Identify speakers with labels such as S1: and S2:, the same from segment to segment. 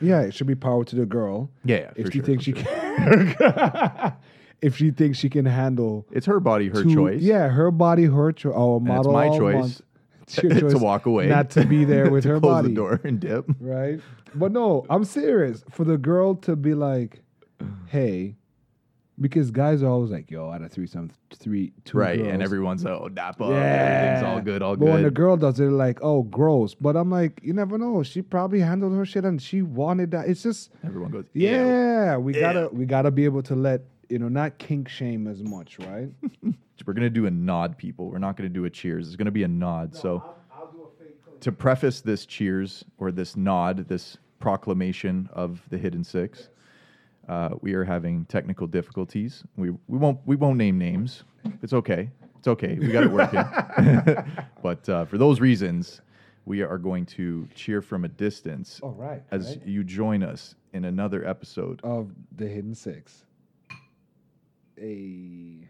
S1: Yeah, it should be power to the girl.
S2: Yeah, yeah,
S1: if
S2: for
S1: she
S2: sure,
S1: thinks
S2: for
S1: she
S2: sure.
S1: can, if she thinks she can handle
S2: It's her body, her
S1: two-
S2: choice.
S1: Yeah, her body, her choice. Oh, a
S2: and it's
S1: model.
S2: my
S1: all
S2: choice.
S1: month. It's your choice
S2: to walk away,
S1: not to be there with
S2: to
S1: her
S2: close
S1: body,
S2: the door and dip.
S1: right? But no, I'm serious. For the girl to be like, "Hey," because guys are always like, "Yo, out of three, some three, two
S2: Right, and
S1: girls."
S2: everyone's oh dapper, everything's all good, all
S1: but when the
S2: good.
S1: girl does it, they're like, oh, gross. But I'm like, you never know. She probably handled her shit and she wanted that. It's just,
S2: Everyone goes, yeah,
S1: yeah, we gotta we gotta be able to let you know not kink shame as much, right?
S2: we're gonna do a nod, people. We're not gonna do a cheers. It's gonna be a nod. so to preface this cheers or this nod, this proclamation of the hidden six, uh, we are having technical difficulties. We we won't we won't name names. It's okay. It's okay. We got it working. but uh, for those reasons, we are going to cheer from a distance
S1: All right.
S2: as you join us in another episode
S1: of the hidden six. A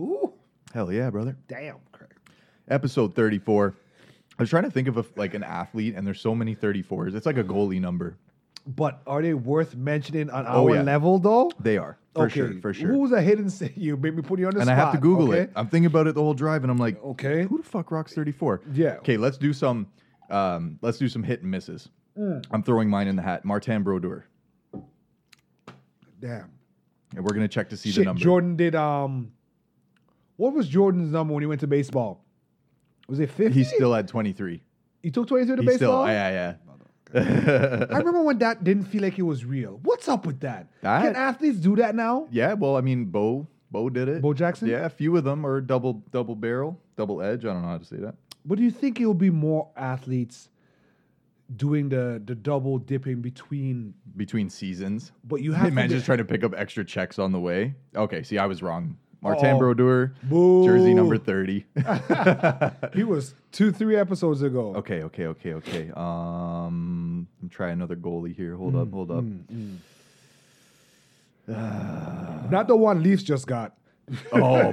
S1: Ooh,
S2: Hell yeah, brother.
S1: damn, Craig.
S2: Episode 34. I was trying to think of a, like an athlete, and there's so many 34s. It's like a goalie number.
S1: But are they worth mentioning on
S2: Oh,
S1: our
S2: yeah.
S1: level though?
S2: They are. For sure. For sure.
S1: Who's a hidden six? You made me put you on the
S2: and I
S1: spot.
S2: have to Google
S1: okay?
S2: it. I'm thinking about it the whole drive, and I'm like,
S1: Okay.
S2: who the fuck rocks 34?
S1: Yeah.
S2: Okay, let's do some. Um, let's do some hit and misses.
S1: Mm.
S2: I'm throwing mine in the hat. Martin Brodeur,
S1: Damn.
S2: and we're gonna check to see the
S1: Shit,
S2: number.
S1: Jordan did um what was Jordan's number when he went to baseball? Was it 50?
S2: He still had 23.
S1: he took 23 to
S2: He
S1: baseball?
S2: still, yeah, yeah.
S1: I remember when that didn't feel like it was real. What's up with that?
S2: That-
S1: Can athletes do that now?
S2: Yeah, well, I mean, Bo, Bo did it.
S1: Bo Jackson?
S2: Yeah, a few of them are double, double barrel, double edge. I don't know how to say that.
S1: But do you think it will be more athletes doing the the double dipping between?
S2: Between seasons,
S1: But you have
S2: imagine
S1: to
S2: just
S1: be-
S2: trying to pick up extra checks on the way. Okay, see, I was wrong. Martin
S1: Uh-oh.
S2: Brodeur,
S1: Oh. Boo.
S2: jersey number thirty.
S1: he was two three episodes ago.
S2: okay, okay, okay, okay. Um, I'm try another goalie here. Hold up, hold up.
S1: Hmm, Mm, Not the one Leafs just got. hmm.
S2: oh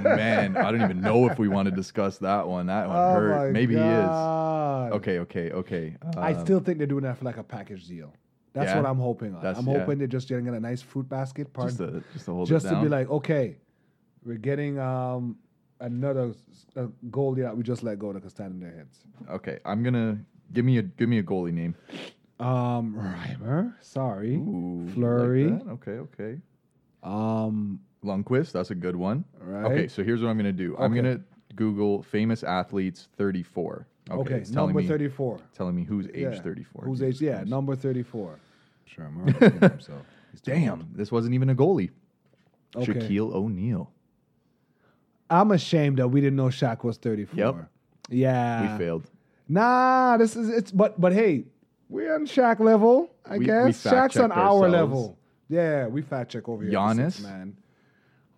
S2: man, I don't even know if we want to discuss that one. That one
S1: Oh my
S2: hurt. Maybe
S1: God.
S2: he is. Okay, okay, okay. Uh,
S1: I still think they're doing that for like a package deal. That's
S2: Yeah.
S1: what I'm hoping on.
S2: That's-
S1: I'm
S2: yeah.
S1: hoping they're just getting a nice fruit basket part
S2: just to just to hold
S1: just
S2: it
S1: to
S2: down.
S1: be like, okay, we're getting um another s- a goalie that we just let go that can stand in their heads.
S2: okay, I'm gonna give me a give me a goalie name.
S1: Um, Reimer, sorry,
S2: Ooh, like
S1: Flurry,
S2: that? okay, okay.
S1: um,
S2: Lundqvist, that's a good one.
S1: Right.
S2: Okay, so here's what I'm gonna do. I'm
S1: Okay.
S2: gonna Google famous athletes 34. Okay,
S1: okay,
S2: it's telling
S1: number
S2: me,
S1: thirty-four.
S2: Telling me who's age
S1: Yeah.
S2: 34.
S1: Who's
S2: Jesus
S1: age? Yeah,
S2: Christ.
S1: number thirty-four. Sure, I'm already himself. He's too old.
S2: Damn, this wasn't even a goalie.
S1: Okay.
S2: Shaquille O'Neal.
S1: I'm ashamed that we didn't know Shaq was thirty-four. Yeah,
S2: we failed.
S1: Nah, this is it's but but hey, we're on Shaq level, I
S2: We- we
S1: guess. Shaq's on
S2: fact-checked
S1: our
S2: ourselves.
S1: level. Yeah, we fact check over here. for six,
S2: Giannis?
S1: man.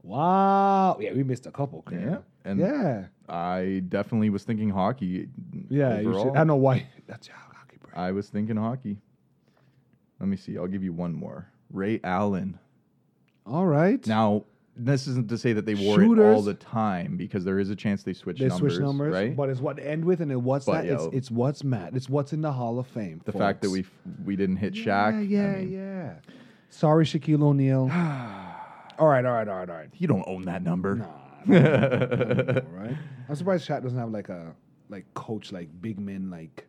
S1: Wow. Yeah, we missed a couple. Craig.
S2: Yeah. And
S1: yeah.
S2: I definitely was thinking hockey. mm,
S1: Yeah. You
S2: overall.
S1: should, I don't know why. That's your hockey brain.
S2: I was thinking hockey. Let me see. I'll give you one more. Ray Allen.
S1: All right.
S2: Now, this isn't to say that they wore it all
S1: Shooters.
S2: the time because there is a chance they switch
S1: they
S2: numbers.
S1: switch numbers,
S2: right?
S1: but it's what to end with, and then what's
S2: But,
S1: that? It's,
S2: yo,
S1: it's what's Matt. It's what's in the Hall of Fame.
S2: the fact that we f- we didn't hit Shaq. I
S1: Yeah, yeah,
S2: mean,
S1: yeah. Sorry, Shaquille O'Neal. all right, all right, all right, all right.
S2: You don't own that number.
S1: right? I'm surprised Shaq doesn't have like a like coach like big men like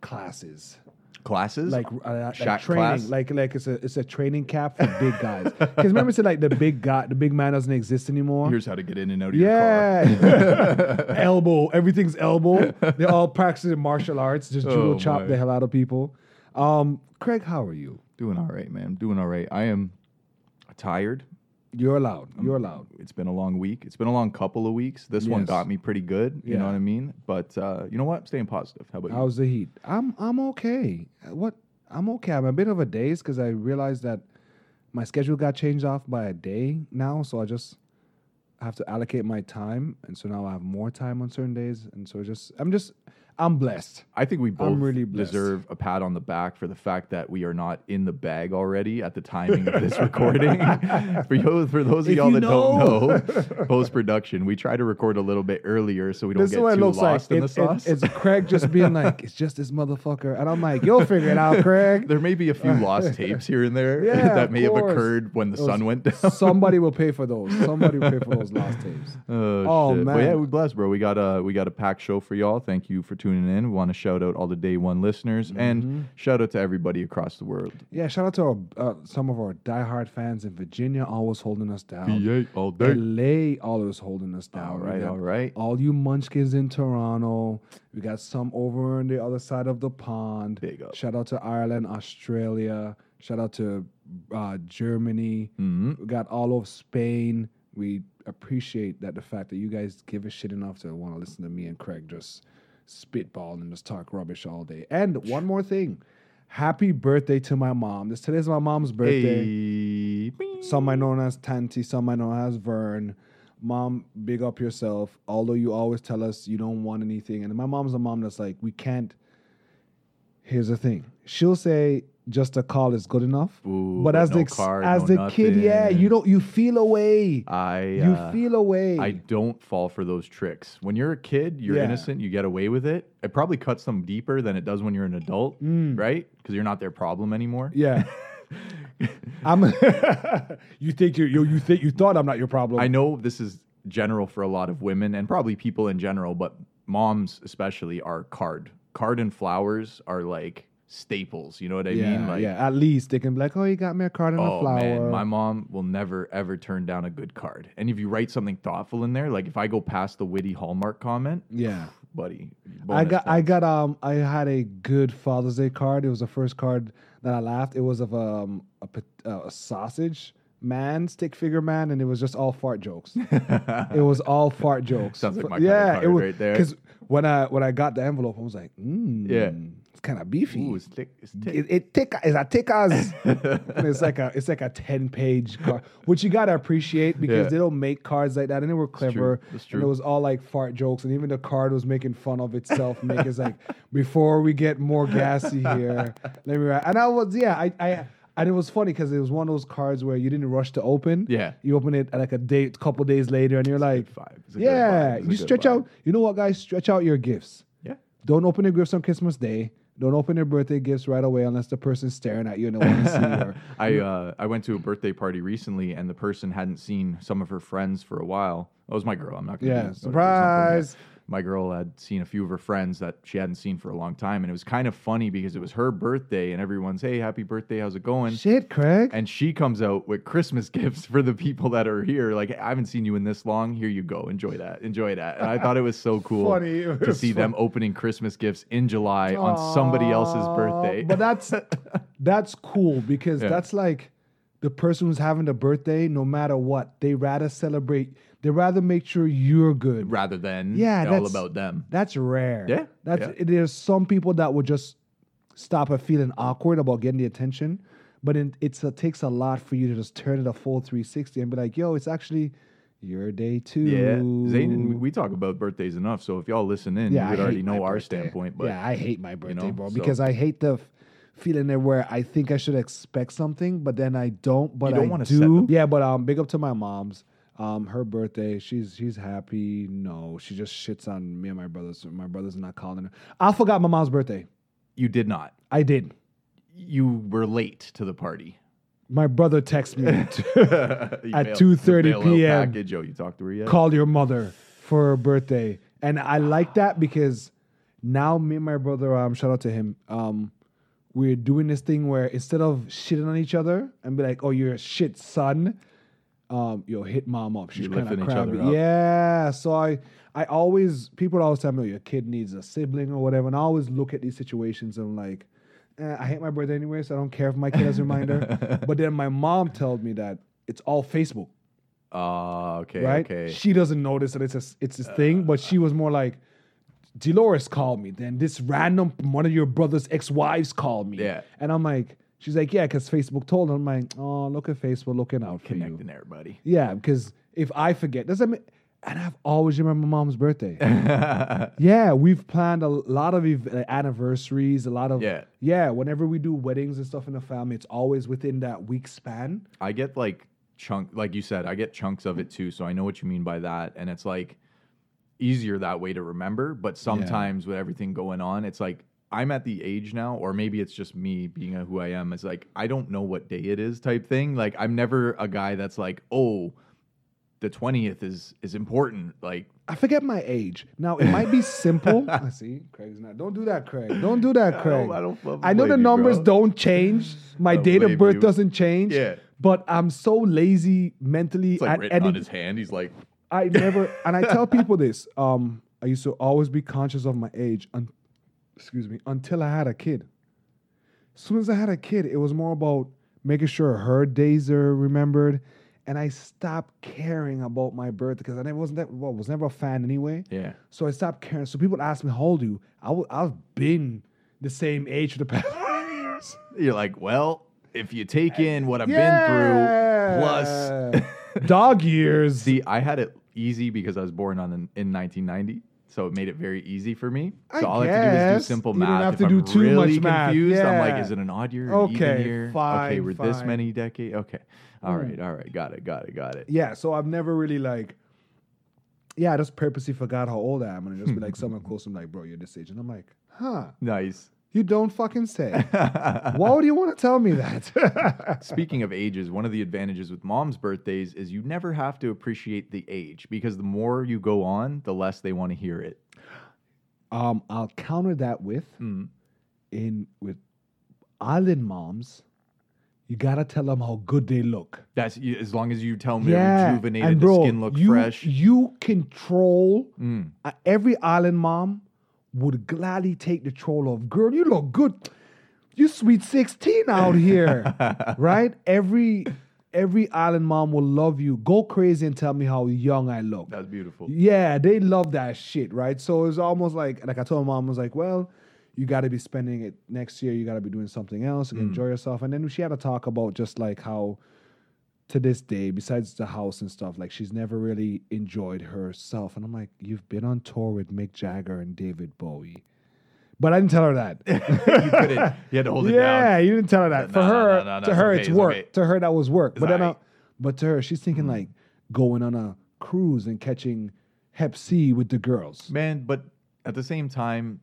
S1: classes
S2: Classes
S1: like uh, like
S2: Shaq
S1: training
S2: class?
S1: like like it's a it's a training cap for big guys because remember it's like the big guy the big man doesn't exist anymore
S2: Here's how to get in and out of your car.
S1: yeah elbow everything's elbow they're all practicing martial arts just judo
S2: Oh,
S1: chop
S2: boy.
S1: the hell out of people um Craig how are you
S2: Doing all right, man. Doing all right. I am tired.
S1: you're allowed you're allowed
S2: It's been a long week. It's been a long couple of weeks. This one
S1: Yes.
S2: got me pretty good. You
S1: Yeah.
S2: know what I mean? But uh, you know what? Staying positive. How about you?
S1: How's the heat? I'm I'm okay. What I'm okay. I'm a bit of a daze because I realized that my schedule got changed off by a day now, so I just have to allocate my time, and so now I have more time on certain days, and so just I'm just I'm blessed.
S2: I think we both
S1: really blessed.
S2: deserve a pat on the back for the fact that we are not in the bag already at the timing of this recording. for, you, for those of
S1: If
S2: y'all
S1: you
S2: that
S1: know.
S2: don't know, post production, we try to record a little bit earlier so we don't
S1: This is
S2: get
S1: what it
S2: too
S1: looks like.
S2: lost in
S1: It-
S2: the
S1: it-
S2: sauce.
S1: it's Craig just being like, "It's just this motherfucker," and I'm like, "You'll figure it out, Craig."
S2: there may be a few lost tapes here and there
S1: Yeah,
S2: that
S1: of
S2: may have
S1: course.
S2: occurred when the
S1: Those-
S2: sun went down.
S1: Somebody will pay for those. Somebody will pay for those lost tapes.
S2: Oh,
S1: Oh,
S2: shit. But yeah,
S1: man.
S2: we blessed, bro. We got a we got a packed show for y'all. Thank you for tuning in. We want to shout out all the day one listeners
S1: Mm-hmm.
S2: and shout out to everybody across the world.
S1: Yeah, shout out to our, uh, some of our diehard fans in Virginia, always holding us down.
S2: V8 all
S1: LA always holding us down.
S2: All
S1: We
S2: right,
S1: got
S2: all right.
S1: All you munchkins in Toronto. We got some over on the other side of the pond.
S2: Big up.
S1: Shout out to Ireland, Australia. Shout out to uh, Germany.
S2: hmm
S1: We got all of Spain. We appreciate that the fact that you guys give a shit enough to want to listen to me and Craig just spitball and just talk rubbish all day. And one more thing. Happy birthday to my mom. This today's my mom's birthday.
S2: Hey. Bing.
S1: Some I know as Tanti, some I know as Vern. Mom, big up yourself. Although you always tell us you don't want anything. And my mom's a mom that's like, we can't. Here's the thing. She'll say just a call is good enough.
S2: Ooh,
S1: but as
S2: no
S1: the ex-
S2: card,
S1: as
S2: no
S1: the kid, yeah,
S2: nothing.
S1: you don't you feel away.
S2: I
S1: you
S2: uh,
S1: feel away.
S2: I don't fall for those tricks. When you're a kid, you're
S1: Yeah.
S2: innocent, you get away with it. It probably cuts them deeper than it does when you're an adult, right? Because you're not their problem anymore.
S1: Mm. yeah. I'm you think you you you think you thought I'm not your problem.
S2: I know this is general for a lot of women and probably people in general, but moms especially are card. Card and flowers are like staples. You know what I
S1: yeah,
S2: mean? Like,
S1: yeah. At least they can be like, oh, you got me a card and a
S2: Oh
S1: flower.
S2: man, my mom will never ever turn down a good card. And if you write something thoughtful in there, like if I go past the witty Hallmark comment,
S1: yeah.
S2: buddy,
S1: I
S2: bonus
S1: got I
S2: points.
S1: got um I had a good Father's Day card. It was the first card that I laughed. It was of um a, pot- uh, a sausage man, stick figure man, and it was just all fart jokes. it was all fart jokes.
S2: Sounds like
S1: F-
S2: my kind of card right there.
S1: Because when I when I got the envelope, I was like, mm,
S2: Yeah.
S1: it's kind of beefy.
S2: Ooh, it's thick. It's thick.
S1: it, it tick is a tick as it's like a it's like a ten page card, which you gotta appreciate because
S2: Yeah.
S1: they don't make cards like that, and they were clever.
S2: That's
S1: And it
S2: true.
S1: was all like fart jokes, and even the card was making fun of itself. make it's like before we get more gassy here, let me write. And I was yeah, I I and it was funny because it was one of those cards where you didn't rush to open.
S2: Yeah.
S1: you open it like a day, couple days later, and you're like,
S2: vibe. It's a good
S1: yeah,
S2: vibe. It's a
S1: you
S2: good
S1: stretch
S2: vibe.
S1: out. You know what, guys? Stretch out your gifts.
S2: Yeah.
S1: Don't open your gifts on Christmas Day. Don't open your birthday gifts right away unless the person's staring at you and they want to see you.
S2: I uh, I went to a birthday party recently, and the person hadn't seen some of her friends for a while. That was my girl. I'm not gonna
S1: Yeah,
S2: it was not for me.
S1: surprise.
S2: My girl had seen a few of her friends that she hadn't seen for a long time, and it was kind of funny because it was her birthday, and everyone's hey, happy birthday, how's it going?
S1: Shit, Craig.
S2: And she comes out with Christmas gifts for the people that are here. Like, I haven't seen you in this long. Here you go. Enjoy that. Enjoy that. And I thought it was so cool
S1: Funny. It
S2: to
S1: was
S2: see them opening Christmas gifts in July on somebody else's
S1: Aw,
S2: birthday.
S1: But that's that's cool because
S2: Yeah.
S1: that's like the person who's having the birthday, no matter what, they rather celebrate, they rather make sure you're good.
S2: rather than
S1: Yeah,
S2: all
S1: that's-
S2: about them.
S1: That's rare.
S2: Yeah,
S1: That's there's some people that would just stop at feeling awkward about getting the attention, but it, it's it takes a lot for you to just turn it a full 360 and be like, yo, it's actually your day too.
S2: Yeah, Zayden, we talk about birthdays enough. So if y'all listen in,
S1: Yeah, I
S2: you would
S1: hate
S2: already
S1: my
S2: know our
S1: birthday.
S2: standpoint. But
S1: yeah, I hate my birthday,
S2: know,
S1: bro,
S2: so-
S1: because I hate the f- feeling there where I think I should expect something, but then I don't. But
S2: don't
S1: I
S2: wanna
S1: do.
S2: set them.
S1: Yeah, but um, big up to my mom's. Um, her birthday, she's she's happy. No, she just shits on me and my brothers. My brother's not calling her. I forgot my mom's birthday.
S2: you did not.
S1: I did.
S2: You were late to the party.
S1: My brother texted me,
S2: You
S1: 2:30
S2: bailed- the bailout
S1: PM.
S2: Package. Oh, you talked to her yet?
S1: call your mother for her birthday. And I like that because now me and my brother, um, shout out to him, um, we're doing this thing where instead of shitting on each other and be like, oh, you're a shit son, um, yo, hit mom up. She's
S2: You're
S1: kind of
S2: lifting each other
S1: crabby.
S2: up.
S1: Yeah. So I, I always, people always tell me, oh, your kid needs a sibling or whatever. And I always look at these situations and I'm like, eh, I hate my birthday anyway, so I don't care if my kid has a reminder. but then my mom told me that it's all Facebook
S2: Ah, okay,
S1: right?
S2: okay.
S1: She doesn't notice that it's a, it's this thing, but she was more like, Dolores called me. Then this random one of your brother's ex wives called me.
S2: Yeah.
S1: and I'm like, She's like, yeah, because Facebook told him. I'm like, oh, look at Facebook looking out for you.
S2: Connecting everybody.
S1: Yeah, because if I forget, doesn't mean. And I've always remembered my mom's birthday. yeah, we've planned a lot of ev- like, anniversaries, a lot of
S2: Yeah.
S1: yeah. Whenever we do weddings and stuff in the family, it's always within that week span.
S2: I get like chunk, like you said, I get chunks of it too. So I know what you mean by that, and it's like easier that way to remember. But sometimes with everything going on, it's like I'm at the age now, or maybe it's just me being a, who I am. It's like I don't know what day it is, type thing. Like I'm never a guy that's like, oh, the twentieth is is important. Like
S1: I forget my age. Now it might be simple. I see. Craig's not. Don't do that, Craig. Don't do that, Craig.
S2: I don't fucking
S1: I know the
S2: blame you,
S1: numbers
S2: bro.
S1: don't change. My
S2: don't
S1: date of
S2: blame
S1: birth
S2: you.
S1: doesn't change.
S2: Yeah.
S1: But I'm so lazy mentally
S2: it's like
S1: at
S2: written
S1: any
S2: on his hand. He's like,
S1: I never, and I tell people this. Um, I used to always be conscious of my age. Un- excuse me, until I had a kid. As soon as I had a kid, it was more about making sure her days are remembered, and I stopped caring about my birth because I never wasn't that well was never a fan anyway.
S2: yeah,
S1: So I stopped caring. So people ask me, "How old are you?" I w- I've been the same age for the past five years.
S2: you're like, well, if you take in what I've been through, plus
S1: plus dog years.
S2: See, I had it easy because I was born on an, in 1990, so it made it very easy for me.
S1: I
S2: So all I have to do is
S1: guess.
S2: do simple
S1: You
S2: math.
S1: don't have
S2: if
S1: to
S2: I'm
S1: do too
S2: really
S1: much math.
S2: confused, I'm
S1: Yeah.
S2: like, is it an odd year? an
S1: Okay,
S2: even year? okay,
S1: fine,
S2: we're this
S1: fine. Hmm.
S2: many decade. Okay, all right, all right, got it, got it, got it.
S1: yeah, so I've never really like, yeah, I just purposely forgot how old I am, and I just be like, someone close, I'm like, bro, you're this age, and I'm like, huh,
S2: Nice.
S1: you don't fucking say. Why would you want to tell me that?
S2: Speaking of ages, one of the advantages with mom's birthdays is you never have to appreciate the age because the more you go on, the less they want to hear it.
S1: um, I'll counter that with
S2: Mm.
S1: in with island moms. You gotta tell them how good they look.
S2: That's as long as you tell them they're rejuvenated,
S1: and
S2: the
S1: bro,
S2: skin look
S1: you,
S2: fresh.
S1: You control
S2: Mm.
S1: Uh, every island mom would gladly take the troll of girl you look good you sweet 16 out here right every every island mom will love you go crazy and tell me how young i look
S2: That's beautiful.
S1: yeah they love that shit right so it's almost like like i told my mom I was like well you got to be spending it next year you got to be doing something else and enjoy
S2: Mm.
S1: yourself and then she had to talk about just like how to this day, besides the house and stuff, like she's never really enjoyed herself. And I'm like, you've been on tour with Mick Jagger and David Bowie. But I didn't tell her that.
S2: you couldn't. You had to hold it
S1: yeah,
S2: down.
S1: you didn't tell her that.
S2: No,
S1: For
S2: no,
S1: her,
S2: no, no, no,
S1: to
S2: it's
S1: her,
S2: okay,
S1: it's
S2: it's
S1: work.
S2: okay.
S1: To her, that was work. but then, I,
S2: alright.
S1: but to her, she's
S2: Mm-hmm.
S1: thinking like going on a cruise and catching Hep C with the girls.
S2: Man, but at the same time,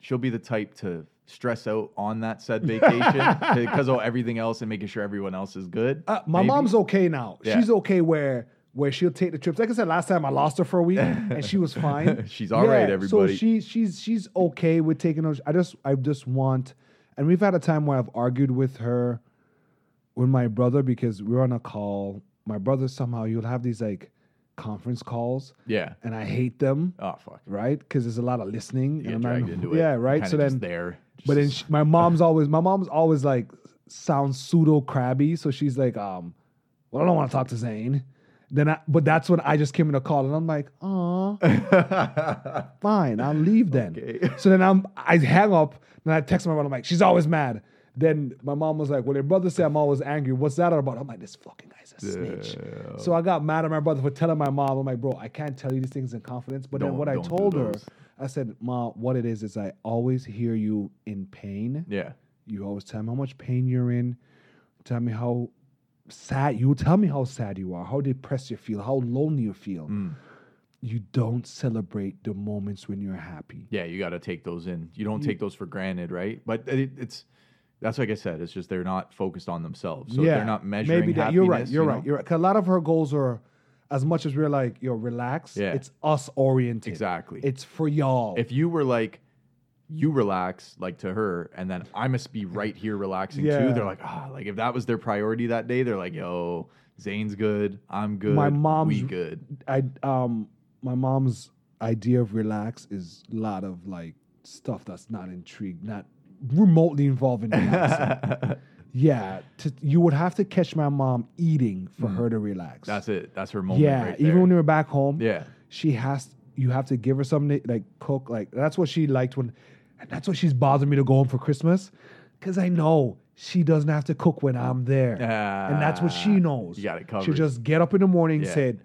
S2: she'll be the type to stress out on that said vacation because of everything else and making sure everyone else is good.
S1: Uh, my
S2: Maybe.
S1: mom's okay now.
S2: Yeah.
S1: She's okay where where she'll take the trips. Like I said last time, I lost her for a week and she was fine.
S2: She's all right,
S1: So
S2: everybody.
S1: she she's she's okay with taking those. I just I just want, and we've had a time where I've argued with her, with my brother because we were on a call. My brother somehow you'll have these like conference calls,
S2: Yeah.
S1: and I hate them,
S2: Oh, fuck.
S1: right? Because there's a lot of listening.
S2: You
S1: and
S2: get
S1: I'm
S2: dragged
S1: not-
S2: into it.
S1: Yeah, right.
S2: Kinda
S1: so
S2: just
S1: then
S2: there.
S1: but then
S2: Just-
S1: she, my mom's always my mom's always like sounds pseudo crabby, so she's like, um, well, I don't want to talk to Zane. Then I, but that's when I just came in a call and I'm like, aw, fine, I'll leave then.
S2: Okay.
S1: So then I'm I hang up and I text my mom, I'm like, she's always mad. Then my mom was like, Well, your brother said I'm always angry. What's that all about? I'm like, this fucking guy's a snitch. So I got mad at my brother for telling my mom, I'm like, bro, I can't tell you these things in confidence. But then
S2: Don't-
S1: what I
S2: don't do
S1: told her,
S2: those.
S1: I said, Ma, what it is is I always hear you in pain.
S2: yeah.
S1: You always tell me how much pain you're in. Tell me how sad you tell me how sad you are, how depressed you feel, how lonely you feel.
S2: Mm.
S1: You don't celebrate the moments when you're happy.
S2: Yeah, you got to take those in. You don't take those for granted, right? But it, it's that's like I said. It's just they're not focused on themselves, so they're not measuring.
S1: Maybe that
S2: happiness,
S1: you're right. You're
S2: you
S1: right.
S2: know?
S1: You're right. 'Cause a lot of her goals are, as much as we're like, yo, relax.
S2: Yeah.
S1: It's us oriented.
S2: exactly.
S1: It's for y'all.
S2: if you were like you relax like to her and then i must be right here relaxing
S1: Yeah.
S2: too they're like ah like if that was their priority that day they're like yo zane's good i'm good
S1: My mom's-
S2: we good
S1: I um my mom's idea of relax is a lot of like stuff that's not intrigued, not remotely involved in relaxing. Yeah, to, you would have to catch my mom eating for her to relax.
S2: Mm. that's it that's her moment
S1: yeah.
S2: right there.
S1: even when we were back home,
S2: yeah
S1: she has. You have to give her something to, like cook. Like that's what she liked when, and that's what she's bothering me to go home for Christmas, because I know she doesn't have to cook when I'm there. and that's what she
S2: Ah,
S1: knows.
S2: you got it
S1: She
S2: covered.
S1: just get up in the morning
S2: Yeah.
S1: said,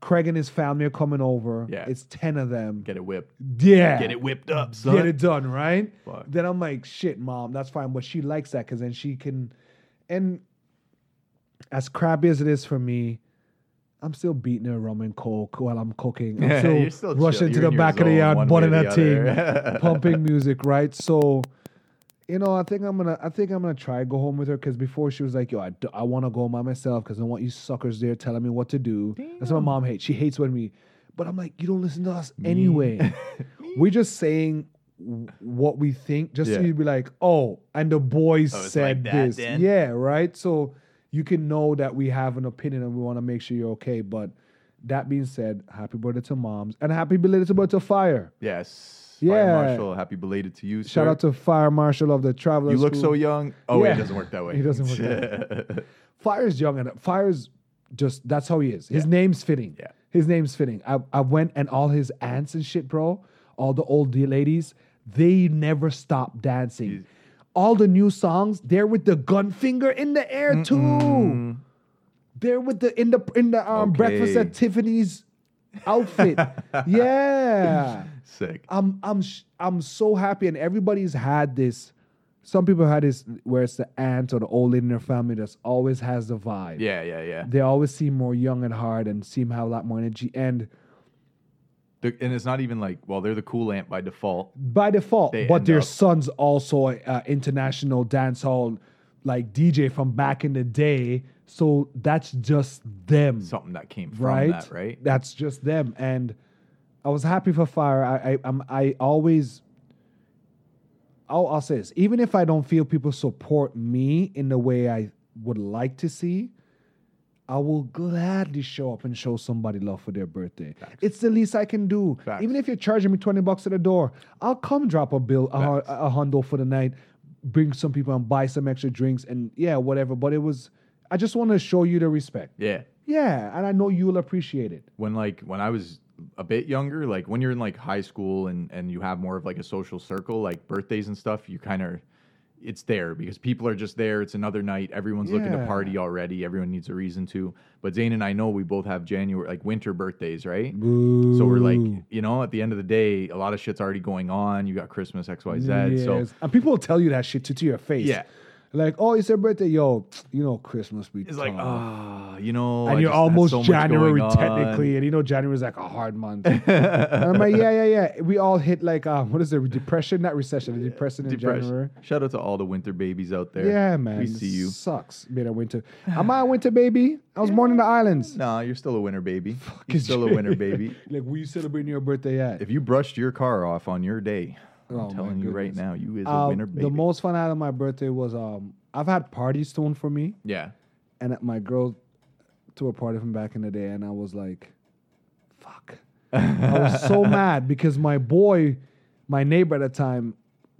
S1: Craig and his family are coming over.
S2: Yeah.
S1: It's 10 of them.
S2: Get it whipped.
S1: yeah.
S2: Get it whipped up, son.
S1: Get it done, right?
S2: Fuck.
S1: Then I'm like, shit, mom, that's fine. But she likes that because then she can. And as crappy as it is for me, I'm still beating her rum and coke while I'm cooking. I'm
S2: Yeah,
S1: still,
S2: you're still chill.
S1: rushing to
S2: You're
S1: the
S2: in your
S1: back of the
S2: zone
S1: yard,
S2: one
S1: butting
S2: way or
S1: that
S2: the
S1: thing,
S2: other.
S1: pumping music, right? So, you know, I think I'm gonna, I think I'm gonna try to go home with her because before she was like, yo, I, d- I want to go home by myself because I don't want you suckers there telling me what to do. That's what my mom hates. She hates when we. But I'm like, you don't listen to us anyway. We're just saying w- what we think, just so
S2: Yeah.
S1: you'd be like, oh, and the boys
S2: it's
S1: said
S2: like that
S1: this.
S2: then?
S1: Yeah, right. So you can know that we have an opinion and we want to make sure you're okay. But that being said, happy birthday to moms and happy belated birthday to Fire.
S2: Yes.
S1: Yeah.
S2: Fire Marshal, happy belated to you.
S1: Shout
S2: sir.
S1: out to Fire Marshal of the Travelers.
S2: You look
S1: School.
S2: so young. Oh, wait,
S1: Yeah.
S2: it doesn't work that way.
S1: It doesn't work
S2: that way.
S1: Fire's young and Fire's just that's how he is. His name's fitting.
S2: Yeah.
S1: His name's fitting. I, I went and all his aunts and shit, bro, all the old dear ladies, they never stop dancing. all the new songs, they're with the gun finger in the air too. They're with the in the in the um, breakfast
S2: Okay.
S1: at Tiffany's outfit. yeah.
S2: Sick.
S1: I'm I'm sh- I'm so happy, and everybody's had this. Some people had this where it's the aunt or the old lady in their family that's always has the vibe.
S2: Yeah, yeah, yeah.
S1: They always seem more young and hard, and seem have a lot more energy. And
S2: The- and it's not even like, well, they're the cool aunt by default.
S1: by default,
S2: They
S1: but
S2: end
S1: their
S2: up-
S1: son's also an international dance hall like DJ from back in the day. So that's just them.
S2: Something that came from
S1: right?
S2: that, right?
S1: That's just them. And I was happy for Fire. I I, I'm, I always, I'll, I'll say this: even if I don't feel people support me in the way I would like to see, I will gladly show up and show somebody love for their birthday. It's the least I can do.
S2: Facts.
S1: Even if you're charging me twenty bucks at the door, I'll come drop a bill, a, hu-
S2: Facts.
S1: a hundo for the night, bring some people and buy some extra drinks and yeah, whatever. But it was. I just want to show you the respect.
S2: Yeah.
S1: Yeah, and I know you'll appreciate it.
S2: When like when I was a bit younger, like when you're in like high school and and you have more of like a social circle, like birthdays and stuff, you kind of it's there because people are just there. It's another night. Everyone's looking to
S1: Yeah.
S2: party already. Everyone needs a reason to. But Zane and I know we both have January like winter birthdays, right? So we're like, you know, at the end of the day, a lot of shit's already going on. You got Christmas, X, Y, Z. So
S1: Yes. and people will tell you that shit to, to your face.
S2: Yeah.
S1: Like, oh, it's your birthday, yo. You know, Christmas be
S2: it's like,
S1: tough.
S2: ah, you know,
S1: and
S2: I
S1: you're
S2: just had
S1: almost
S2: so much
S1: January
S2: going on.
S1: technically, and you know January is like a hard month. and I'm like, yeah, yeah, yeah. We all hit like, um, what is it? Depression, not recession. The depression in
S2: Depression.
S1: January.
S2: Shout out to all the winter babies out there.
S1: Yeah, man.
S2: We see you.
S1: Sucks being a winter. Am I a winter baby? I was born in the islands.
S2: Nah, you're still a winter baby.
S1: you,
S2: You're still a winter baby.
S1: Like, where you celebrating your birthday at?
S2: If you brushed your car off on your day, I'm
S1: Oh, my
S2: telling you right
S1: goodness.
S2: now, you is
S1: Um,
S2: a winter baby.
S1: The most fun I had on my birthday was um, I've had parties thrown for me,
S2: yeah.
S1: and my girl to a party from back in the day, and I was like, fuck. I was so mad because my boy, my neighbor at the time,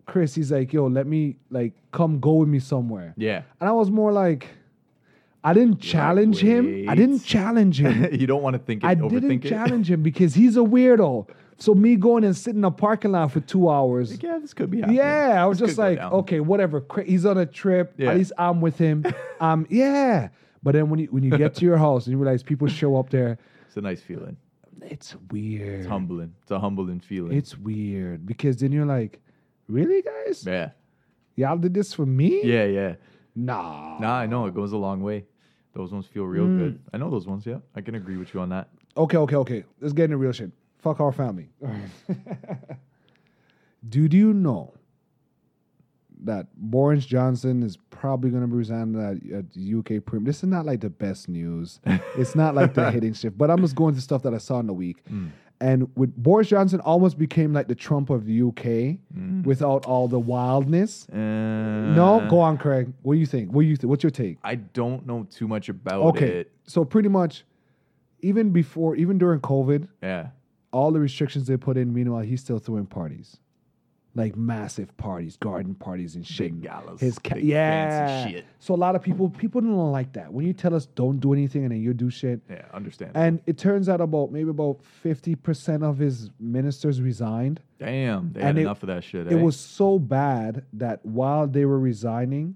S1: Chris, he's like, yo, let me like come go with me somewhere,
S2: Yeah.
S1: and I was more like, I didn't challenge him. I didn't
S2: wait.
S1: challenge him.
S2: you don't want to think it,
S1: I
S2: overthink
S1: didn't
S2: it.
S1: challenge him because he's a weirdo. So me going and sitting in a parking lot for two hours.
S2: yeah, this could be happening.
S1: Yeah, I was
S2: This
S1: just
S2: could go
S1: like,
S2: down.
S1: okay, whatever. Cra- He's on a trip.
S2: Yeah.
S1: At least I'm with him. um, yeah. But then when you when you get to your house and you realize people show up there,
S2: It's a nice feeling.
S1: it's weird.
S2: It's humbling. It's a humbling feeling.
S1: It's weird because then you're like, really, guys?
S2: yeah.
S1: Y'all did this for me?
S2: Yeah, yeah.
S1: Nah.
S2: Nah, I know it goes a long way. Those ones feel real good.
S1: Mm.
S2: I know those ones. Yeah, I can agree with you on that.
S1: Okay, okay, okay. Let's get into real shit. Fuck our family. Did you know that Boris Johnson is probably going to be resigning at, at the UK Premier? This is not like the best news. it's not like the hitting shift, but I'm just going to stuff that I saw in the week.
S2: Mm.
S1: And with Boris Johnson almost became like the Trump of the UK without all the wildness. no,
S2: Mm. Uh,
S1: go on, Craig. What do you think? What do you think? What's your take?
S2: I don't know too much about
S1: Okay,
S2: it.
S1: so pretty much, even before, even during COVID,
S2: Yeah,
S1: all the restrictions they put in. Meanwhile, he's still throwing parties, like massive parties, garden parties and shit.
S2: Big galas,
S1: His ca-
S2: big fancy
S1: yeah.
S2: shit.
S1: So a lot of people people don't like that when you tell us don't do anything and then you do shit.
S2: yeah, understand.
S1: And it turns out about maybe about fifty percent of his ministers resigned.
S2: Damn, they
S1: and
S2: had
S1: it-
S2: enough of that shit.
S1: It
S2: eh?
S1: was so bad that while they were resigning,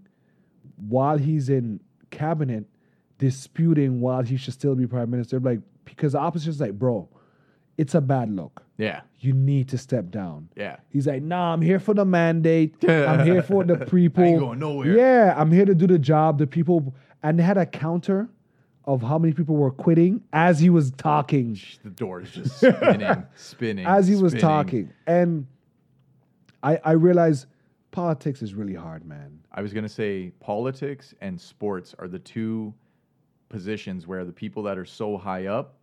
S1: while he's in cabinet disputing while he should still be prime minister. Like because the opposition's like, bro, it's a bad look.
S2: Yeah.
S1: You need to step down.
S2: Yeah.
S1: He's like, nah, I'm here for the mandate. I'm here for the people.
S2: I ain't going nowhere.
S1: Yeah, I'm here to do the job. The people and they had a counter of how many people were quitting as he was talking.
S2: The door is just spinning, spinning.
S1: As he was
S2: spinning.
S1: talking. And I I realized politics is really hard, man.
S2: I was going to say politics and sports are the two positions where the people that are so high up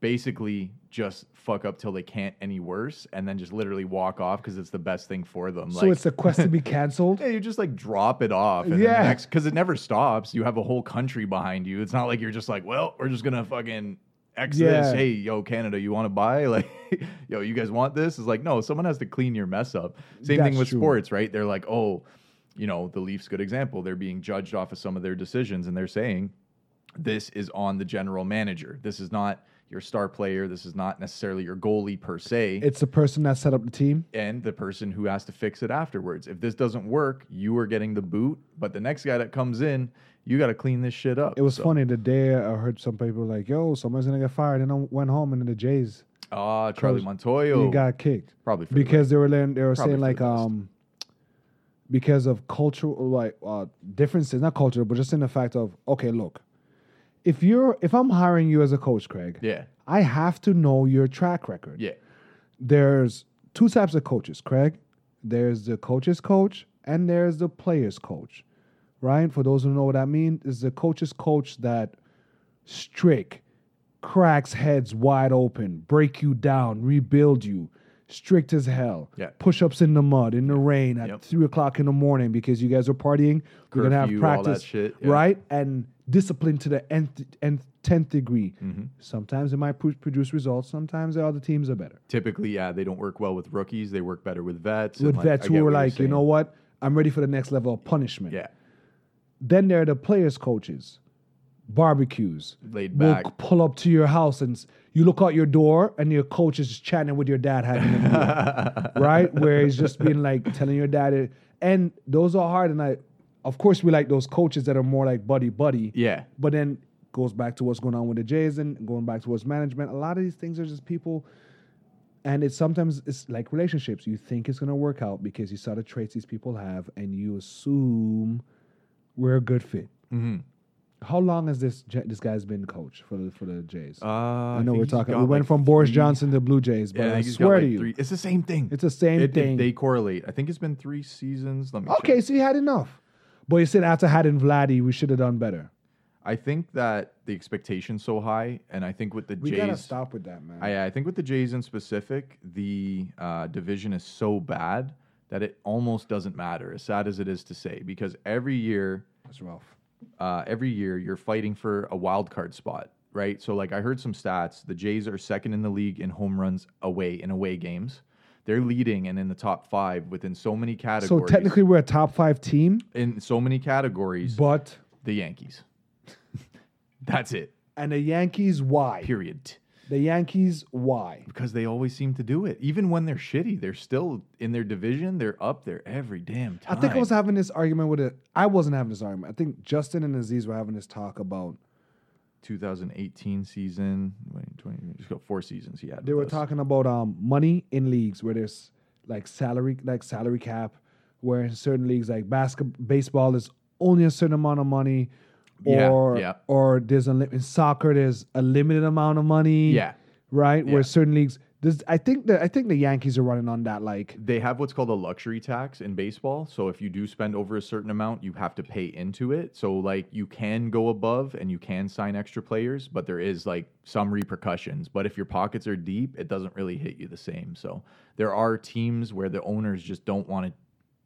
S2: basically just fuck up till they can't any worse and then just literally walk off because it's the best thing for them.
S1: so it's a quest to be canceled.
S2: yeah, you just like drop it off. And
S1: Yeah.
S2: yeah. Because it never stops. You have a whole country behind you. It's not like you're just like, well, we're just going to fucking. X this,
S1: Yeah.
S2: hey, yo, Canada, you want to buy? Like, yo, you guys want this? It's like, no, someone has to clean your mess up. Same
S1: That's
S2: thing with
S1: true.
S2: sports, right? They're like, oh, you know, the Leafs, good example. They're being judged off of some of their decisions, and they're saying, this is on the general manager. This is not your star player. This is not necessarily your goalie per se
S1: It's the person that set up the team.
S2: and the person who has to fix it afterwards. If this doesn't work, you are getting the boot, but the next guy that comes in, you got to clean this shit up.
S1: It was
S2: So-
S1: funny the day I heard some people like, "Yo, someone's gonna get fired," and I went home and then the Jays
S2: Ah, Charlie
S1: Cause
S2: Montoyo.
S1: he got kicked
S2: probably for the
S1: because they were learning, they were
S2: Probably
S1: saying
S2: for
S1: like
S2: the best.
S1: um because of cultural like uh, differences, not cultural, but just in the fact of okay, look, if you're if I'm hiring you as a coach, Craig,
S2: best. Yeah.
S1: I have to know your track record.
S2: Yeah.
S1: There's two types of coaches, Craig. There's the coach's coach and there's the player's coach. Right? For those who know what I mean, is the coach's coach that strict, cracks heads wide open, break you down, rebuild you, strict as hell.
S2: Yeah.
S1: Push ups in the mud, in the rain at
S2: Yep.
S1: three o'clock in the morning because you guys are partying. We're gonna have
S2: Curfew, all that
S1: practice,
S2: shit, yeah.
S1: right? And discipline to the nth, nth tenth degree.
S2: Mm-hmm.
S1: Sometimes it might pro- produce results. Sometimes the other teams are better
S2: Typically, yeah, they don't work well with rookies. They work better with vets. and,
S1: with
S2: like,
S1: vets
S2: I
S1: who
S2: get
S1: were
S2: what you're
S1: like, you
S2: saying.
S1: know what, I'm ready for the next level of punishment.
S2: Yeah.
S1: Then there are the players' coaches, barbecues.
S2: Laid
S1: We'll
S2: back.
S1: c- pull up to your house and s- you look out your door and your coach is just chatting with your dad, having a beer, right? Where he's just being like telling your dad, it, and those are hard. And I, of course, we like those coaches that are more like buddy buddy.
S2: Yeah.
S1: But then goes back to what's going on with the Jays and going back towards management. A lot of these things are just people, and it's sometimes it's like relationships. You think it's gonna work out because you saw the traits these people have, and you assume we're a good fit.
S2: Mm-hmm.
S1: How long has this Ja- this guy's been coach for the for the Jays?
S2: Uh,
S1: I know
S2: think
S1: we're
S2: he's
S1: talking.
S2: got,
S1: We went
S2: like,
S1: from Boris
S2: three-
S1: Johnson to Blue Jays, but
S2: Yeah,
S1: I
S2: think he's got,
S1: swear
S2: like,
S1: to you,
S2: three- it's the same thing.
S1: it's the same
S2: It- it-
S1: thing.
S2: they correlate. I think it's been three seasons. Let me check.
S1: okay, so you had enough, but you said after Haddon Vladdy, we should have done better.
S2: I think that the expectation's so high, and I think with the
S1: We
S2: Jays,
S1: gotta stop with that, man.
S2: I, I think with the Jays in specific, the uh, division is so bad that it almost doesn't matter. As sad as it is to say, because every year
S1: That's rough.
S2: uh, every year you're fighting for a wild card spot, right? So like I heard some stats, the Jays are second in the league in home runs away in away games. They're leading and in the top five within so many
S1: So
S2: categories.
S1: technically, we're a top five team,
S2: in so many categories,
S1: but
S2: the Yankees. That's it.
S1: and the Yankees, why?
S2: Period.
S1: The Yankees, why?
S2: Because they always seem to do it, even when they're shitty. They're still in their division. They're up there every damn
S1: I
S2: time.
S1: think I was having this argument with it. I wasn't having this argument. I think Justin and Aziz were having this talk about.
S2: 2018 season, 20, just got four seasons. He had.
S1: They
S2: with
S1: were
S2: us.
S1: talking about um money in leagues where there's like salary, like salary cap, where in certain leagues like basketball, baseball is only a certain amount of money,
S2: Yeah,
S1: or
S2: yeah.
S1: or there's a li- in soccer there's a limited amount of money.
S2: Yeah.
S1: Right.
S2: Yeah.
S1: Where certain leagues, there's, I think that I think the Yankees are running on that like.
S2: they have what's called a luxury tax in baseball. So if you do spend over a certain amount, you have to pay into it. So like you can go above and you can sign extra players, but there is like some repercussions. But if your pockets are deep, it doesn't really hit you the same. So there are teams where the owners just don't want to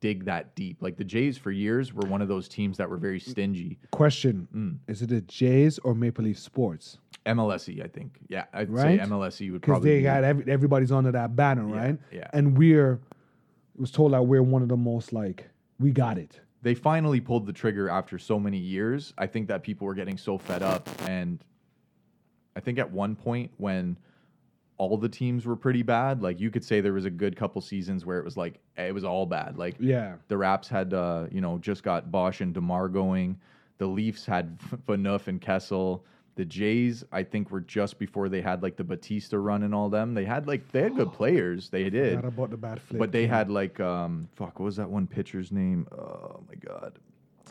S2: dig that deep. Like the Jays for years were one of those teams that were very stingy.
S1: Question:
S2: Mm.
S1: Is it the Jays or Maple Leaf Sports?
S2: MLSE, E, I think. Yeah, I'd
S1: Right?
S2: say MLSE E would
S1: Because
S2: probably
S1: they
S2: be-
S1: got every, everybody's under that banner, right?
S2: yeah.
S1: And we're it was told that we're one of the most like we got it.
S2: they finally pulled the trigger after so many years. I think that people were getting so fed up. And I think at one point when all the teams were pretty bad. Like you could say there was a good couple seasons where it was like it was all bad. Like
S1: Yeah.
S2: the Raps had uh, you know just got Bosch and Demar going. The Leafs had Vanuf and Kessel. The Jays, I think, were just before they had like the Batista run and all them. They had like they had good players. They did,
S1: Not about the bad flip.
S2: but they had like um fuck, what was that one pitcher's name? Oh my god,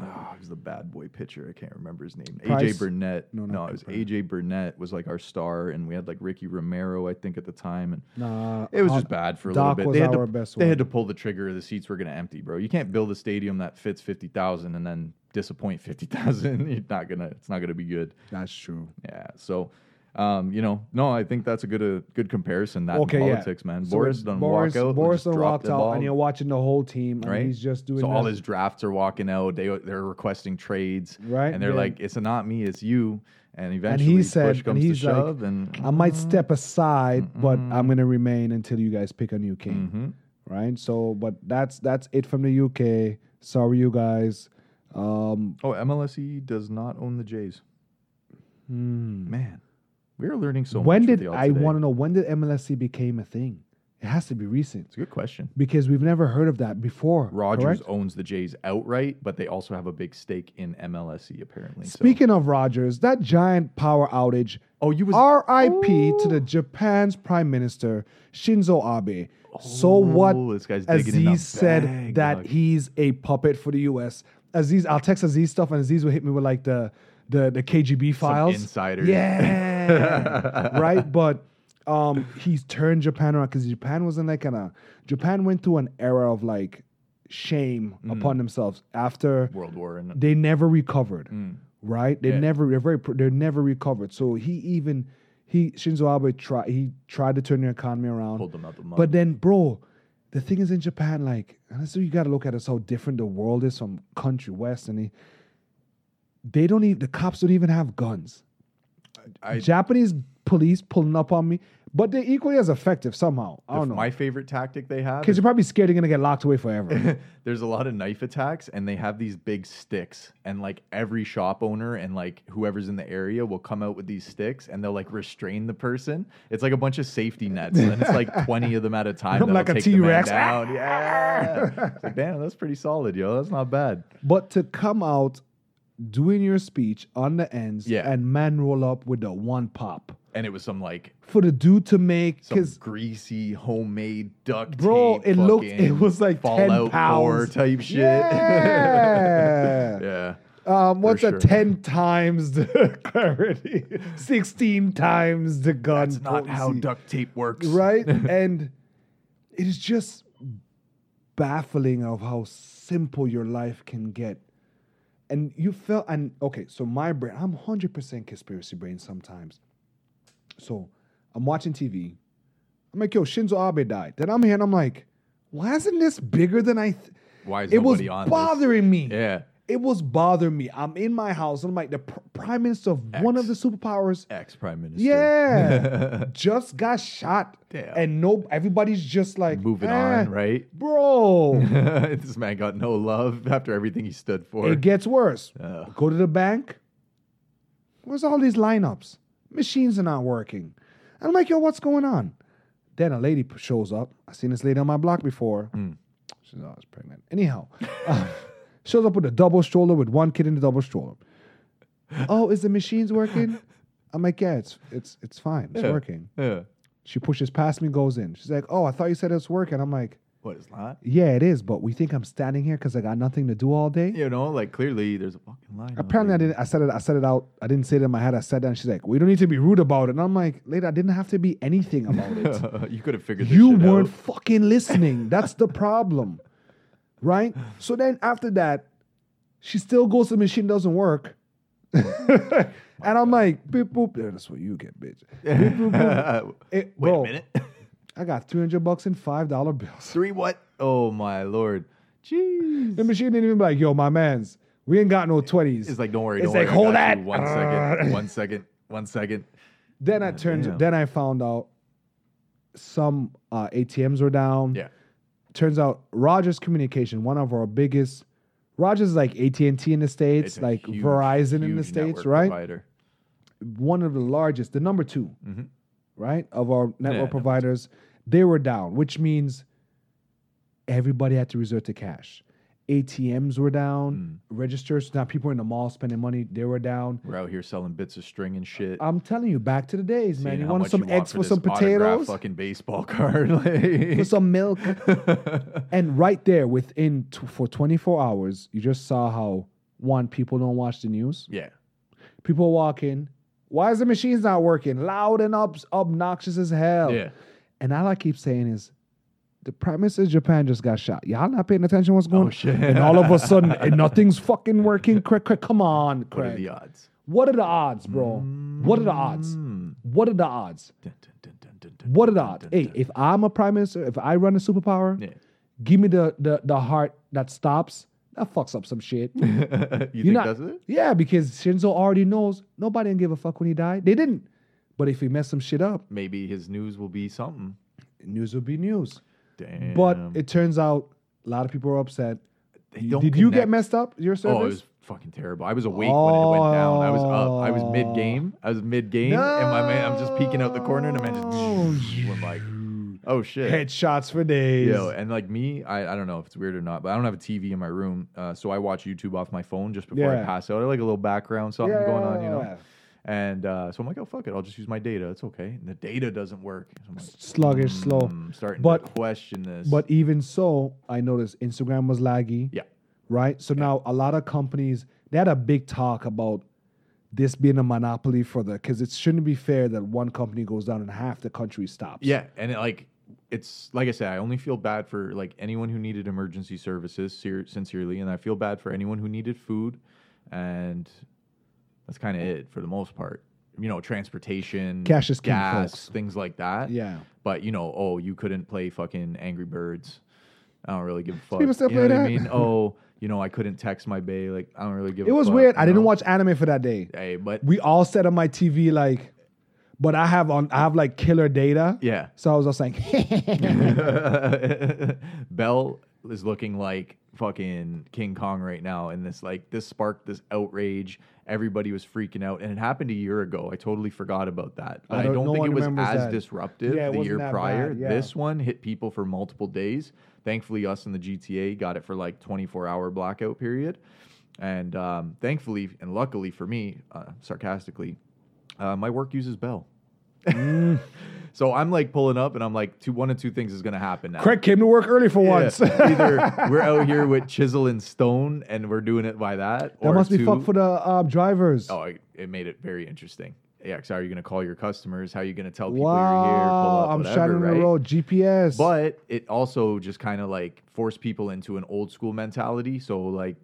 S2: oh, he was the bad boy pitcher. I can't remember his name.
S1: Price?
S2: AJ Burnett.
S1: No,
S2: No,
S1: not
S2: no, it was
S1: Burnett.
S2: AJ Burnett was like our star, and we had like Ricky Romero, I think, at the time, and
S1: Nah, uh,
S2: it was
S1: Hon-
S2: just bad for a
S1: Doc
S2: little bit.
S1: was
S2: they had
S1: our
S2: to,
S1: best
S2: They
S1: one.
S2: had to pull the trigger. The seats were going to empty, bro. You can't build a stadium that fits fifty thousand and then disappoint fifty thousand. You're not gonna. It's not gonna be good.
S1: That's true.
S2: Yeah. So, um, you know, no, I think that's a good a good comparison. That
S1: Okay,
S2: in
S1: yeah.
S2: politics, man.
S1: So
S2: Boris
S1: it's
S2: done
S1: Boris,
S2: walk out.
S1: Boris
S2: done
S1: done walked out, and you're watching the whole team, and
S2: Right?
S1: he's just doing
S2: so all
S1: the-
S2: his drafts are walking out. They they're requesting trades,
S1: Right,
S2: And they're
S1: yeah.
S2: like, "It's not me, it's you." And
S1: And
S2: eventually,
S1: he
S2: push
S1: said, and
S2: comes
S1: he's
S2: to
S1: like,
S2: shove, and
S1: I might step aside, but I'm gonna remain until you guys pick a new king,
S2: Mhm.
S1: right? So, but that's that's it from the UK. Sorry, you guys. Um,
S2: Oh, MLSE does not own the Jays. Man, we are learning so
S1: when
S2: much.
S1: did I want to know when did MLSC became a thing? It has to be recent
S2: It's a good question.
S1: because we've never heard of that before.
S2: Rogers
S1: correct?
S2: owns the Jays outright, but they also have a big stake in MLSE E, apparently. so-
S1: Speaking of Rogers, that giant power outage.
S2: oh, you was
S1: R.I.P. to the Japan's Prime Minister Shinzo Abe. so what?
S2: Oh, this guy's digging in the
S1: Aziz said
S2: bag,
S1: that
S2: dog.
S1: he's a puppet for the U.S. Aziz, I'll text Aziz stuff, and Aziz will hit me with like the the, the KGB files.
S2: insider.
S1: Yeah. right, but um, he's turned Japan around because Japan was in like kind of Japan went through an era of like shame
S2: Mm.
S1: upon themselves after
S2: World War and
S1: they never recovered, right? They
S2: Mm. Yeah.
S1: never, they're very, pr- they never recovered. So he even, he Shinzo Abe tried, he tried to turn the economy around,
S2: pulled them out the mud.
S1: but then, bro, the thing is in Japan, like, and that's what you got to look at is how different the world is from country west, and they, they don't even, the cops don't even have guns.
S2: I-
S1: Japanese police pulling up on me, but they're equally as effective somehow. I
S2: the-
S1: don't know.
S2: my favorite tactic they have
S1: Because
S2: is
S1: you're probably scared you're gonna get locked away forever.
S2: there's a lot of knife attacks and they have these big sticks and like every shop owner and like whoever's in the area will come out with these sticks and they'll like restrain the person it's like a bunch of safety nets and it's like 20 of them at a time
S1: I'm
S2: that'll
S1: like a
S2: take the man
S1: T-Rex.
S2: down yeah It's like, damn that's pretty solid yo that's not bad
S1: but to come out doing your speech on the ends
S2: Yeah.
S1: and man roll up with the one pop
S2: and it was some like
S1: for the dude to make
S2: some
S1: because
S2: greasy homemade duct
S1: Bro,
S2: tape
S1: it looked- it
S2: fucking
S1: was like 10
S2: Fallout Four
S1: pounds.
S2: type shit
S1: Yeah.
S2: yeah
S1: Um, what's a
S2: sure.
S1: 10 times the clarity? 16 times the gun.
S2: that's not how
S1: potency,
S2: duct tape works
S1: Right? and it is just baffling of how simple your life can get. And you felt, and okay, so my brain, I'm 100% conspiracy brain sometimes. So I'm watching TV. I'm like, yo, Shinzo Abe died. Then I'm here and I'm like, why isn't this bigger than I? Th-
S2: why is
S1: it was
S2: nobody on this?
S1: bothering me
S2: yeah
S1: it was bothering me. I'm in my house and I'm like, the pr- prime minister of one of the superpowers,
S2: ex prime minister.
S1: yeah, just got shot.
S2: Damn.
S1: And no, everybody's just like,
S2: Moving
S1: eh,
S2: on, right?
S1: Bro,
S2: this man got no love after everything he stood for.
S1: it gets worse.
S2: Ugh.
S1: Go to the bank. Where's all these lineups? Machines are not working. And I'm like, yo, what's going on? Then a lady p- shows up. I seen this lady on my block before.
S2: Hmm.
S1: She's always pregnant. Anyhow, uh, shows up with a double stroller with one kid in the double stroller. Oh, is the machines working? I'm like, yeah, it's it's it's fine. It's
S2: Yeah.
S1: working.
S2: Yeah.
S1: She pushes past me, goes in. She's like, oh, I thought you said it's working. I'm like,
S2: What is not?
S1: yeah, it is, but we think I'm standing here because I got nothing to do all day.
S2: You know, like clearly there's a fucking line. out
S1: Apparently, I
S2: there.
S1: didn't. I said it. I said it out. I didn't say it in my head. I said that. And she's like, "We don't need to be rude about it." And I'm like, "Later, I didn't have to be anything about it.
S2: you could have figured this
S1: you
S2: shit
S1: weren't
S2: out.
S1: fucking listening. That's the problem, right?" So then after that, she still goes to the machine doesn't work, and I'm like, "Beep boop." Yeah, that's what you get, bitch. Beep, boop, boop. It-
S2: Wait
S1: bro,
S2: a minute.
S1: I got three hundred bucks in five dollar bills.
S2: Three what? Oh my lord.
S1: The
S2: Jeez.
S1: machine didn't even be like, "Yo, my man's, we ain't got no 20s.
S2: It's like don't worry,
S1: It's
S2: don't worry.
S1: like,
S2: I
S1: hold
S2: got
S1: that.
S2: you. One second. One second. One second.
S1: Then I turned.
S2: damn.
S1: Then I found out some uh, ATMs were down.
S2: Yeah.
S1: Turns out Rogers Communication, one of our biggest. Rogers is like AT and T in the states,
S2: a
S1: like
S2: huge,
S1: Verizon in the
S2: huge
S1: states,
S2: network
S1: right?
S2: Provider. Mm-hmm.
S1: One of the largest, the number 2 right, of our network
S2: networks.
S1: providers, they were down, which means everybody had to resort to cash. ATMs were
S2: Mm. Hmm.
S1: down, registers. Now people in the mall spending money, they were down.
S2: We're out here selling bits of string and shit.
S1: I'm telling you, back to the days, man.
S2: Seeing
S1: You
S2: how
S1: wanted
S2: much
S1: some
S2: you want
S1: eggs for,
S2: this
S1: some
S2: autographed
S1: potatoes,
S2: Fucking baseball card. like-
S1: for some milk, and right there, within t- for 24 hours, you just saw how one people don't watch the news.
S2: yeah.
S1: People walk in. Why is the machines not working? Loud and ob- obnoxious as hell.
S2: Yeah.
S1: And all I keep saying is, the prime minister of Japan just got shot. Y'all not paying attention what's going
S2: Oh shit.
S1: And all of a sudden, and nothing's fucking working. Craig, Craig, come on,
S2: what are
S1: Craig.
S2: the odds?
S1: What are the odds, bro? What are the odds?
S2: Mm.
S1: What are the odds?
S2: Dun, dun, dun, dun, dun, dun,
S1: What are the
S2: dun,
S1: odds?
S2: dun,
S1: Hey,
S2: dun.
S1: if I'm a prime minister, if I run a superpower,
S2: Yeah.
S1: give me the, the the heart that stops. That fucks up some shit.
S2: you, think
S1: not-
S2: that's it?
S1: yeah, because Shinzo already knows nobody didn't give a fuck when he died. They didn't. But if he messed some shit up,
S2: Maybe his news will be something.
S1: news would be news.
S2: Damn.
S1: But it turns out a lot of people are upset.
S2: They
S1: You-
S2: don't
S1: Did you get
S2: connect.
S1: messed up? Your service?
S2: Oh, it was fucking terrible. I was awake when it went down. I was up. I was mid game. I was mid game, and my man, I'm just peeking out the corner, and the man just went like, oh shit.
S1: Headshots for days.
S2: Yo, eh. and like me, I, I don't know if it's weird or not, but I don't have a TV in my room, uh, so I watch YouTube off my phone just before I
S1: Yeah.
S2: pass out. I like a little background something going on, you know.
S1: Yeah.
S2: And uh, so I'm like, oh fuck it, I'll just use my data. It's okay. And the data doesn't work. So I'm like,
S1: Sluggish, slow.
S2: "Hmm, starting to
S1: But-
S2: question this.
S1: But even so, I noticed Instagram was laggy.
S2: yeah,
S1: Right. So now a lot of companies they had a big talk about this being a monopoly for the because it shouldn't be fair that one company goes down and half the country stops.
S2: Yeah, and it, like it's like I said, I only feel bad for like anyone who needed emergency services ser- sincerely, and I feel bad for anyone who needed food, and that's kind of it for the most part. You know, transportation,
S1: Cash is king,
S2: gas,
S1: folks.
S2: things like that.
S1: Yeah.
S2: But you know, oh, you couldn't play fucking Angry Birds. I don't really give a fuck.
S1: People still
S2: you know
S1: play
S2: what I
S1: that?
S2: mean? Oh, you know, I couldn't text my bae. Like, I don't really give.
S1: It
S2: a
S1: was
S2: fuck,
S1: weird.
S2: you
S1: I didn't
S2: know?
S1: watch anime for that day.
S2: Hey, but
S1: We all sat on my TV like, but I have on I have like killer data.
S2: yeah,
S1: So I was just like,
S2: Bell is looking like fucking King Kong right now, and this like this sparked this outrage. Everybody was freaking out, and it happened a year ago. I totally forgot about that. But I
S1: I
S2: don't,
S1: don't- no
S2: think
S1: one
S2: it was as
S1: remembers that.
S2: disruptive
S1: Yeah, it
S2: the
S1: wasn't
S2: year
S1: that
S2: prior.
S1: bad, yeah.
S2: This one hit people for multiple days. Thankfully, us in the GTA got it for like 24 hour blackout period, and um, thankfully and luckily for me, uh, sarcastically, uh, my work uses Bell.
S1: Mm.
S2: So I'm like pulling up, and I'm like, two, one of two things is gonna happen now.
S1: Craig came to work early for
S2: Yeah.
S1: once. that
S2: Either we're out here with chisel and stone, and we're doing it by that. or
S1: must be
S2: two-
S1: fucked for the uh, drivers.
S2: Oh, it, it made it very interesting. Yeah, because how are you gonna call your customers? How are you gonna tell people you're here? Pull
S1: wow,
S2: up,
S1: I'm
S2: whatever,
S1: shining
S2: right?
S1: on the road. GPS.
S2: But it also just kind of like forced people into an old school mentality. So like,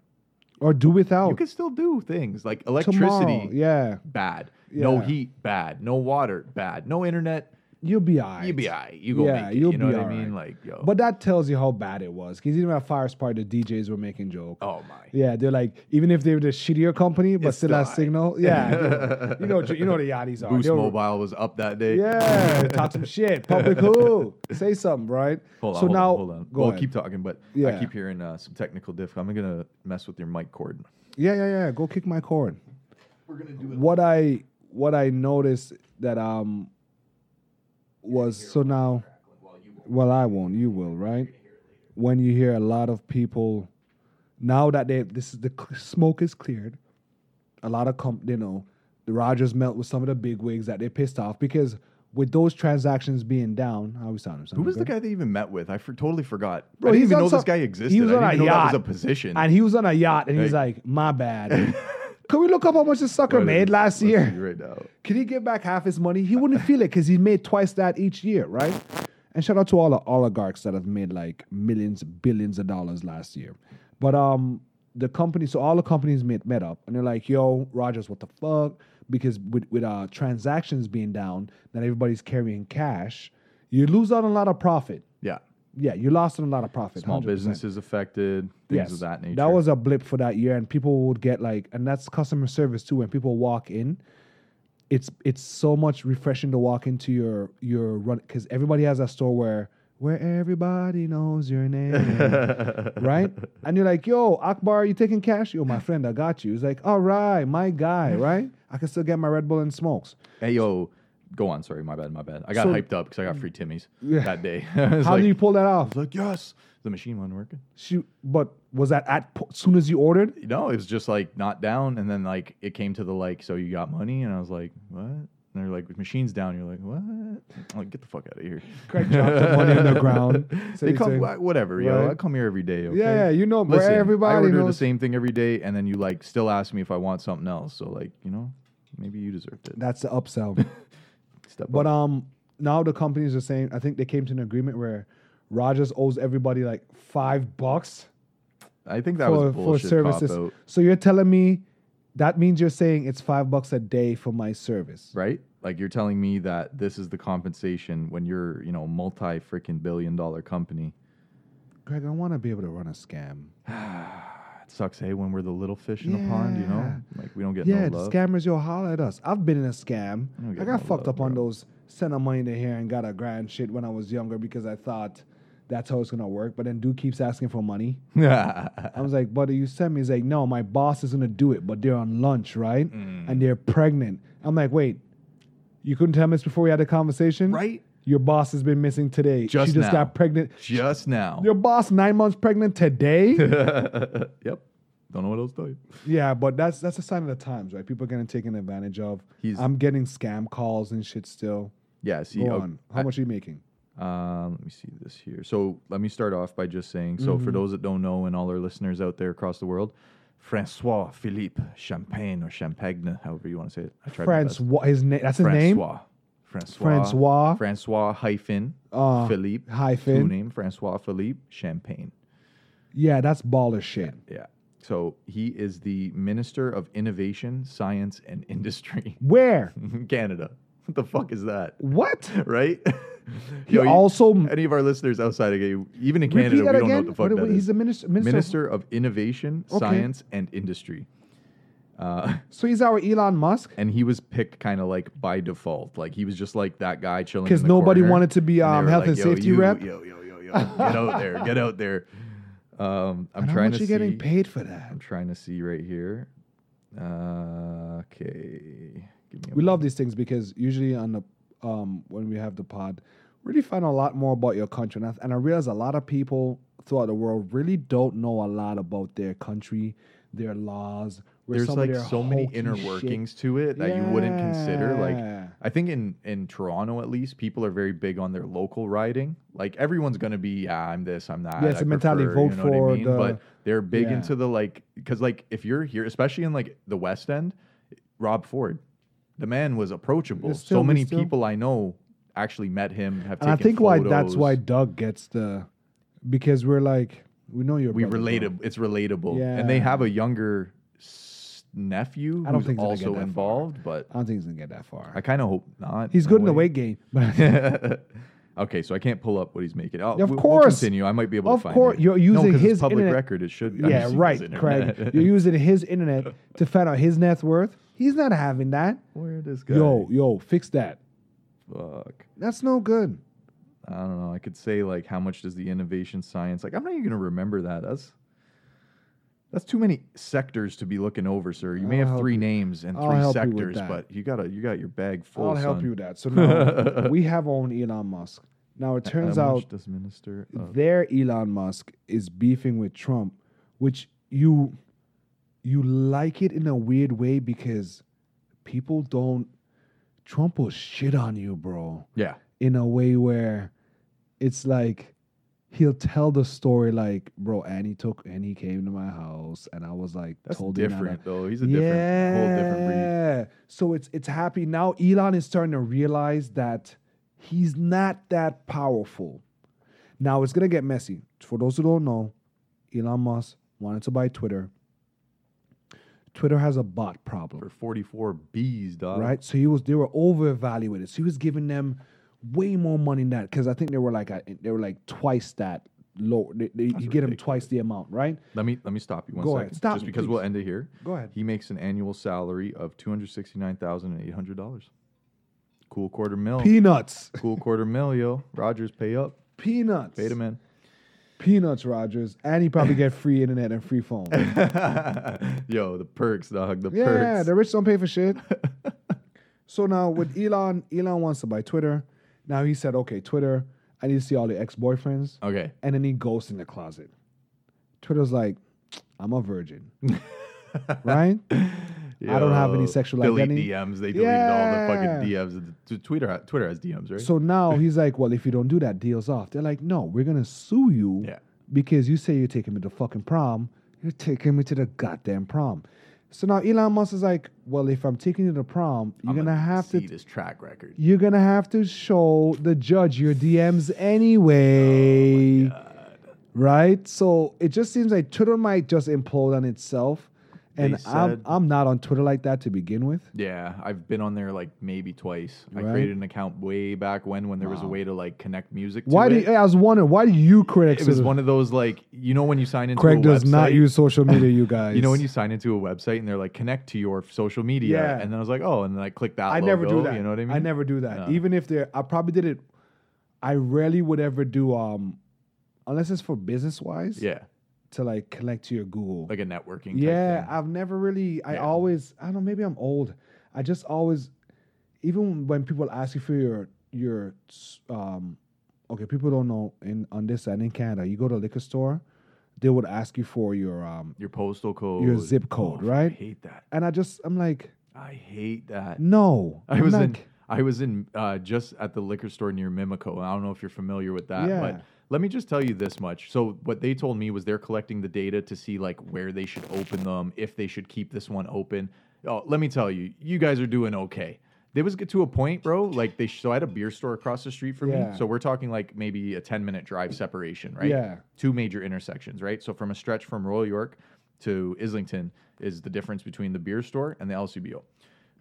S1: or do
S2: you
S1: without.
S2: can still do things like
S1: Tomorrow.
S2: electricity,
S1: Yeah.
S2: bad. No
S1: Yeah.
S2: heat, bad. No water, bad. No internet,
S1: You'll be all right.
S2: you be alright. You go
S1: Yeah,
S2: make it.
S1: you'll
S2: you know
S1: be
S2: what I
S1: all
S2: mean? Like, yo.
S1: But that tells you how bad it was. Because even at Fire Spy, the DJs were making jokes.
S2: oh my.
S1: Yeah, they're like, even if they were the shittier company, but
S2: It's
S1: still
S2: still
S1: has
S2: high.
S1: signal. Yeah. you know you know the yachties are.
S2: Boost
S1: They were-
S2: Mobile was up that day.
S1: Yeah, talk some shit. Public who? Say something, right?
S2: Hold on.
S1: so
S2: hold
S1: now,
S2: on, hold on.
S1: go
S2: well,
S1: ahead.
S2: keep talking, but I
S1: Yeah.
S2: keep hearing uh, some technical diff. I'm gonna mess with your mic cord.
S1: Yeah, yeah, yeah. Go kick my cord.
S2: We're gonna do
S1: What I what I noticed that um was so now. Well, I won't. You will, right? When you hear a lot of people now that they this is the cl- smoke is cleared, a lot of com- you know the Rogers melt with some of the big wigs that they pissed off because with those transactions being down, how we sound?
S2: Who was the guy they even met with? I for, totally forgot.
S1: Bro,
S2: I didn't
S1: he's
S2: even
S1: on
S2: know
S1: some-
S2: this guy existed.
S1: he was
S2: I
S1: on
S2: didn't
S1: a
S2: even know that
S1: yacht,
S2: was a position.
S1: And he was on a yacht, and he's like, "My bad." Could we look up how much this sucker
S2: Let's-
S1: made last
S2: let's
S1: year?
S2: see Right now.
S1: Can he give back half his money? He wouldn't feel it because he made twice that each year, right? And shout out to all the oligarchs that have made like millions, billions of dollars last year. But um, the company, so all the companies met, met up and they're like, "Yo, Rogers, what the fuck?" Because with with uh, transactions being down, then everybody's carrying cash. You lose out on a lot of profit.
S2: Yeah.
S1: Yeah, you lost on a lot of profit.
S2: Small
S1: 100%.
S2: businesses affected. Things of that nature.
S1: was a blip for that year, and people would get like, and that's customer service too. When people walk in, it's it's so much refreshing to walk into your your run because everybody has that store where where everybody knows your name, right? And you're like, yo, Akbar, you taking cash? Yo, my friend, I got you. He's like, all right, my guy, right? I can still get my Red Bull and smokes.
S2: Hey yo, go on. Sorry, my bad, my bad. I got
S1: So-
S2: hyped up because I got free Timmy's
S1: Yeah.
S2: that day. I was
S1: How
S2: like,
S1: do you pull that off?
S2: I was like, yes, the machine wasn't working.
S1: Shoot, but was that at po- soon as you ordered?
S2: No, it was just like not down, and then like it came to the like, so you got money, and I was like, what? And they're like, the machine's down. You're like, what? I'm like, get the fuck out of here.
S1: Craig dropped the money on the ground. So
S2: they
S1: you
S2: come,
S1: said-
S2: wha- whatever, yo.
S1: Right.
S2: I come here every day. Okay?
S1: yeah, you know, bro,
S2: Listen,
S1: everybody
S2: I order the
S1: knows-
S2: same thing every day, and then you like still ask me if I want something else. So like, you know, maybe you deserved it.
S1: That's the upsell.
S2: Step
S1: but
S2: up.
S1: um, now the companies are saying I think they came to an agreement where Rogers owes everybody like five bucks
S2: I think that
S1: for
S2: was
S1: for
S2: bullshit. cop
S1: services.
S2: out,
S1: So you're telling me that means you're saying it's five bucks a day for my service?
S2: right? Like you're telling me that this is the compensation when you're, you know, multi freaking billion dollar company.
S1: Greg, I want to be able to run a scam.
S2: It sucks, hey, when we're the little fish in the pond, you know? Like we don't get
S1: Yeah,
S2: no
S1: the
S2: love.
S1: scammers, yo, holler at us. I've been in a scam.
S2: don't
S1: I
S2: get
S1: got
S2: no
S1: fucked
S2: love,
S1: up on
S2: bro.
S1: those send a money to here and got a grand shit when I was younger because I thought that's how it's gonna work. But then dude keeps asking for money. I was like, buddy, you sent me. He's like, no, my boss is gonna do it, but they're on lunch, right?
S2: Mm.
S1: And they're pregnant. I'm like, wait, you couldn't tell me this before we had a conversation,
S2: right?
S1: Your boss has been missing today.
S2: Just
S1: she just
S2: now.
S1: got pregnant.
S2: Just now.
S1: Your boss nine months pregnant today.
S2: yep. Don't know what else to tell you.
S1: Yeah, but that's that's a sign of the times, right? People are getting taken advantage of.
S2: He's-
S1: I'm getting scam calls and shit still.
S2: Yeah, see,
S1: Go
S2: o-
S1: on. How much are you making?
S2: Uh, let me see this here. So let me start off by just saying so,
S1: Mm-hmm.
S2: for those that don't know, and all our listeners out there across the world, Francois Philippe Champagne or Champagne, however you want to say it. I tried my best.
S1: Francois, his name. That's his name.
S2: Francois. Francois.
S1: Francois.
S2: Francois hyphen
S1: Uh,
S2: Philippe.
S1: hyphen.
S2: Full name Francois Philippe Champagne.
S1: Yeah, that's baller shit.
S2: Yeah. So he is the Minister of Innovation, Science, and Industry,
S1: Where?
S2: Canada. What the fuck is that?
S1: What?
S2: Right?
S1: He
S2: Yo, you-
S1: also
S2: any of our listeners outside of even in Canada, we
S1: repeat that
S2: don't know
S1: again.
S2: what the fuck
S1: What-
S2: that
S1: he's
S2: is.
S1: the minister. minister.
S2: Minister of Innovation,
S1: Okay.
S2: Science, and Industry. Uh,
S1: So he's our Elon Musk.
S2: and he was picked kind of like by default. Like he was just like that guy chilling. in
S1: 'Cause
S2: the
S1: nobody
S2: corner,
S1: wanted to be,
S2: they
S1: um,
S2: were
S1: health and
S2: "Yo,
S1: safety
S2: you-
S1: rep."
S2: Yo, yo, yo, yo, get out there, get out there. Um, I'm
S1: And how
S2: trying
S1: much
S2: to
S1: you
S2: see.
S1: getting paid for that?
S2: I'm trying to see right here. Uh, okay, give me. A
S1: We love these things because usually on the um, when we have the pod, really find a lot more about your country, and I, and I realize a lot of people throughout the world really don't know a lot about their country, their laws. where
S2: there's
S1: some of
S2: like
S1: their
S2: so many
S1: hokey
S2: inner
S1: shit-
S2: workings to it that you wouldn't consider. Like
S1: Yeah.
S2: I think in in Toronto at least, people are very big on their local riding. Like everyone's gonna be, yeah, I'm this, I'm that.
S1: Yeah, it's
S2: I
S1: a mentality,
S2: prefer,"
S1: vote
S2: you know what
S1: for
S2: I mean?
S1: the-
S2: But they're big
S1: yeah.
S2: into the like because like if you're here, especially in like the West End, Rob Ford, the man was approachable.
S1: There's still-
S2: so many
S1: there's still-
S2: people I know actually met him.
S1: and
S2: Have taken
S1: I think why that's
S2: photos.
S1: why Doug gets the because we're like we know you're
S2: we
S1: brother, bro.
S2: related. It's relatable, and
S1: Yeah.
S2: they have a younger s- nephew
S1: I don't
S2: who's
S1: think he's gonna get
S2: also
S1: that far.
S2: involved, but.
S1: I don't think he's gonna get that far.
S2: I kind of hope not.
S1: he's
S2: in
S1: good
S2: a
S1: in the
S2: way.
S1: weight game, but
S2: okay, so I can't pull up what he's making. Oh,
S1: Of
S2: we- we'll
S1: course.
S2: continue. I might be able
S1: Of
S2: to find
S1: course.
S2: it.
S1: You're
S2: No,
S1: using
S2: 'cause it's
S1: his
S2: public
S1: internet-
S2: record. It should. I'm
S1: yeah,
S2: using his
S1: right,
S2: internet.
S1: Craig. You're using his internet to find out his net worth. He's not having that.
S2: Where this guy?
S1: Yo, yo, fix that.
S2: fuck.
S1: That's no good.
S2: I don't know. I could say like, how much does the innovation science? Like, I'm not even gonna remember that. That's that's too many sectors to be looking over, sir. You may
S1: I'll
S2: have
S1: help
S2: three names and
S1: I'll
S2: three
S1: help you with
S2: sectors,
S1: that.
S2: but you gotta you got your bag full.
S1: I'll help
S2: son.
S1: you with that. So now we have our own Elon Musk. Now it turns
S2: how
S1: out
S2: much does minister? of-
S1: their Elon Musk is beefing with Trump, which you you like it in a weird way because people don't Trump will shit on you, bro,
S2: yeah,
S1: in a way where it's like he'll tell the story like, bro, and he took and he came to my house and I was like
S2: that's
S1: told him that I-
S2: different though. He's a different, whole different breed.
S1: yeah. So it's it's happy now. Elon is starting to realize that he's not that powerful. Now it's gonna get messy. For those who don't know, Elon Musk wanted to buy Twitter. Twitter has a bot problem,
S2: for 44 B's, dog.
S1: right? So he was they were over evaluated. So he was giving them way more money than that because I think they were like a, they were like twice that low. They, they, you get them twice the amount, right?
S2: Let me let me stop you one second.
S1: Go ahead. Stop
S2: Just
S1: me,
S2: because we'll end it here.
S1: Go ahead.
S2: He makes an annual salary of two hundred sixty nine thousand and eight hundred dollars. Cool quarter mil.
S1: Peanuts,
S2: cool quarter mil, yo. Rogers, pay up.
S1: peanuts,
S2: Pay the man.
S1: peanuts, Rogers, and he probably get free internet and free phone.
S2: yo, the perks, dog. The
S1: Yeah,
S2: perks.
S1: the rich don't pay for shit. So now with Elon, Elon wants to buy Twitter. Now he said, okay, Twitter, I need to see all the ex boyfriends.
S2: Okay.
S1: And then he goes in the closet. Twitter's like, I'm a virgin. right? I don't have any
S2: Yo,
S1: sexual
S2: delete
S1: identity.
S2: DMs. They deleted all the fucking DMs. T- Twitter, Twitter has DMs, right?
S1: So now he's like, well, if you don't do that, deal's off. They're like, no, we're going to sue you
S2: Yeah.
S1: because you say you're taking me to fucking prom. You're taking me to the goddamn prom. So now Elon Musk is like, well, if I'm taking you to prom, you're
S2: I'm
S1: going to have
S2: see
S1: to
S2: this track record.
S1: you're gonna have to show the judge your DMs
S2: Oh
S1: anyway. Right? So it just seems like Twitter might just implode on itself. And
S2: They
S1: I'm,
S2: said-
S1: I'm not on Twitter like that to begin with.
S2: Yeah, I've been on there like maybe twice.
S1: Right.
S2: I created an account way back when when there was a way to like connect music. To
S1: Why do
S2: it.
S1: you, I was wondering why do you critics?
S2: It was
S1: of-
S2: one of those like you know when you sign into
S1: Craig
S2: a
S1: does not
S2: website,
S1: use social media, you guys.
S2: You know when you sign into a website and they're like connect to your social media,
S1: Yeah.
S2: and then I was like, oh, and then I click that.
S1: I never do
S2: logo,
S1: that.
S2: You know what I mean?
S1: I never do that.
S2: No.
S1: Even if they're, I probably did it. I rarely would ever do um, unless it's for business wise.
S2: Yeah,
S1: To like connect to your Google.
S2: like a networking. type
S1: Yeah,
S2: thing.
S1: I've never really. I
S2: Yeah.
S1: always. I don't. know, Maybe I'm old. I just always, even when people ask you for your your, um, okay, people don't know in on this side in Canada. You go to a liquor store, they would ask you for your um,
S2: your postal code,
S1: zip code,
S2: Oh,
S1: right?
S2: I hate that.
S1: and I just I'm like,
S2: I hate that.
S1: no,
S2: I
S1: I'm
S2: was
S1: not-
S2: in I was in uh, just at the liquor store near Mimico. and I don't know if you're familiar with that,
S1: Yeah.
S2: but let me just tell you this much. So what they told me was they're collecting the data to see like where they should open them, if they should keep this one open. Oh, let me tell you, you guys are doing okay. There was get to a point, bro. Like they so I had a beer store across the street from
S1: Yeah.
S2: me. So we're talking like maybe a 10 minute drive separation, right?
S1: Yeah.
S2: Two major intersections, right? So from a stretch from Royal York to Islington is the difference between the beer store and the LCBO.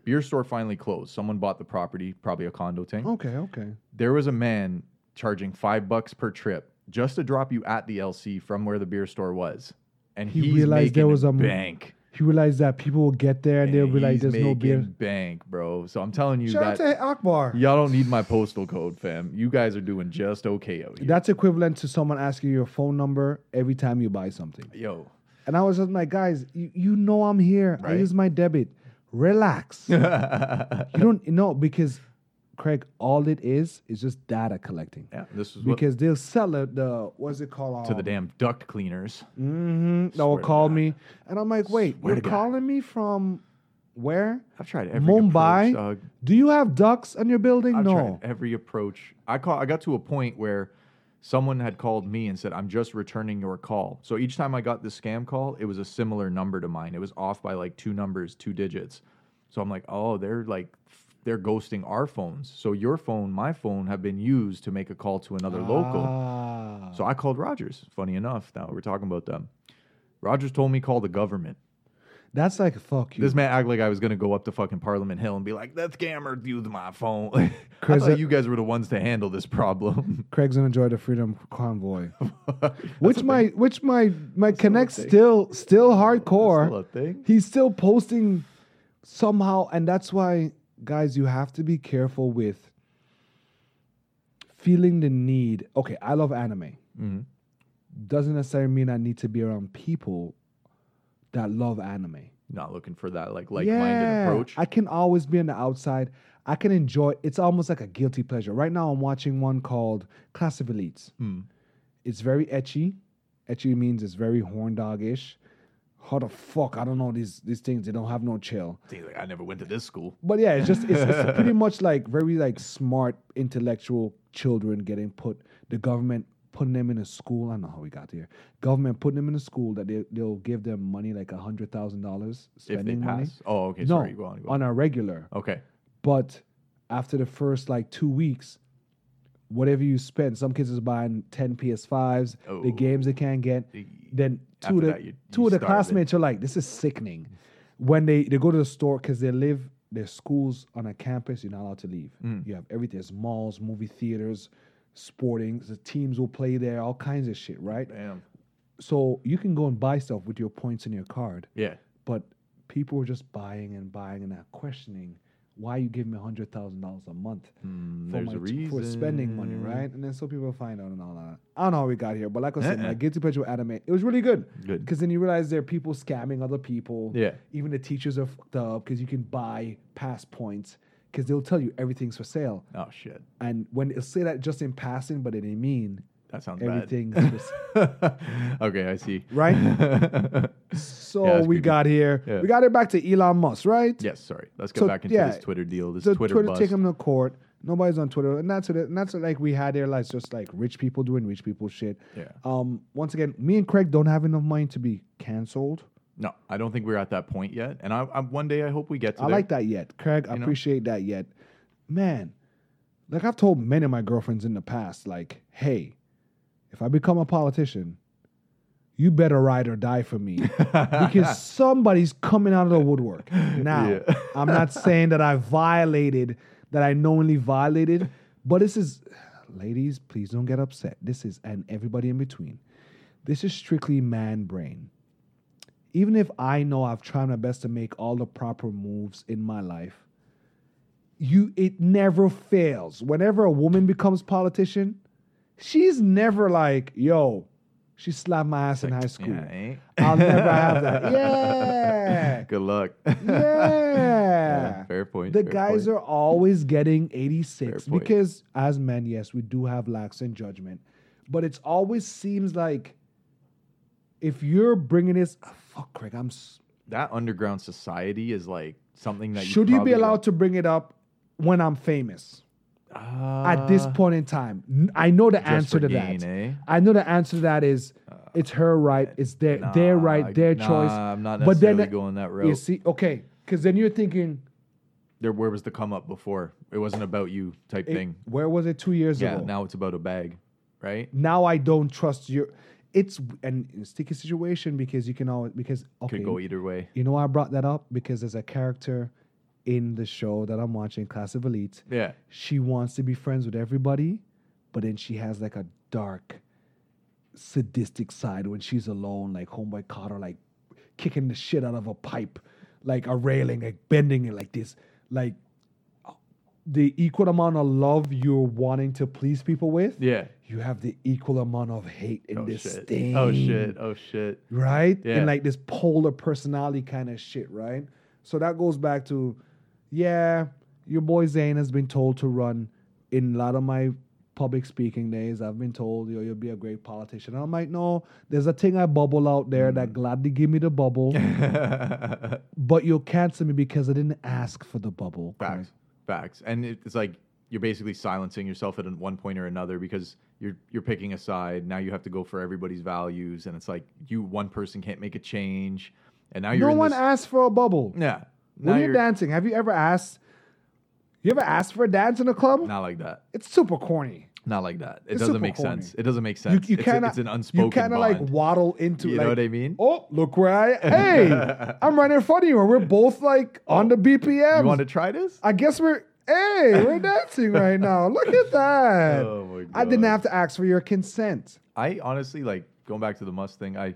S2: Beer store finally closed. Someone bought the property, probably a condo thing.
S1: Okay, okay.
S2: There was a man charging five bucks per trip just to drop you at the LC from where the beer store was, and
S1: He
S2: he's
S1: realized there
S2: making
S1: was a m-
S2: bank.
S1: He realized that people will get there and they'll be like,
S2: he's
S1: "There's no
S2: making
S1: beer."
S2: bank, bro. So I'm telling you
S1: Shout out
S2: that
S1: to Akbar.
S2: y'all don't need my postal code, fam. You guys are doing just okay out here.
S1: That's equivalent to someone asking your phone number every time you buy something.
S2: Yo,
S1: And I was just like, guys, you, you know I'm here. I
S2: Right.
S1: use my debit. Relax. you don't know because Craig, all it is is just data collecting.
S2: yeah, this is what
S1: Because they'll sell it the what's it called?
S2: to the damn duct cleaners.
S1: hmm that will
S2: Swear to
S1: call
S2: God.
S1: me. And I'm like, wait,
S2: Swear
S1: you're
S2: to God.
S1: calling me from where?
S2: I've tried every
S1: Mumbai?
S2: approach, dog.
S1: Do you have ducks on your building?
S2: I've
S1: no.
S2: tried every approach. I call. I got to a point where someone had called me and said, "I'm just returning your call." So each time I got this scam call, it was a similar number to mine. It was off by like two numbers, two digits. So I'm like, "Oh, they're like." They're ghosting our phones. So your phone, my phone, have been used to make a call to another local.
S1: Ah.
S2: So I called Rogers. Funny enough, now we're talking about them. Rogers told me call the government.
S1: That's like fuck you.
S2: This man acted like I was gonna go up to fucking Parliament Hill and be like, "That scammer used my phone." I
S1: Chris, uh,
S2: thought you guys were the ones to handle this problem.
S1: Craig's gonna enjoy the Freedom Convoy.
S2: That's
S1: which
S2: a
S1: my which my my connect
S2: thing.
S1: still still
S2: thing.
S1: hardcore.
S2: Still a thing.
S1: He's still posting somehow, and that's why, guys, you have to be careful with feeling the need. Okay, I love anime.
S2: Mhm.
S1: Doesn't necessarily mean I need to be around people that love anime.
S2: Not looking for that like like-minded approach.
S1: I can always be on the outside. I can enjoy. It's almost like a guilty pleasure. Right now, I'm watching one called Class of Elites.
S2: Hmm.
S1: It's very etchy. Etchy means it's very horn dog ish. How the fuck? I don't know these these things. They don't have no chill.
S2: Seems like I never went to this school.
S1: But yeah, it's just it's, it's pretty much like very like smart intellectual children getting put the government putting them in a school. I don't know how we got there. Government putting them in a school that they they'll give them money like a hundred thousand dollars
S2: If they
S1: spending
S2: pass.
S1: money.
S2: Oh, okay.
S1: no,
S2: Sorry. Go on. Go on.
S1: on a regular.
S2: Okay.
S1: But after the first like two weeks, whatever you spend, some kids is buying 10 PS5s, the
S2: Oh.
S1: games they can't get. Then two
S2: After
S1: of the,
S2: that, you-
S1: two
S2: you
S1: of the
S2: starve it.
S1: classmates are like, this is sickening. When they, they go to the store because they live, their schools on a campus, you're not allowed to leave.
S2: Hmm.
S1: You have everything. There's malls, movie theaters, sporting. The teams will play there, all kinds of shit, right?
S2: Damn.
S1: So you can go and buy stuff with your points in your card
S2: Yeah.
S1: but people were just buying and buying and not questioning why you give me hundred thousand dollars a month
S2: Hmm,
S1: for,
S2: there's
S1: my
S2: a
S1: t-
S2: reason
S1: for spending money, right? And then so people find out and all that. I don't know how we got here, but like I said, my
S2: Uh-uh.
S1: guilty pleasure with anime, it was really good.
S2: Good.
S1: Because then you realize there are people scamming other people.
S2: Yeah.
S1: Even the teachers are fucked up because you can buy pass points. because they'll tell you everything's for sale.
S2: Oh shit,
S1: And when they'll say that just in passing, but they didn't mean
S2: that sounds
S1: everything's
S2: bad.
S1: for sale.
S2: okay, I see.
S1: Right? So
S2: Yeah, that's
S1: we
S2: creepy.
S1: got here.
S2: Yeah.
S1: We got it back to Elon Musk, right?
S2: yes, sorry. Let's get
S1: So,
S2: back into
S1: yeah,
S2: this Twitter deal. This
S1: So
S2: Twitter,
S1: Twitter,
S2: bust.
S1: take him to court. Nobody's on Twitter, and that's what. It, and that's what, like we had there, like just like rich people doing rich people shit.
S2: Yeah.
S1: Um. Once again, me and Craig don't have enough money to be canceled.
S2: No, I don't think we're at that point yet. And I, I one day I hope we get to
S1: I
S2: there.
S1: like that yet, Craig. I
S2: You know?
S1: appreciate that yet, man. Like I've told many of my girlfriends in the past, like, hey, if I become a politician, you better ride or die for me because somebody's coming out of the woodwork. Now,
S2: Yeah.
S1: I'm not saying that I violated, that I knowingly violated, but this is, ladies, please don't get upset. This is, and everybody in between, this is strictly man brain. Even if I know I've tried my best to make all the proper moves in my life, you it never fails. Whenever a woman becomes politician, she's never like, yo, she slapped my ass in high school.
S2: Yeah, eh?
S1: I'll never have that. Yeah.
S2: Good luck.
S1: Yeah.
S2: fair point.
S1: The
S2: fair
S1: guys
S2: point.
S1: are always getting
S2: Fair
S1: 86
S2: point.
S1: because, as men, yes, we do have lacks in judgment, but it's always seems like if you're bringing this, ah, fuck, Craig, I'm. s-
S2: that underground society is like something that
S1: should you be
S2: probably-
S1: allowed to bring it up when I'm famous at this
S2: Uh,
S1: point in time? N- I know the
S2: just
S1: answer
S2: for
S1: to that.
S2: gain, eh? Uh,
S1: I know the answer to that is it's her right, it's their their
S2: Ah, Nah,
S1: right, their
S2: nah,
S1: choice.
S2: I'm not
S1: But then
S2: necessarily going that route.
S1: You see, okay, because then you're thinking,
S2: There, where was the come up before? It wasn't about you type
S1: it-
S2: thing.
S1: where was it two years
S2: Yeah,
S1: ago?
S2: now it's about a bag, right?
S1: now I don't trust your. It's an a sticky situation because you can always because okay.
S2: Could go e- either way.
S1: you know why I brought that up because there's a character in the show that I'm watching, Class of Elite.
S2: Yeah.
S1: She wants to be friends with everybody, but then she has like a dark, sadistic side when she's alone. Like homeboy caught her like kicking the shit out of a pipe, like a railing, like bending it like this, like. The equal amount of love you're wanting to please people with,
S2: Yeah.
S1: you have the equal amount of hate in
S2: Oh
S1: this
S2: shit.
S1: thing.
S2: Oh shit. Oh shit.
S1: Right?
S2: Yeah.
S1: And like this polar personality kind of shit, right? So that goes back to, yeah, your boy Zane has been told to run in a lot of my public speaking days. I've been told, yo, you'll be a great politician. And I'm like, no, there's a thing I bubble out there
S2: Mm.
S1: that gladly give me the bubble,
S2: Oh,
S1: but you'll cancel me because I didn't ask for the bubble.
S2: Facts. Facts. And it- it's like you're basically silencing yourself at an- one point or another because you're you're picking a side. Now you have to go for everybody's values, and it's like you one person can't make a change, and now you're
S1: No
S2: in
S1: one
S2: this,
S1: asked for a bubble.
S2: yeah. Now
S1: when
S2: you're
S1: you're dancing, have you ever asked? You ever asked for a dance in a club?
S2: not like that.
S1: It's super corny.
S2: Not like that. It
S1: It's
S2: doesn't
S1: super
S2: make
S1: corny.
S2: sense. It doesn't make
S1: You,
S2: sense.
S1: you
S2: It's a-
S1: kind of
S2: it's, an unspoken
S1: You kind of like
S2: bond.
S1: waddle into
S2: You
S1: like,
S2: know what I mean?
S1: Oh, look where I hey, I'm right in front of you, and we're both like on the BPM.
S2: Oh, you want to try this?
S1: I guess we're hey, we're dancing right now. Look at that.
S2: Oh my
S1: I didn't
S2: God.
S1: have to ask for your consent.
S2: I honestly like going back to the Musk thing. I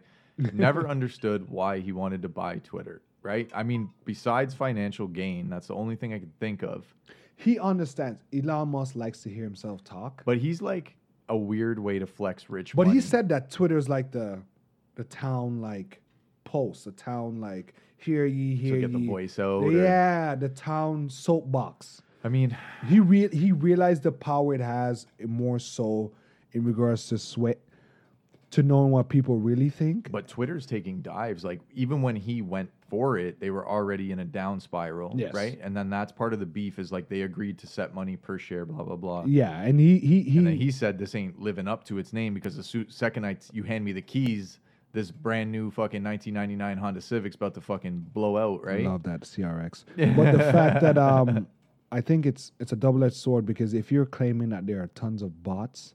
S2: never understood why he wanted to buy Twitter. Right? I mean, besides financial gain, that's the only thing I could think of.
S1: He understands. Elon Musk likes to hear himself talk,
S2: But he's like a weird way to flex rich.
S1: but
S2: money.
S1: he said that Twitter's like the the town like post, the town like hear ye,
S2: to
S1: hear
S2: get the
S1: ye.
S2: voice out. or-
S1: yeah, the town soapbox.
S2: I mean,
S1: he re- he realized the power it has more so in regards to sweat to knowing what people really think
S2: but Twitter's taking dives. Like even when he went for it, they were already in a down spiral.
S1: Yes.
S2: Right. And then that's part of the beef is like they agreed to set money per share. Blah blah blah.
S1: yeah and he he he,
S2: And then he said, "This ain't living up to its name because the su- second I t- you hand me the keys, this brand new fucking 1999 Honda Civic's about to fucking blow out, right?
S1: love that crx but the fact that um i think it's it's a double-edged sword because if you're claiming that there are tons of bots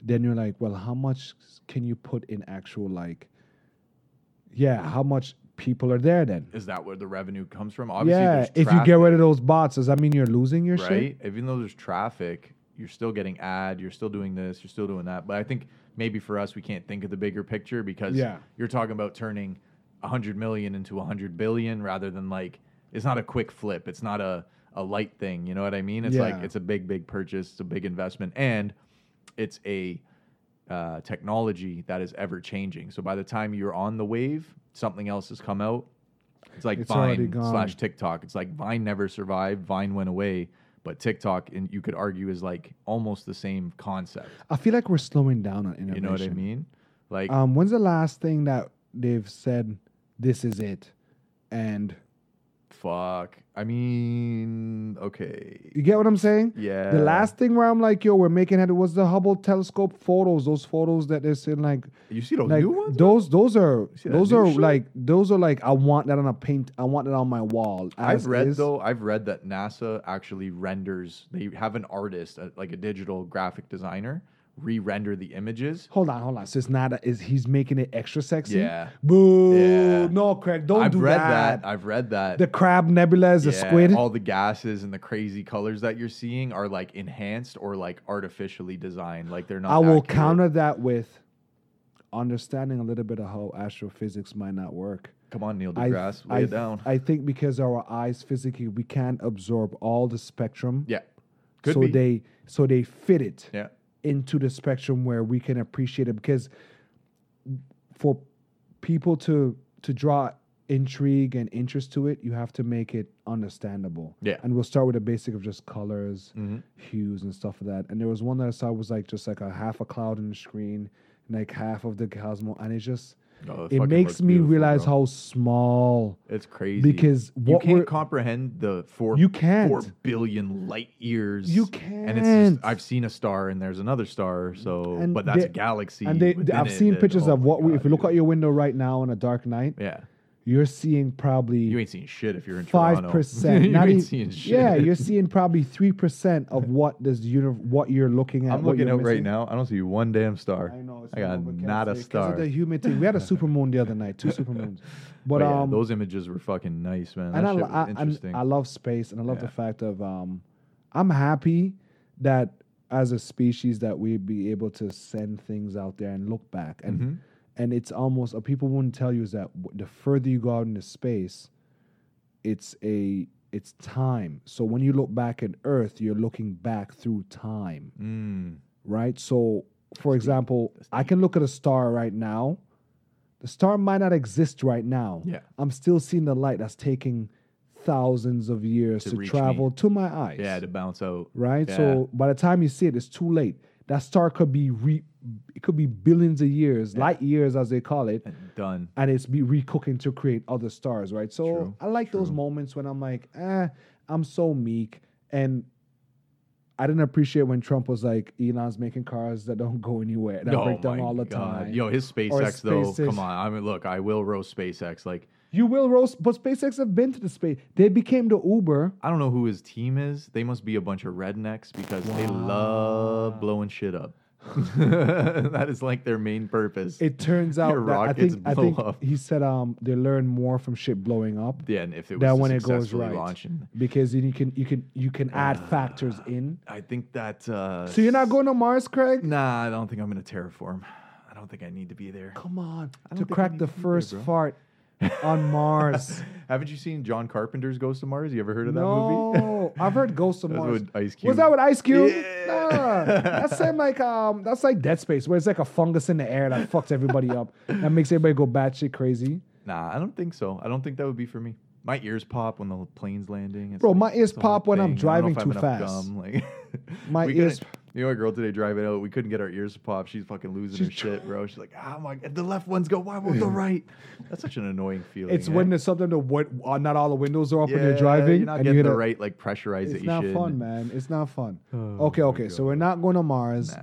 S1: then you're like well how much can you put in actual like yeah how much people are there then
S2: Is that where the revenue comes from? Obviously,
S1: yeah
S2: there's
S1: if you
S2: traffic,
S1: get rid of those bots does that mean you're losing your shit
S2: right, even though there's traffic, you're still getting ad, you're still doing this, you're still doing that. But I think maybe for us, we can't think of the bigger picture because
S1: Yeah.
S2: you're talking about turning 100 million into 100 billion rather than like it's not a quick flip, it's not a a light thing. You know what I mean? It's like
S1: Yeah.
S2: it's a big, big purchase, it's a big investment, and it's a uh, technology that is ever changing. So by the time you're on the wave, something else has come out. It's like
S1: It's already
S2: Vine
S1: gone.
S2: slash TikTok. It's like Vine never survived. Vine went away, but TikTok, and you could argue, is like almost the same concept.
S1: I feel like we're slowing down on innovation.
S2: You know what I mean? Like
S1: Um, when's the last thing that they've said this is it? And
S2: fuck. I mean, okay,
S1: you get what I'm saying?
S2: yeah.
S1: The last thing where I'm like, yo, we're making it was the Hubble telescope photos, those photos that they're saying like
S2: Oh, you see those
S1: like
S2: new ones?
S1: those those are
S2: See that
S1: those
S2: new
S1: are
S2: shit?
S1: like those are like I want that on a paint I want that on my wall. as
S2: I've read
S1: is.
S2: though. I've read that NASA actually renders. They have an artist, uh like a digital graphic designer, re-render the images.
S1: Hold on, hold on. So it's not a, is he's making it extra sexy?
S2: Yeah.
S1: Boo!
S2: Yeah.
S1: No, Craig, don't
S2: I've
S1: do
S2: read
S1: that.
S2: that. I've read that.
S1: The crab nebula is a
S2: Yeah, Oh,
S1: squid.
S2: All the gases and the crazy colors that you're seeing are like enhanced or like artificially designed. Like they're not.
S1: I will
S2: accurate.
S1: counter that with understanding a little bit of how astrophysics might not work.
S2: Come on, Neil deGrasse, lay
S1: I,
S2: it down.
S1: I think because our eyes physically we can't absorb all the spectrum.
S2: yeah, could
S1: so
S2: be.
S1: they so they fit it
S2: yeah,
S1: into the spectrum where we can appreciate it because for people to to draw intrigue and interest to it you have to make it understandable
S2: Yeah.
S1: and we'll start with the basic of just colors
S2: Mhm.
S1: hues and stuff like that and there was one that i saw was like just like a half a cloud in the screen and like half of the cosmos and it just
S2: Oh,
S1: it
S2: fucking
S1: makes
S2: looks
S1: me
S2: beautiful,
S1: realize
S2: bro.
S1: how small
S2: it's crazy
S1: because
S2: you
S1: what we're
S2: can't comprehend the four
S1: You can't.
S2: four billion light years.
S1: You
S2: And it's
S1: can't.
S2: just, I've seen a star and there's another star. So,
S1: And
S2: but that's
S1: they-
S2: a galaxy.
S1: and they,
S2: within
S1: I've
S2: it
S1: seen
S2: that-
S1: pictures
S2: oh
S1: of
S2: my
S1: what we, if
S2: God,
S1: you look
S2: dude.
S1: out your window right now on a dark night
S2: yeah,
S1: you're seeing probably
S2: you ain't seeing shit if you're in
S1: five
S2: Toronto.
S1: percent. e-,
S2: you ain't seeing shit.
S1: Yeah, you're seeing probably three percent of what this univ- what you're looking at.
S2: I'm
S1: what
S2: looking
S1: you're
S2: out right
S1: missing.
S2: now. I don't see one damn star.
S1: I know. It's
S2: I got
S1: overcast
S2: not a
S1: today 'cause
S2: star.
S1: Of the humid thing. We had a supermoon the other night, two supermoons. But,
S2: But yeah,
S1: um,
S2: those images were fucking nice, man. That
S1: and I,
S2: shit
S1: lo-
S2: was
S1: I, and
S2: interesting.
S1: I love space, and I love
S2: Yeah.
S1: the fact of um, I'm happy that as a species that we'd be able to send things out there and look back, and
S2: Mhm.
S1: and it's almost uh, people wouldn't tell you is that w- the further you go out into space, it's a it's time. So when you look back at Earth, you're looking back through time
S2: Mm,
S1: right? So, for example, I can look at a star right now. The star might not exist right now.
S2: Yeah.
S1: I'm still seeing the light that's taking thousands of years
S2: To
S1: to,
S2: reach
S1: travel to my eyes.
S2: yeah, to bounce out.
S1: right?
S2: yeah.
S1: So, by the time you see it, it's too late. That star could be re- it could be billions of years, light years as they call it,
S2: And done.
S1: and it's be recooking to create other stars, right? So
S2: True,
S1: I like those
S2: true.
S1: moments when I'm like, eh, I'm so meek. And I didn't appreciate when Trump was like, Elon's making cars that don't go anywhere, that
S2: Oh
S1: break down
S2: my
S1: all the
S2: God.
S1: time.
S2: Yo, his SpaceX though.
S1: SpaceX.
S2: Come on. I mean, look, I will roast SpaceX. Like,
S1: You will roast, but SpaceX have been to the space. They became the Uber.
S2: I don't know who his team is. They must be a bunch of rednecks because they love blowing shit up. that is like their main purpose.
S1: It turns out
S2: Your
S1: that I
S2: rockets
S1: think, I
S2: blow
S1: think
S2: up.
S1: he said um, they learn more from shit blowing up
S2: yeah, and if it was
S1: than
S2: to
S1: when it goes
S2: successfully
S1: right.
S2: launched, and
S1: Because then you can you can you can add
S2: Ah.
S1: factors in.
S2: I think that. Uh,
S1: So you're not going to Mars, Craig?
S2: Nah, I don't think I'm gonna terraform. I don't think I need to be there.
S1: Come on,
S2: don't
S1: to
S2: think I
S1: crack
S2: need
S1: the
S2: to be there,
S1: first
S2: bro.
S1: fart on Mars.
S2: Haven't you seen John Carpenter's Ghost of Mars? You ever heard of that movie?
S1: no, I've heard Ghost of
S2: That's
S1: Mars.
S2: with Ice
S1: Was
S2: Cube.
S1: that with Ice Cube?
S2: Yeah.
S1: Nah, that's same like um, that's like Dead Space, where it's like a fungus in the air that fucks everybody up, that makes everybody go batshit crazy.
S2: nah, I don't think so. I don't think that would be for me. My ears pop when the plane's landing. It's
S1: Bro,
S2: like-
S1: my ears
S2: it's a whole
S1: pop when I'm
S2: thing. I don't know
S1: driving
S2: if I have
S1: too
S2: enough
S1: fast.
S2: gum, like-
S1: My
S2: we couldn't-
S1: ears-
S2: You know, a girl today driving out, we couldn't get our ears to pop. She's fucking losing her shit, bro. She's like, oh my god, the left ones go, why won't the right? That's such an annoying feeling.
S1: It's
S2: eh?
S1: when there's something to what uh, not all the windows are up
S2: yeah,
S1: when you're driving.
S2: You're not
S1: and
S2: getting
S1: you
S2: the
S1: hit a-
S2: right like pressurization.
S1: It's not fun, man. It's not fun.
S2: Oh
S1: okay,
S2: my
S1: okay. So we're not going to Mars.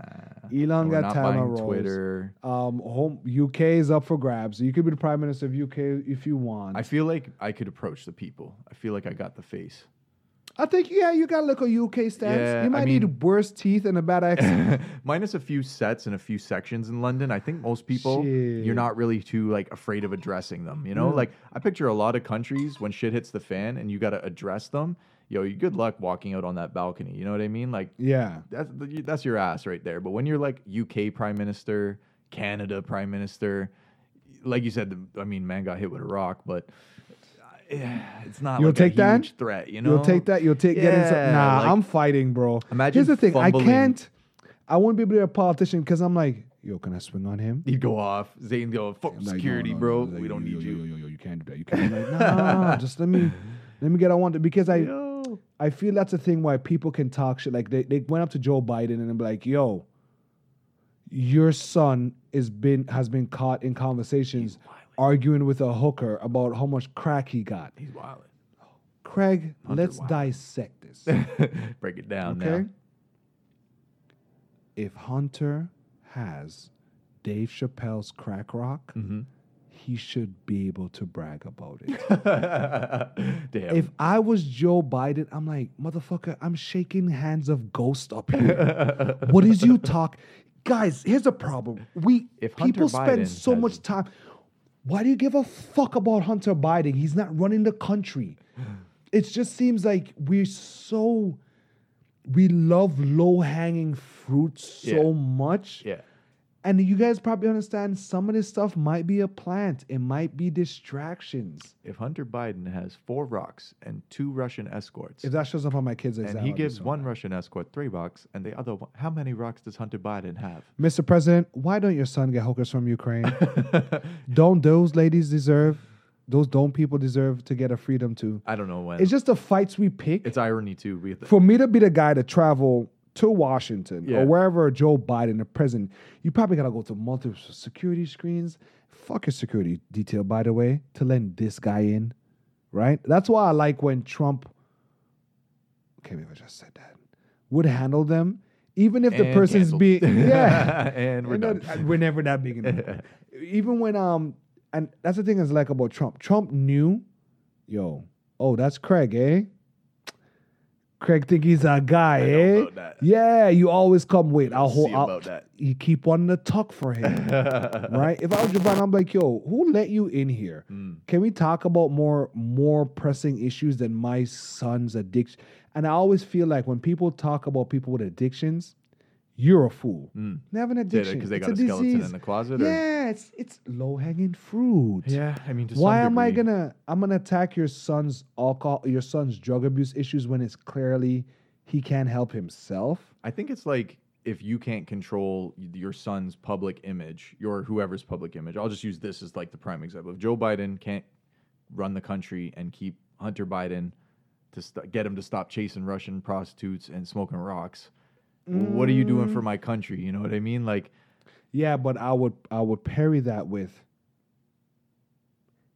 S2: Nah,
S1: Elon
S2: we're
S1: got
S2: not
S1: time
S2: buying
S1: on rolls.
S2: Twitter.
S1: Um, home UK is up for grabs. You could be the prime minister of UK if you want.
S2: I feel like I could approach the people. I feel like I got the face.
S1: I think yeah, you got like a UK stance.
S2: Yeah,
S1: you
S2: I
S1: might
S2: mean-
S1: need worse teeth and a bad accent.
S2: Minus a few sets and a few sections in London, I think most people
S1: Shit. Mm.
S2: you're not really too like afraid of addressing them. You know, like I picture a lot of countries when shit hits the fan and you got to address them. Yo, you good luck walking out on that balcony. You know what I mean? Like
S1: yeah.
S2: that's the- that's your ass right there. But when you're like UK Prime Minister, Canada Prime Minister, like you said, the, I mean, man got hit with a rock, but. eh, It's not
S1: You'll
S2: like
S1: take
S2: a
S1: that?
S2: huge threat, you know.
S1: You'll take that. You'll take getting some.
S2: Yeah,
S1: Nah,
S2: like-
S1: I'm fighting, bro.
S2: Imagine
S1: Here's the thing. I
S2: fumbling-
S1: can't. I wouldn't be able to be a politician because I'm like, yo, can I swing on him?
S2: He'd go off. Zayn go, fuck
S1: I'm like, "No,
S2: security,
S1: no, no."
S2: bro.
S1: He's like,
S2: we don't
S1: yo,
S2: need
S1: yo,
S2: you.
S1: Yo, yo, yo, you can't do that. You can't. I'm like, no, no, no, no, just let me, let me get. I want to because I,
S2: Yo.
S1: I feel that's a thing why people can talk shit. Like they, they went up to Joe Biden and be like, yo, your son is been has been caught in conversations arguing with a hooker about how much crack he got.
S2: He's wild.
S1: Craig,
S2: Hunter
S1: let's
S2: Wilder.
S1: dissect this.
S2: Break it down
S1: Okay.
S2: now.
S1: If Hunter has Dave Chappelle's crack rock, he should be able to brag about it.
S2: Damn.
S1: if I was Joe Biden, I'm like, motherfucker, I'm shaking hands of ghost up here. what is you talk? Guys, here's a problem. We
S2: If Hunter
S1: people
S2: Biden
S1: spend so
S2: has-
S1: much time. Why do you give a fuck about Hunter Biden? He's not running the country. It just seems like we're so we love low hanging fruit so
S2: Yeah.
S1: much.
S2: yeah.
S1: And you guys probably understand some of this stuff might be a plant. It might be distractions.
S2: If Hunter Biden has four rocks and two Russian escorts,
S1: If that shows up on my kids' exam,
S2: and he
S1: I'll be
S2: gives
S1: so
S2: one Russian escort three rocks and the other one, how many rocks does Hunter Biden have?
S1: Mr. President, why don't your son get hookers from Ukraine? don't those ladies deserve, those don't people deserve to get a freedom too?
S2: I don't know when.
S1: It's just the fights we pick.
S2: It's irony too. We have to-
S1: For me to be the guy to travel to Washington
S2: Yeah.
S1: or wherever Joe Biden, the president, you probably got to go to multiple security screens. Fuck your security detail, by the way, to let this guy in, right? That's why I like when Trump, okay, maybe I just said that, would handle them, even if the
S2: and
S1: person's
S2: canceled.
S1: being, yeah.
S2: and we're
S1: And
S2: done.
S1: that- we're never that big enough. Even when um, and that's the thing I like about Trump. Trump knew, yo, oh that's Craig, eh? Craig think he's a guy,
S2: know
S1: eh?
S2: about that.
S1: Yeah, you always come. Wait, I'll hold
S2: see
S1: I'll-
S2: about that.
S1: You keep on the talk for him, right? If I was Javon, I'm like, yo, who let you in here?
S2: Mm,
S1: Can we talk about more more pressing issues than my son's addiction? And I always feel like when people talk about people with addictions, you're a fool. They have an addiction
S2: because mm. they
S1: It's
S2: got a, skeleton
S1: disease.
S2: in the closet. Or?
S1: Yeah, it's it's low hanging fruit.
S2: Yeah, I mean, to some
S1: Why am I
S2: degree,
S1: gonna I'm gonna attack your son's alcohol your son's drug abuse issues when it's clearly he can't help himself?
S2: I think it's like if you can't control y- your son's public image, your whoever's public image. I'll just use this as like the prime example. If Joe Biden can't run the country and keep Hunter Biden to st- get him to stop chasing Russian prostitutes and smoking rocks, what are you doing for my country? You know what I mean? Like,
S1: Mm. Yeah, but I would I would parry that with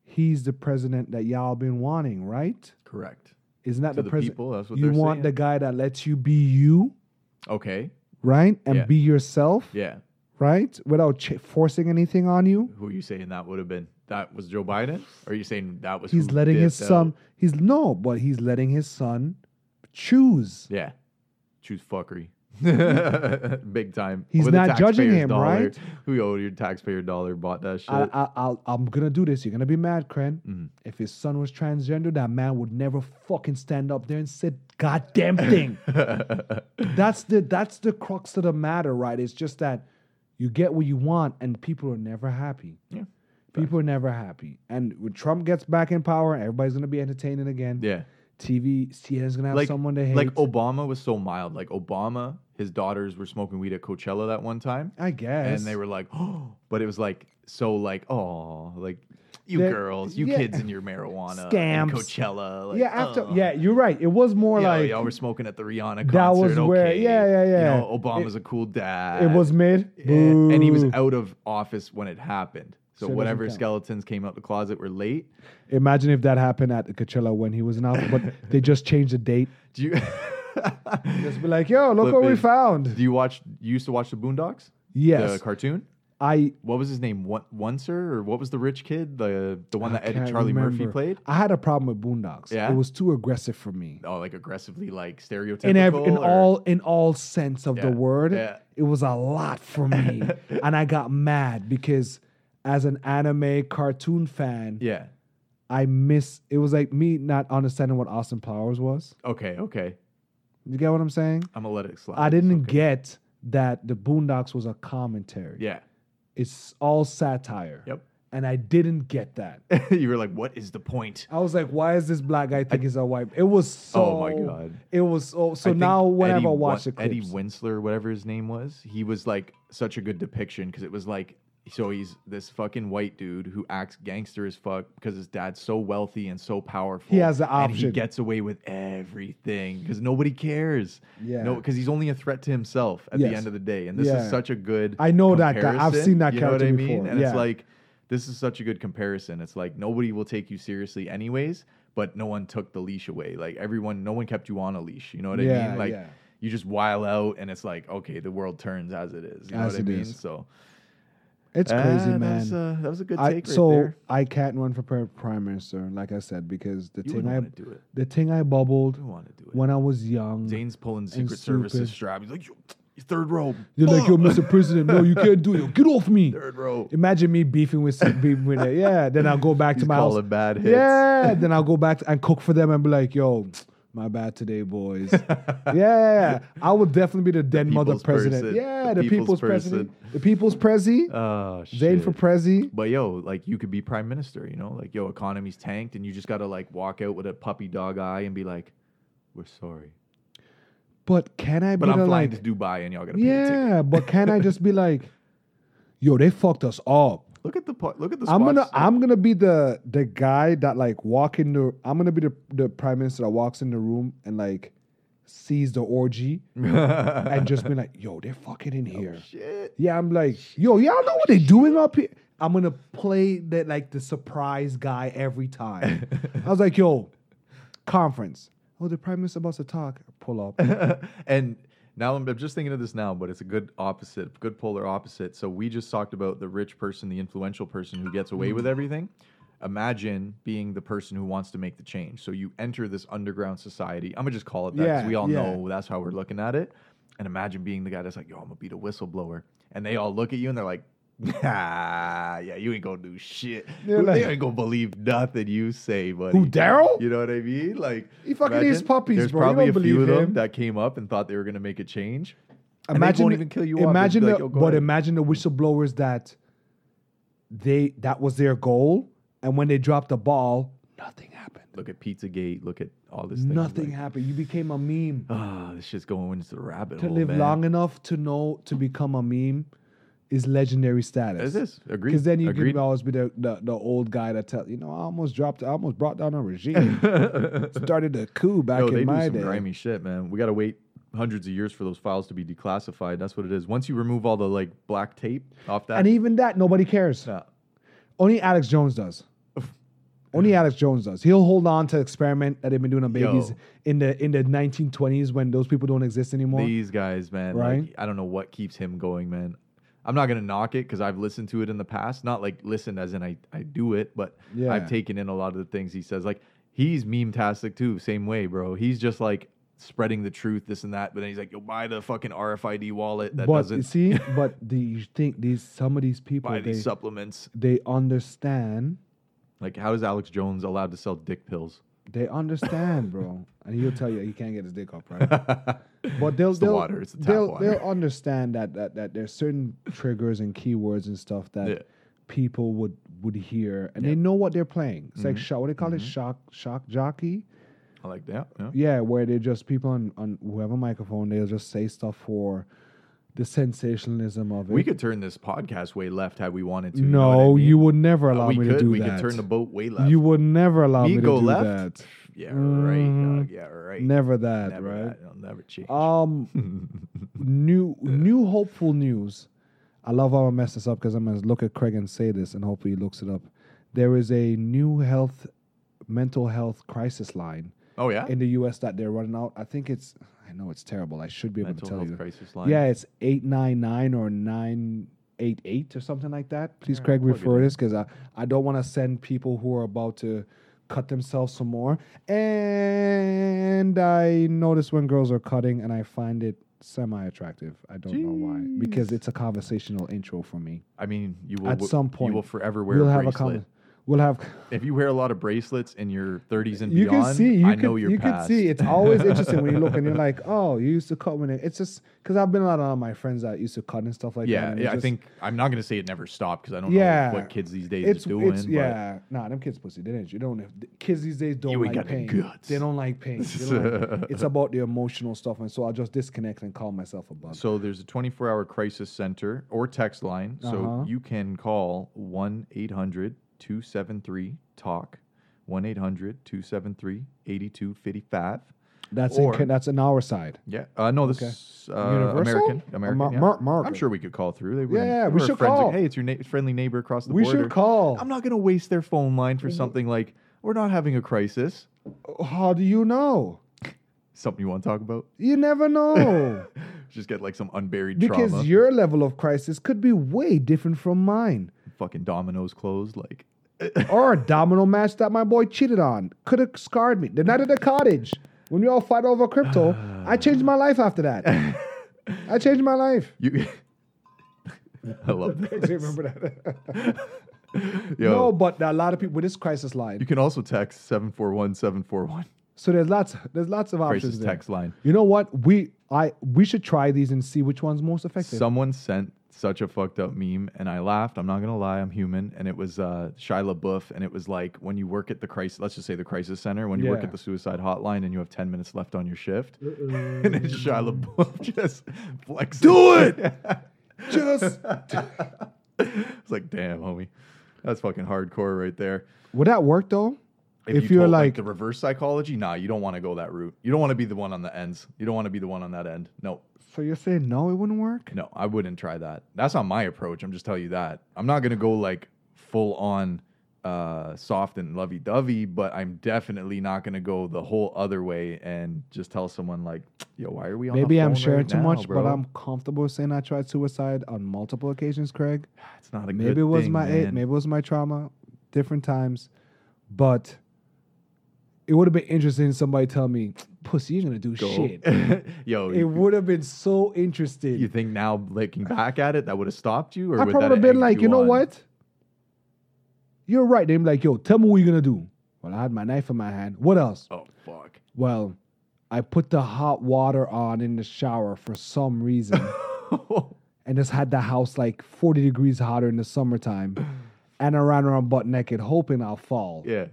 S1: he's the president that y'all been wanting, right?
S2: correct.
S1: Isn't that
S2: To
S1: the
S2: the
S1: president?
S2: people, that's what
S1: you
S2: they're
S1: want the
S2: saying.
S1: guy that lets you be you,
S2: Okay.
S1: right? And
S2: Yeah.
S1: be yourself,
S2: Yeah.
S1: right? Without ch- forcing anything on you.
S2: Who are you saying that would have been? That was Joe Biden? Or are you saying that was
S1: he's
S2: who
S1: letting his
S2: dipped out?
S1: son he's no but he's letting his son choose
S2: Yeah. Choose fuckery. Big time.
S1: He's
S2: a
S1: not judging
S2: taxpayer's
S1: him,
S2: dollar.
S1: right?
S2: Who owed your taxpayer dollar bought that shit.
S1: I, I, I'll, i'm gonna do this you're gonna be mad Kren.
S2: Mm-hmm.
S1: if his son was transgender that man would never fucking stand up there and said goddamn thing that's the that's the crux of the matter right it's just that you get what you want and people are never happy
S2: yeah.
S1: people are never happy and when trump gets back in power everybody's gonna be entertaining again
S2: Yeah.
S1: tv cnn's gonna have
S2: Like,
S1: someone to hate
S2: like Obama was so mild. Like Obama, his daughters were smoking weed at Coachella that one time.
S1: i guess
S2: And they were like, oh, but it was like, so like, oh, like you
S1: They're-
S2: girls, you
S1: yeah.
S2: kids and your marijuana.
S1: Scams.
S2: And Coachella. Like,
S1: yeah, after
S2: oh.
S1: yeah, you're right. It was more
S2: Yeah,
S1: like
S2: y'all were smoking at the Rihanna concert.
S1: That was where-
S2: okay.
S1: yeah, yeah, yeah.
S2: You know, Obama's a cool dad.
S1: It was mid.
S2: and, and he was
S1: Boo.
S2: out of office when it
S1: So
S2: happened. So,
S1: it doesn't
S2: whatever
S1: count.
S2: skeletons came out the closet were late.
S1: Imagine if that happened at Coachella when he was in office, but they just changed the date.
S2: Do you
S1: Just be like, yo, look what we
S2: Flippin'.
S1: found.
S2: do you watch? You used to watch the Boondocks? the
S1: Yes,
S2: cartoon.
S1: I
S2: What was his name? One, Oncer or what was the rich kid? The the one that
S1: can't
S2: Eddie, Charlie Murphy
S1: remember.
S2: played.
S1: I had a problem with Boondocks.
S2: Yeah?
S1: it was too aggressive for me.
S2: Oh, like aggressively, like stereotypical.
S1: In every, in
S2: or-
S1: all in all sense of the
S2: Yeah,
S1: word,
S2: yeah.
S1: it was a lot for me, and I got mad because as an anime cartoon fan,
S2: Yeah.
S1: I miss. It was like me not understanding what Austin Powers was.
S2: Okay. Okay.
S1: You get what I'm saying?
S2: I'm gonna let it slide.
S1: I
S2: It's
S1: didn't
S2: okay.
S1: get that the Boondocks was a commentary.
S2: Yeah.
S1: It's all satire.
S2: Yep.
S1: and I didn't get that.
S2: you were like, what is the point?
S1: I was like, why is this black guy think he's a white? It was so.
S2: Oh my God.
S1: It was so. So
S2: I think
S1: now whenever
S2: Eddie
S1: I
S2: Wa-
S1: watch the
S2: Eddie
S1: clips,
S2: Winsler, whatever his name was, he was like such a good depiction because it was like so he's this fucking white dude who acts gangster as fuck because his dad's so wealthy and so powerful.
S1: He has the
S2: and he
S1: option.
S2: gets away with everything because nobody cares.
S1: Yeah.
S2: no, because he's only a threat to himself at the
S1: Yes.
S2: end of the day. And this
S1: Yeah.
S2: is such a good.
S1: I know that guy. I've
S2: comparison,
S1: seen that
S2: you know what
S1: character
S2: I mean?
S1: before.
S2: And it's
S1: Yeah.
S2: like this is such a good comparison. It's like nobody will take you seriously anyways, but no one took the leash away. Like everyone, no one kept you on a leash. You know what I
S1: Yeah,
S2: mean? Like
S1: yeah.
S2: you just while out, and it's like okay, the world turns as it is. You know
S1: As
S2: what I
S1: it
S2: mean?
S1: is.
S2: So
S1: it's crazy,
S2: Ah, That
S1: man.
S2: was, a, that was a good
S1: I,
S2: take right
S1: so
S2: there.
S1: I can't run for pre- prime minister, like I said, because the
S2: You
S1: thing
S2: wouldn't
S1: I
S2: want to do it.
S1: the thing I bubbled
S2: You want to do it.
S1: when I was young.
S2: Zane's pulling Secret
S1: stupid.
S2: Services strap. He's like, yo, you third row.
S1: You're like, yo,
S2: Fuck.
S1: Mr. President, no, you can't do it. Yo, get off me.
S2: third row.
S1: Imagine me beefing with some beefing with it. Yeah. Then I'll go back
S2: He's
S1: to my house.
S2: calling bad hits.
S1: Yeah. Then I'll go back and cook for them and be like, yo, my bad today, boys. yeah. I would definitely be the dead mother
S2: people's
S1: president.
S2: person.
S1: Yeah, the,
S2: The
S1: people's,
S2: people's
S1: president. The people's prezi.
S2: Oh shit.
S1: Zane for prezi.
S2: But yo, like you could be prime minister, you know? Like yo, economy's tanked, and you just gotta like walk out with a puppy dog eye and be like, "We're sorry,
S1: But can I be
S2: but I'm
S1: the
S2: flying
S1: like
S2: to Dubai, and y'all gotta pay a ticket."
S1: Yeah, but can I just be like, yo, they fucked us up.
S2: Look at the po- look at the.
S1: I'm gonna
S2: spots.
S1: I'm gonna be the the guy that like walk in the I'm gonna be the, the prime minister that walks in the room and like sees the orgy and just be like, yo, they're fucking in here.
S2: Oh, Shit.
S1: yeah, I'm like, yo, y'all know what they're doing up here. I'm gonna play that like the surprise guy every time. I was like, yo, conference. Oh, the prime minister about to talk. Pull up.
S2: and now I'm, I'm just thinking of this now, but it's a good opposite, good polar opposite. So we just talked about the rich person, the influential person who gets away
S1: Mm-hmm.
S2: with everything. Imagine being the person who wants to make the change. So you enter this underground society. I'm gonna just call it that. 'cause
S1: Yeah,
S2: we all
S1: yeah.
S2: know that's how we're looking at it. And imagine being the guy that's like, "Yo, I'm gonna be the whistleblower," and they all look at you and they're like. Ah, yeah, you ain't gonna do shit.
S1: They're like-
S2: they ain't gonna believe nothing you say, buddy.
S1: Who Daryl?
S2: You know what I mean? Like
S1: He fucking eats puppies,
S2: There's
S1: bro. You
S2: probably
S1: don't
S2: a few
S1: believe
S2: of them
S1: him.
S2: that came up and thought they were gonna make a change. And they
S1: imagine
S2: won't even kill you. off. They'll
S1: Imagine,
S2: be like,
S1: the,
S2: "Yo, go
S1: but
S2: ahead."
S1: imagine the whistleblowers that they that was their goal, and when they dropped the ball, nothing happened.
S2: look at PizzaGate. Look at all this. Thing.
S1: Nothing
S2: Like,
S1: happened. You became a meme.
S2: ah, this shit's going into the rabbit
S1: to
S2: hole.
S1: live
S2: man.
S1: long enough to know to become a meme is legendary status.
S2: Is this agreed?
S1: Because then you
S2: agreed.
S1: can always be the, the, the old guy that tell you know I almost dropped I almost brought down a regime, started a coup back
S2: Yo,
S1: in
S2: they do
S1: my
S2: some
S1: day.
S2: grimy shit, man. We gotta wait hundreds of years for those files to be declassified. That's what it is. Once you remove all the like black tape off that,
S1: And even that nobody cares.
S2: Nah.
S1: Only Alex Jones does. Only Alex Jones does. He'll hold on to experiment that they've been doing on babies
S2: Yo.
S1: in the in the 1920s when those people don't exist anymore.
S2: These guys, man.
S1: Right?
S2: Like, I don't know what keeps him going, man. I'm not gonna knock it because I've listened to it in the past. Not like listened as in I, I do it, but
S1: Yeah.
S2: I've taken in a lot of the things he says. Like he's meme tastic too, same way, bro. He's just like spreading the truth, this and that. But then he's like, "Yo, buy the fucking RFID wallet that
S1: but you
S2: doesn't
S1: see, but the, you think these some of these people
S2: buy
S1: they
S2: these supplements."
S1: they understand.
S2: Like, how is Alex Jones allowed to sell dick pills?
S1: They understand, bro. And he'll tell you he can't get his dick up, right? But they'll
S2: the
S1: they'll,
S2: water, it's the tap
S1: they'll,
S2: water.
S1: they'll understand that that that there's certain triggers and keywords and stuff that
S2: Yeah.
S1: people would would hear and they know what they're playing. It's
S2: Mm-hmm.
S1: like shock, what do they call it? Shock shock jockey?
S2: I'm like, yeah, yeah.
S1: Yeah, where they just people on, on whoever microphone they'll just say stuff for the sensationalism of it.
S2: We could turn this podcast way left had we wanted to. you know
S1: no,
S2: what I mean? Uh,
S1: you would never allow
S2: we
S1: me
S2: could.
S1: to do
S2: we
S1: that.
S2: could turn the boat way left.
S1: You would never allow me,
S2: Me
S1: to
S2: go
S1: do
S2: left?
S1: that.
S2: Yeah,
S1: Mhm.
S2: right. Dog. Yeah, right.
S1: Never that,
S2: Never
S1: right?
S2: that. It'll never change.
S1: Um, new new hopeful news. I love how I messed this up because I'm gonna look at Craig and say this, and hopefully he looks it up. There is a new health, mental health crisis line
S2: oh yeah.
S1: in the U.S. that they're running out. I think it's. I know it's terrible. I should be able
S2: Mental
S1: to tell
S2: health
S1: you.
S2: crisis line.
S1: Yeah, it's eight nine nine or nine eight eight or something like that. Please, Craig,
S2: plug it
S1: refer this because I I don't want to send people who are about to cut themselves some more. And I notice when girls are cutting, and I find it semi attractive. I don't know why because it's a conversational intro for me.
S2: I mean, you will
S1: At some
S2: you will
S1: point,
S2: forever wear
S1: we'll
S2: a
S1: have a
S2: bracelet.
S1: comment. we'll have.
S2: If you wear a lot of bracelets in your 30s and
S1: You
S2: beyond,
S1: can see. You
S2: I
S1: can,
S2: know you're
S1: you
S2: past.
S1: can see. It's always interesting when you look and you're like, oh, you used to cut when it. It's just because I've been a lot of my friends that used to cut and stuff like that.
S2: yeah,
S1: and
S2: yeah.
S1: it's
S2: I
S1: just-
S2: think I'm not gonna say it never stopped because I don't
S1: Yeah.
S2: know what kids these days
S1: it's,
S2: are doing.
S1: it's
S2: but
S1: yeah. Nah, them kids pussy. They didn't. You don't. the Kids these days don't
S2: You ain't
S1: like
S2: got the
S1: pain.
S2: guts.
S1: They don't like pain. They don't like- it's about the emotional stuff, and so I'll just disconnect and calm myself about. it.
S2: So there's a 24 hour crisis center or text line.
S1: Uh-huh.
S2: So you can call 1 800 273 TALK, 1 800 273 8255.
S1: That's
S2: or-
S1: in, Ca- that's in our side.
S2: Yeah. Uh, no, this
S1: Okay.
S2: is uh,
S1: Universal?
S2: American.
S1: Or
S2: American.
S1: Mar-
S2: yeah.
S1: Mar- Margaret.
S2: I'm sure we could call through. They wouldn't-
S1: Yeah,
S2: they
S1: we
S2: were
S1: should
S2: friends, like,
S1: call.
S2: Hey, it's your na- friendly neighbor across the
S1: We
S2: border.
S1: should call.
S2: I'm not going to waste their phone line for something like, we're not having a crisis.
S1: How do you know?
S2: Something you want to talk about?
S1: You never know.
S2: Just get like some unburied
S1: because
S2: trauma.
S1: your level of crisis could be way different from mine.
S2: Fucking dominoes closed. Like,
S1: or a domino match that my boy cheated on could have scarred me. The night at the cottage, when we all fight over crypto, I changed my life after that. I changed my life.
S2: You. I love that.
S1: Do you remember that?
S2: Yo,
S1: No, but a lot of people with this crisis line.
S2: you can also text 741 741.
S1: So there's lots, there's lots of options.
S2: Crisis
S1: There.
S2: text line.
S1: You know what? We, I, we should try these and see which one's most effective.
S2: Someone sent such a fucked up meme and I laughed. I'm not going to lie. I'm human. And it was uh, Shia LaBeouf. And it was like when you work at the crisis, let's just say the crisis center, when you work
S1: Yeah.
S2: at the suicide hotline and you have 10 minutes left on your shift. and it's Shia LaBeouf just flexing. Do it.
S1: Just
S2: it's like, damn, homie. That's fucking hardcore right there.
S1: would that work though? If,
S2: you
S1: you are
S2: told,
S1: like,
S2: the reverse psychology, nah, you don't want to go that route. You don't want to be the one on the ends. You don't want to be the one on that end. No,
S1: so you're saying no, it wouldn't work.
S2: no, I wouldn't try that. That's not my approach. I'm just telling you that. I'm not gonna go like full on uh, soft and lovey dovey, but I'm definitely not gonna go the whole other way and just tell someone like, yo, why are we on? the
S1: Maybe I'm
S2: phone
S1: sharing
S2: right
S1: too
S2: now,
S1: much, but
S2: bro?"
S1: I'm comfortable saying I tried suicide on multiple occasions, Craig.
S2: It's not a
S1: Maybe
S2: good
S1: it was
S2: thing,
S1: my
S2: man.
S1: maybe it was my trauma, different times, but it would have been interesting. if Somebody tell me, "Pussy, you're gonna do shit."
S2: Go. yo,
S1: It
S2: you,
S1: would have been so interesting.
S2: you think now looking back at it that would have stopped you, or
S1: I
S2: would
S1: probably
S2: that
S1: would have
S2: egged
S1: been like, you know
S2: on?"
S1: what? You're right. They'd be like, "Yo, tell me what you're gonna do." Well, I had my knife in my hand. What else?
S2: Oh fuck.
S1: Well, I put the hot water on in the shower for some reason. and just had the house like 40 degrees hotter in the summertime. And I ran around butt naked, hoping I'll fall.
S2: yeah.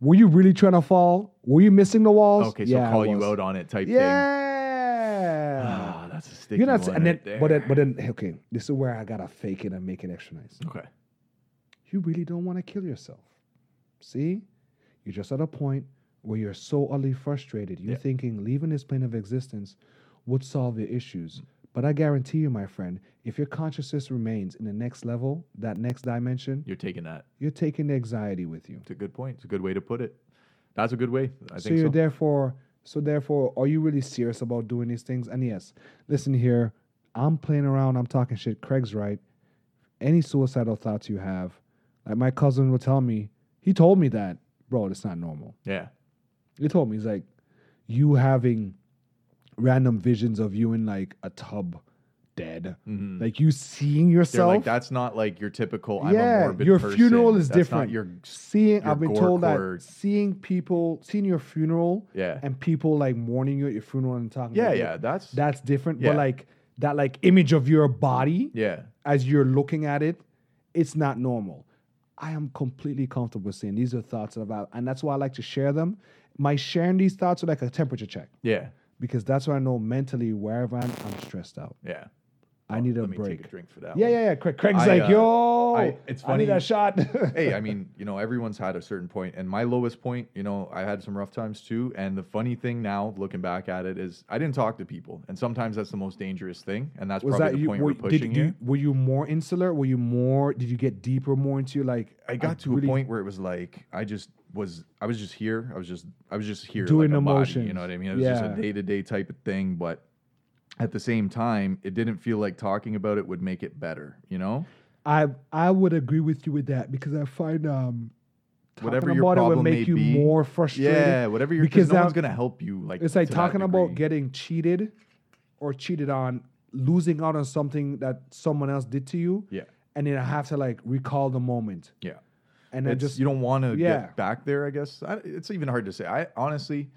S1: Were you really trying to fall? Were you missing the walls?
S2: Okay, so
S1: I
S2: call you
S1: was.
S2: out on it type thing.
S1: Yeah.
S2: Ah, that's a sticky
S1: You're not,
S2: one
S1: and then,
S2: right there.
S1: but then, but then, okay, this is where I gotta fake it and make it extra nice.
S2: okay.
S1: You really don't want to kill yourself. See, you're just at a point where you're so utterly frustrated. You're
S2: Yeah.
S1: thinking leaving this plane of existence would solve your issues. But I guarantee you, my friend, if your consciousness remains in the next level, that next dimension,
S2: You're taking that.
S1: you're taking the anxiety with you.
S2: It's a good point. It's a good way to put it. That's a good way. I
S1: so
S2: think
S1: you're
S2: so.
S1: therefore so therefore are you really serious about doing these things and yes listen here i'm playing around i'm talking shit craig's right any suicidal thoughts you have like my cousin will tell me he told me that bro it's not normal
S2: yeah.
S1: he told me he's like you having random visions of you in like a tub dead
S2: Mhm.
S1: like you seeing
S2: They're
S1: yourself
S2: like that's not like your typical. I'm a
S1: Yeah,
S2: morbid
S1: your
S2: person.
S1: funeral is
S2: That's not
S1: different.
S2: your
S1: seeing
S2: your
S1: i've been
S2: gore
S1: told
S2: cord.
S1: that seeing people seeing your funeral
S2: yeah
S1: and people like mourning you at your funeral and talking
S2: yeah
S1: about you,
S2: yeah. That's
S1: that's different.
S2: Yeah.
S1: But like that like image of your body
S2: yeah.
S1: as you're looking at it, it's not normal. I am completely comfortable saying these are thoughts about, and that's why I like to share them. My sharing these thoughts are like a temperature check
S2: Yeah
S1: because that's what I know mentally wherever I'm, I'm stressed out.
S2: yeah.
S1: I need a
S2: Oh, Let me
S1: break.
S2: take a drink for that.
S1: yeah,
S2: one.
S1: yeah, yeah. Craig, Craig's
S2: I,
S1: like,
S2: uh,
S1: yo,
S2: I- it's
S1: I need
S2: funny-
S1: a shot.
S2: hey, I mean, you know, everyone's had a certain point, and my lowest point, you know, I had some rough times too. And the funny thing now, looking back at it, is I didn't talk to people, and sometimes that's the most dangerous thing, and that's
S1: was that
S2: probably the
S1: you?
S2: point
S1: Were,
S2: we're pushing
S1: did,
S2: here.
S1: you? Were you more insular? Were you more? Did you get deeper more into your, like?
S2: I got to
S1: really-
S2: a point where it was like I just was I was just here. I was just I was just here
S1: Doing
S2: like a Body, you
S1: emotions.
S2: know what I mean? It was just
S1: Yeah.
S2: a day to day type of thing, but at the same time, it didn't feel like talking about it would make it better. You know,
S1: I I would agree with you with that because I find um talking
S2: Whatever
S1: about
S2: your
S1: it would
S2: problem may
S1: make you
S2: be,
S1: more frustrated.
S2: yeah, whatever you're
S1: because
S2: because no
S1: that-
S2: one's gonna help you. Like
S1: It's like
S2: to that
S1: talking about
S2: degree.
S1: getting cheated or cheated on, losing out on something that someone else did to you,
S2: yeah,
S1: and then I have to like recall the moment.
S2: yeah.
S1: And then
S2: It's-
S1: just
S2: you don't want to
S1: Yeah.
S2: get back there. I guess I, it's even hard to say. I honestly,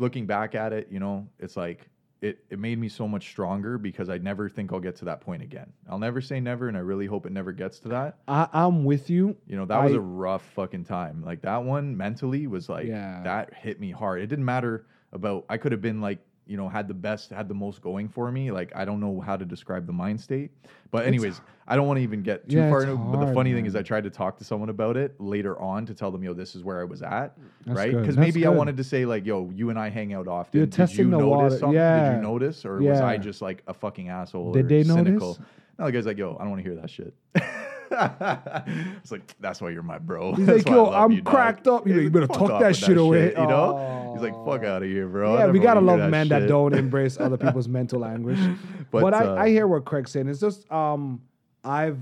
S2: looking back at it, you know, it's like it it made me so much stronger because I never think I'll get to that point again. I'll never say never, and I really hope it never gets to that.
S1: I, I'm with you.
S2: You know, that was
S1: I-
S2: a rough fucking time. Like that one mentally was like
S1: Yeah.
S2: that hit me hard. It didn't matter about I could have been like, you know, had the best, had the most going for me. Like I don't know how to describe the mind state. But anyways, I don't want to even get too
S1: Yeah,
S2: far
S1: it's
S2: into it. But the
S1: hard,
S2: funny thing is
S1: man.
S2: I tried to talk to someone about it later on to tell them, yo, this is where I was at.
S1: That's
S2: right?
S1: good.
S2: Because
S1: That's
S2: maybe I
S1: good.
S2: wanted to say, like, yo, you and I hang out often.
S1: You're
S2: Did
S1: testing
S2: you
S1: the
S2: notice
S1: water.
S2: something? Did
S1: Yeah.
S2: you notice? Or was
S1: Yeah.
S2: I just like a fucking asshole
S1: Did
S2: or
S1: they notice?
S2: cynical? Now the guy's like, yo, I don't want to hear that shit. it's like, that's why you're my bro.
S1: He's
S2: That's
S1: like,
S2: why I
S1: "Yo,
S2: love
S1: I'm
S2: dog."
S1: cracked up. You know, you
S2: He's like,
S1: better
S2: "Fuck
S1: talk
S2: off
S1: that
S2: with
S1: shit away."
S2: You know? He's like, fuck
S1: Aw.
S2: out of here, bro. I
S1: Yeah,
S2: never
S1: we gotta
S2: wanna hear
S1: love men that
S2: shit."
S1: don't embrace other people's mental anguish.
S2: But,
S1: But, I,
S2: uh,
S1: I hear what Craig's saying. It's just um, I've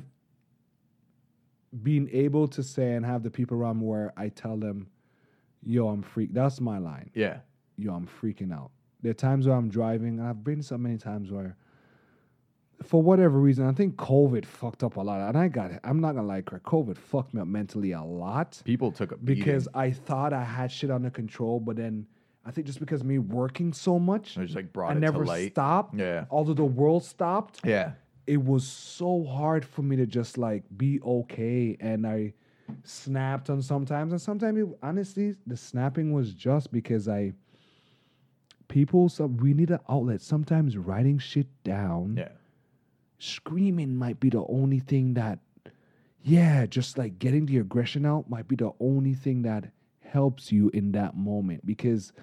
S1: been able to say and have the people around me where I tell them, "Yo, I'm freak." That's my line.
S2: Yeah.
S1: Yo, I'm freaking out. There are times where I'm driving, and I've been so many times where, for whatever reason, I think COVID fucked up a lot. And I got, I'm not gonna lie, Craig, COVID fucked me up mentally a lot
S2: People took a beating.
S1: because I thought I had shit under control, but then I think just because of me working so much,
S2: They just like brought
S1: I
S2: it to
S1: never
S2: light.
S1: stopped.
S2: Yeah.
S1: Although the world stopped,
S2: Yeah.
S1: it was so hard for me to just like be okay. And I snapped on sometimes, and sometimes it, honestly, the snapping was just because I people. So we need an outlet. Sometimes writing shit down
S2: Yeah.
S1: screaming might be the only thing that yeah just like getting the aggression out might be the only thing that helps you in that moment because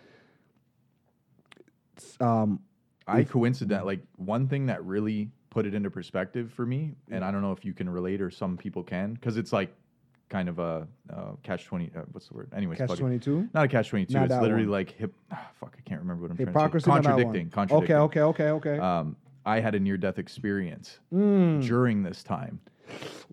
S1: it's, um
S2: I
S1: If-
S2: coincident like one thing that really put it into perspective for me, and I don't know if you can relate or some people can, because it's like kind of a uh, catch twenty. Uh, what's the word? Anyways,
S1: catch
S2: fuck it.
S1: 22
S2: Not a catch twenty two.
S1: Not
S2: It's
S1: that
S2: literally
S1: one.
S2: like hip. ah, fuck, I can't remember what I'm
S1: hypocrisy
S2: trying
S1: not
S2: to say.
S1: that one.
S2: Contradicting. Contradicting.
S1: okay okay okay okay
S2: Um, I had a near death experience
S1: Mm.
S2: during this time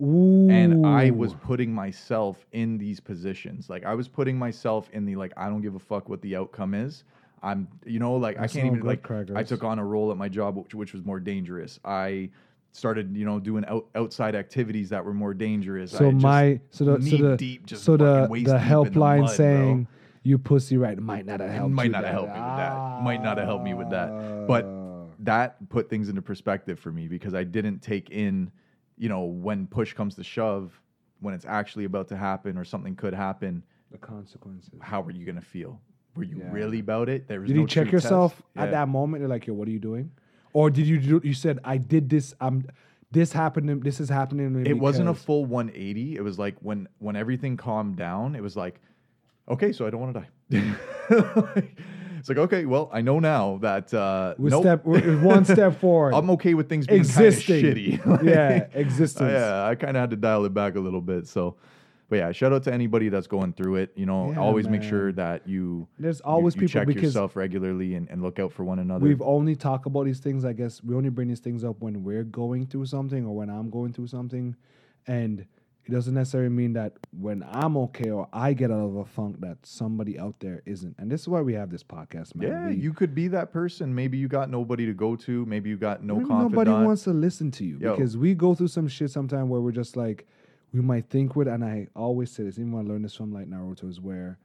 S1: Ooh.
S2: and I was putting myself in these positions. Like I was putting myself in the like I don't give a fuck what the outcome is. I'm you know like
S1: That's
S2: I can't
S1: no
S2: even
S1: good,
S2: like I
S1: Craigers.
S2: took on a role at my job which, which was more dangerous. I started you know doing out, outside activities that were more dangerous. I
S1: so
S2: just-
S1: my so the so
S2: knee
S1: the
S2: deep, just
S1: so the
S2: fucking waist
S1: the
S2: deep in the
S1: helpline
S2: mud, bro.
S1: saying you pussy right might not have
S2: it
S1: helped
S2: might
S1: you
S2: not have
S1: there.
S2: helped me with that. Might not have helped me with that. But
S1: Ah.
S2: that put things into perspective for me because I didn't take in, you know, when push comes to shove, when it's actually about to happen or something could happen.
S1: the consequences
S2: how are you gonna feel? Were you
S1: Yeah.
S2: really about it? There was
S1: Did
S2: no
S1: you check
S2: true
S1: yourself
S2: test.
S1: at
S2: Yeah.
S1: that moment? You're like, yo, what are you doing? Or did you do? You said, I did this. I'm. This happened. To, this is happening. To me
S2: It wasn't a
S1: because-
S2: full 180. It was like when when everything calmed down, it was like, okay, so I don't want to die. it's like okay, well, I know now that uh,
S1: We're
S2: nope.
S1: step. We're, we're one step forward.
S2: I'm okay with things being kind of
S1: existing.
S2: shitty. Oh,
S1: yeah,
S2: Like,
S1: existence.
S2: yeah, I kind of had to dial it back a little bit. So, but yeah, shout out to anybody that's going through it. You know,
S1: Yeah,
S2: always make sure that you
S1: There's
S2: you-
S1: always
S2: you
S1: people
S2: check
S1: because
S2: yourself regularly and, and look out for one another.
S1: we've only talked about these things. I guess we only bring these things up when we're going through something or when I'm going through something, and it doesn't necessarily mean that when I'm okay or I get out of a funk that somebody out there isn't. And this is why we have this podcast, man.
S2: Yeah,
S1: We-
S2: you could be that person. Maybe you got nobody to go to. Maybe you got no
S1: Maybe
S2: confidant.
S1: Nobody wants to listen to you
S2: Yo.
S1: because we go through some shit sometime where we're just like, we might think with, and I always say this, even when I learned this from like Naruto, is where,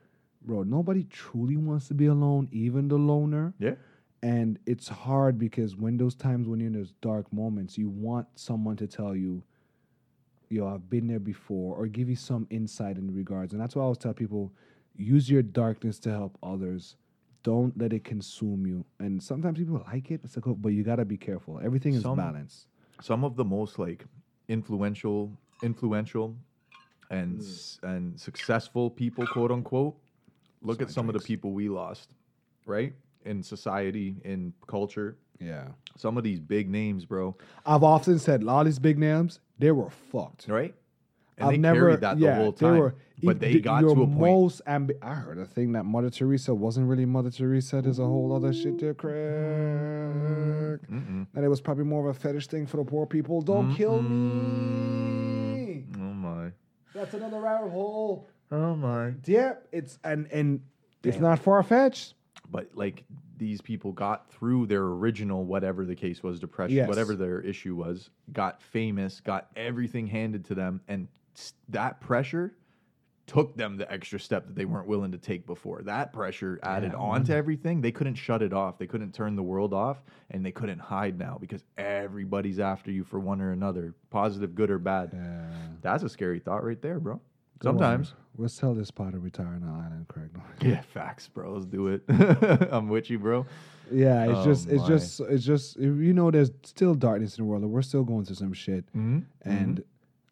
S1: bro, nobody truly wants to be alone, even the loner.
S2: yeah,
S1: And it's hard because when those times when you're in those dark moments, you want someone to tell you, yo, I've been there before, or give you some insight in regards. And that's why I always tell people use your darkness to help others. Don't let it consume you. And sometimes people like it, it's like, oh, but you gotta be careful. Everything is
S2: Some-
S1: balanced.
S2: some of the most like influential, influential, and
S1: Hmm.
S2: s- and successful people, quote unquote. Look at some of the people we lost, right? In society, in culture,
S1: Yeah.
S2: some of these big names, bro,
S1: I've often said all these big names, they were fucked.
S2: right? And
S1: I've
S2: they
S1: never,
S2: carried that
S1: yeah,
S2: the whole
S1: they
S2: time,
S1: were-
S2: but they
S1: the-
S2: got to
S1: your
S2: a point.
S1: Most ambi- I heard a thing that Mother Teresa wasn't really Mother Teresa. There's a whole other shit there, Craig.
S2: Mm-mm.
S1: That it was probably more of a fetish thing for the poor people. Don't kill me.
S2: Oh my!
S1: That's another rabbit hole.
S2: Oh my!
S1: Yep, it's and and it's not far fetched.
S2: but like these people got through their original whatever the case was depression
S1: Yes.
S2: whatever their issue was got famous got everything handed to them and s- that pressure took them the extra step that they weren't willing to take before. That pressure added
S1: Mm-hmm.
S2: on to everything. They couldn't shut it off. They couldn't turn the world off, and they couldn't hide now because everybody's after you for one or another, positive, good or bad. That's a scary thought right there, bro. Sometimes.
S1: Let's tell this pod to retire on island, Craig. No.
S2: Yeah, facts, bro. Let's do it. I'm with you, bro.
S1: Yeah, it's
S2: Oh
S1: just, it's
S2: my.
S1: just, it's just, you know, there's still darkness in the world, and we're still going through some shit.
S2: Mm-hmm.
S1: And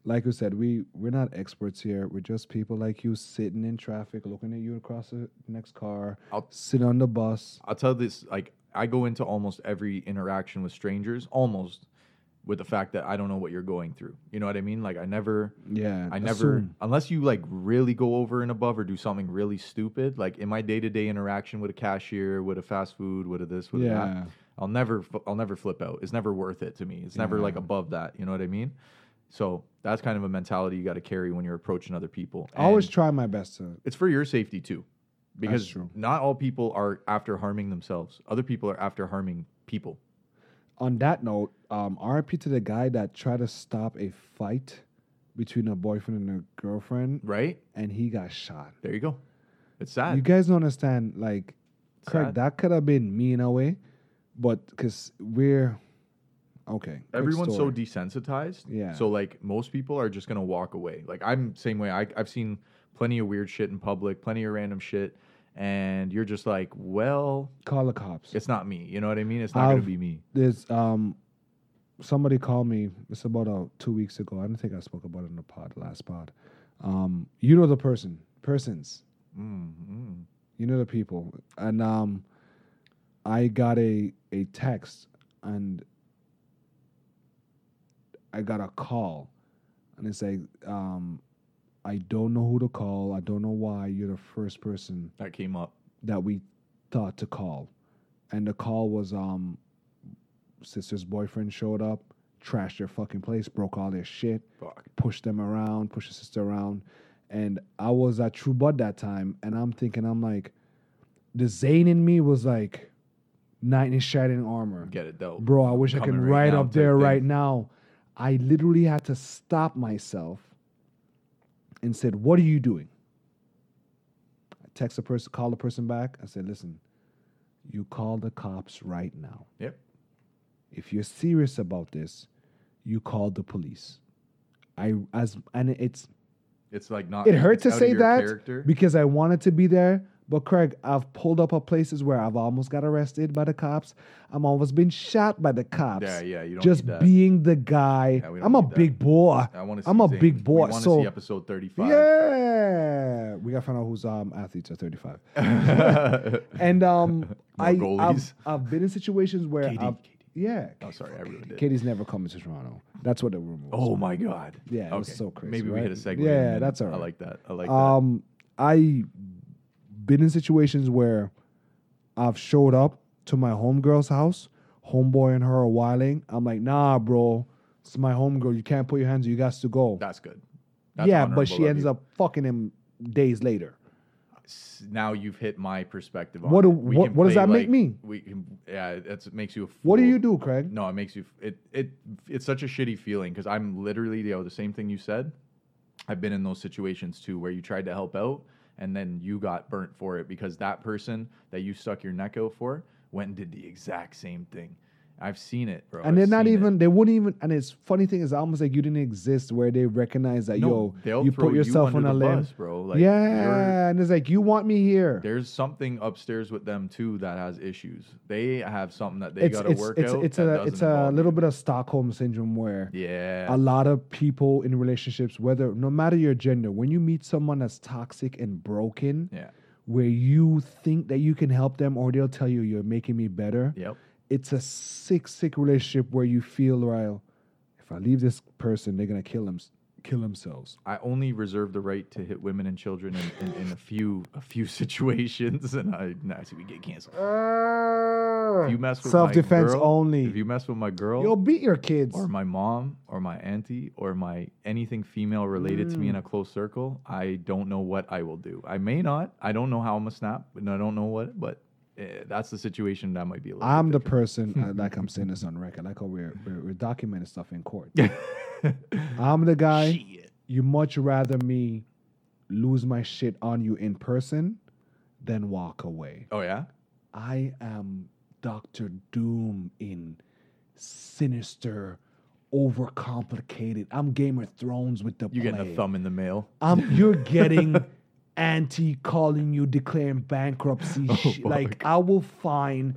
S1: like we said, we we're not experts here. We're just people like you, sitting in traffic, looking at you across the next car,
S2: I'll-
S1: sitting on the bus.
S2: I'll tell this like I go into almost every interaction with strangers almost with the fact that I don't know what you're going through. You know what I mean? Like I never
S1: Yeah,
S2: I never
S1: assume.
S2: unless you like really go over and above or do something really stupid, like in my day-to-day interaction with a cashier, with a fast food, with a this, with a
S1: Yeah.
S2: that. I'll never f- I'll never flip out. It's never worth it to me. It's never
S1: Mm.
S2: like above that, you know what I mean? So, that's kind of a mentality you got to carry when you're approaching other people.
S1: I always
S2: And-
S1: try my best to.
S2: it's for your safety too because
S1: true.
S2: not all people are after harming themselves other people are after harming people
S1: On that note, um, RIP to the guy that tried to stop a fight between a boyfriend and a girlfriend,
S2: right
S1: and he got shot.
S2: there you go it's sad
S1: You guys don't understand, like, Craig,
S2: Sad.
S1: that could have been me in a way, but because we're okay. quick
S2: everyone's so
S1: story.
S2: desensitized
S1: Yeah.
S2: so like most people are just gonna walk away like i'm same way I, i've seen plenty of weird shit in public plenty of random shit and you're just like well
S1: call the cops.
S2: it's not me you know what i mean it's not gonna
S1: I've-
S2: be me
S1: There's um, somebody called me. It's about uh, two weeks ago. I don't think I spoke about it in the pod, last pod. Um, you know the person, persons.
S2: mm, mm.
S1: You know the people, and um, I got a a text and I got a call, and it's like um, I don't know who to call. I don't know why. You're the first person
S2: that came up
S1: that we thought to call, and the call was um, sister's boyfriend showed up, trashed their fucking place, broke all their shit,
S2: fuck
S1: pushed them around, pushed the sister around, and I was at True Bud that time, and I'm thinking I'm like, the Zane in me was like, knight in shining armor,
S2: get it dealt
S1: bro. I wish I
S2: Coming
S1: could
S2: right
S1: ride
S2: now
S1: up
S2: type
S1: there
S2: thing.
S1: right now. I literally had to stop myself and said, "What are you doing?" I text a person, call the person back. I said, "Listen, you call the cops right now.
S2: yep
S1: If you're serious about this, you call the police." I as and it's
S2: it's like not
S1: it hurt
S2: it's
S1: to
S2: out of
S1: say
S2: your
S1: that
S2: character.
S1: because I wanted to be there. But Craig, I've pulled up at places where I've almost got arrested by the cops. I'm almost been shot by the cops.
S2: yeah yeah you don't
S1: Just
S2: need that.
S1: being the guy.
S2: Yeah, we don't
S1: I'm a
S2: need that.
S1: big boy.
S2: I want to. See
S1: I'm a
S2: Zane.
S1: big boy,
S2: We want to
S1: so-
S2: see episode thirty-five.
S1: Yeah, we gotta find out who's um athletes are 35. And um,
S2: More
S1: I
S2: goalies.
S1: I've, I've been in situations where
S2: Katie,
S1: I've,
S2: Katie.
S1: yeah,
S2: oh, sorry, I ruined it.
S1: Katie's never coming to Toronto. That's what the rumor was.
S2: Oh my god.
S1: Yeah, it was so crazy,
S2: Maybe we
S1: right?
S2: hit a segue.
S1: Yeah,
S2: and then
S1: that's all
S2: I
S1: right.
S2: like that. I like
S1: um, I been in situations where I've showed up to my homegirl's house, homeboy and her are whiling. I'm like, nah, bro, it's my homegirl. You can't put your hands. You got to go.
S2: that. That's good. That's
S1: yeah, but she
S2: honorable of
S1: ends
S2: you.
S1: up fucking him days later.
S2: S- Now you've hit my perspective. On
S1: What do-
S2: it. We
S1: what-
S2: can
S1: what does
S2: play
S1: that make
S2: like-
S1: me?
S2: We can, yeah, that's, it makes you. A fool.
S1: What do you do, Craig?
S2: No, it makes you. f- It it it's such a shitty feeling because I'm literally you know, the same thing you said. I've been in those situations too where you tried to help out and then you got burnt for it because that person that you stuck your neck out for went and did the exact same thing. I've seen it, bro.
S1: and they're
S2: I've
S1: not
S2: seen it.
S1: even they wouldn't even and it's funny thing is almost like you didn't exist where they recognize that
S2: No,
S1: yo
S2: they'll
S1: you
S2: throw
S1: put
S2: you
S1: yourself on
S2: under
S1: a
S2: the
S1: limb
S2: bus, bro. Like, you're-
S1: yeah and it's like you want me here
S2: There's something upstairs with them too that has issues. They have something that they
S1: it's
S2: got to
S1: it's
S2: work
S1: it's,
S2: out.
S1: it's
S2: that
S1: a
S2: doesn't
S1: it's a
S2: involve
S1: little
S2: you.
S1: bit of stockholm syndrome where
S2: Yeah.
S1: a lot of people in relationships whether no matter your gender when you meet someone that's toxic and broken
S2: yeah.
S1: where you think that you can help them or they'll tell you you're making me better
S2: Yep.
S1: it's a sick, sick relationship where you feel, well, if I leave this person, they're gonna kill them, kill themselves.
S2: I only reserve the right to hit women and children in, in, in a few a few situations, and I nah, see we get canceled. If you mess with my
S1: Self-defense
S2: girl-
S1: only.
S2: If you mess with my girl
S1: You'll beat your kids.
S2: or my mom or my auntie or my anything female related to me in a close circle, I don't know what I will do. I may not. I don't know how I'm gonna snap, and I don't know what. But eh, that's the situation that might be. A little
S1: I'm the person, I, like I'm saying this on record, like how we're, we're, we're documenting stuff in court. I'm the guy
S2: Shit.
S1: you much rather me lose my shit on you in person, then walk away.
S2: Oh yeah.
S1: I am Doctor Doom in sinister, overcomplicated. I'm Game of Thrones with the
S2: You're
S1: play.
S2: getting a thumb in the mail.
S1: I'm, you're getting anti calling you declaring
S2: Oh
S1: bankruptcy. shit. Like I will find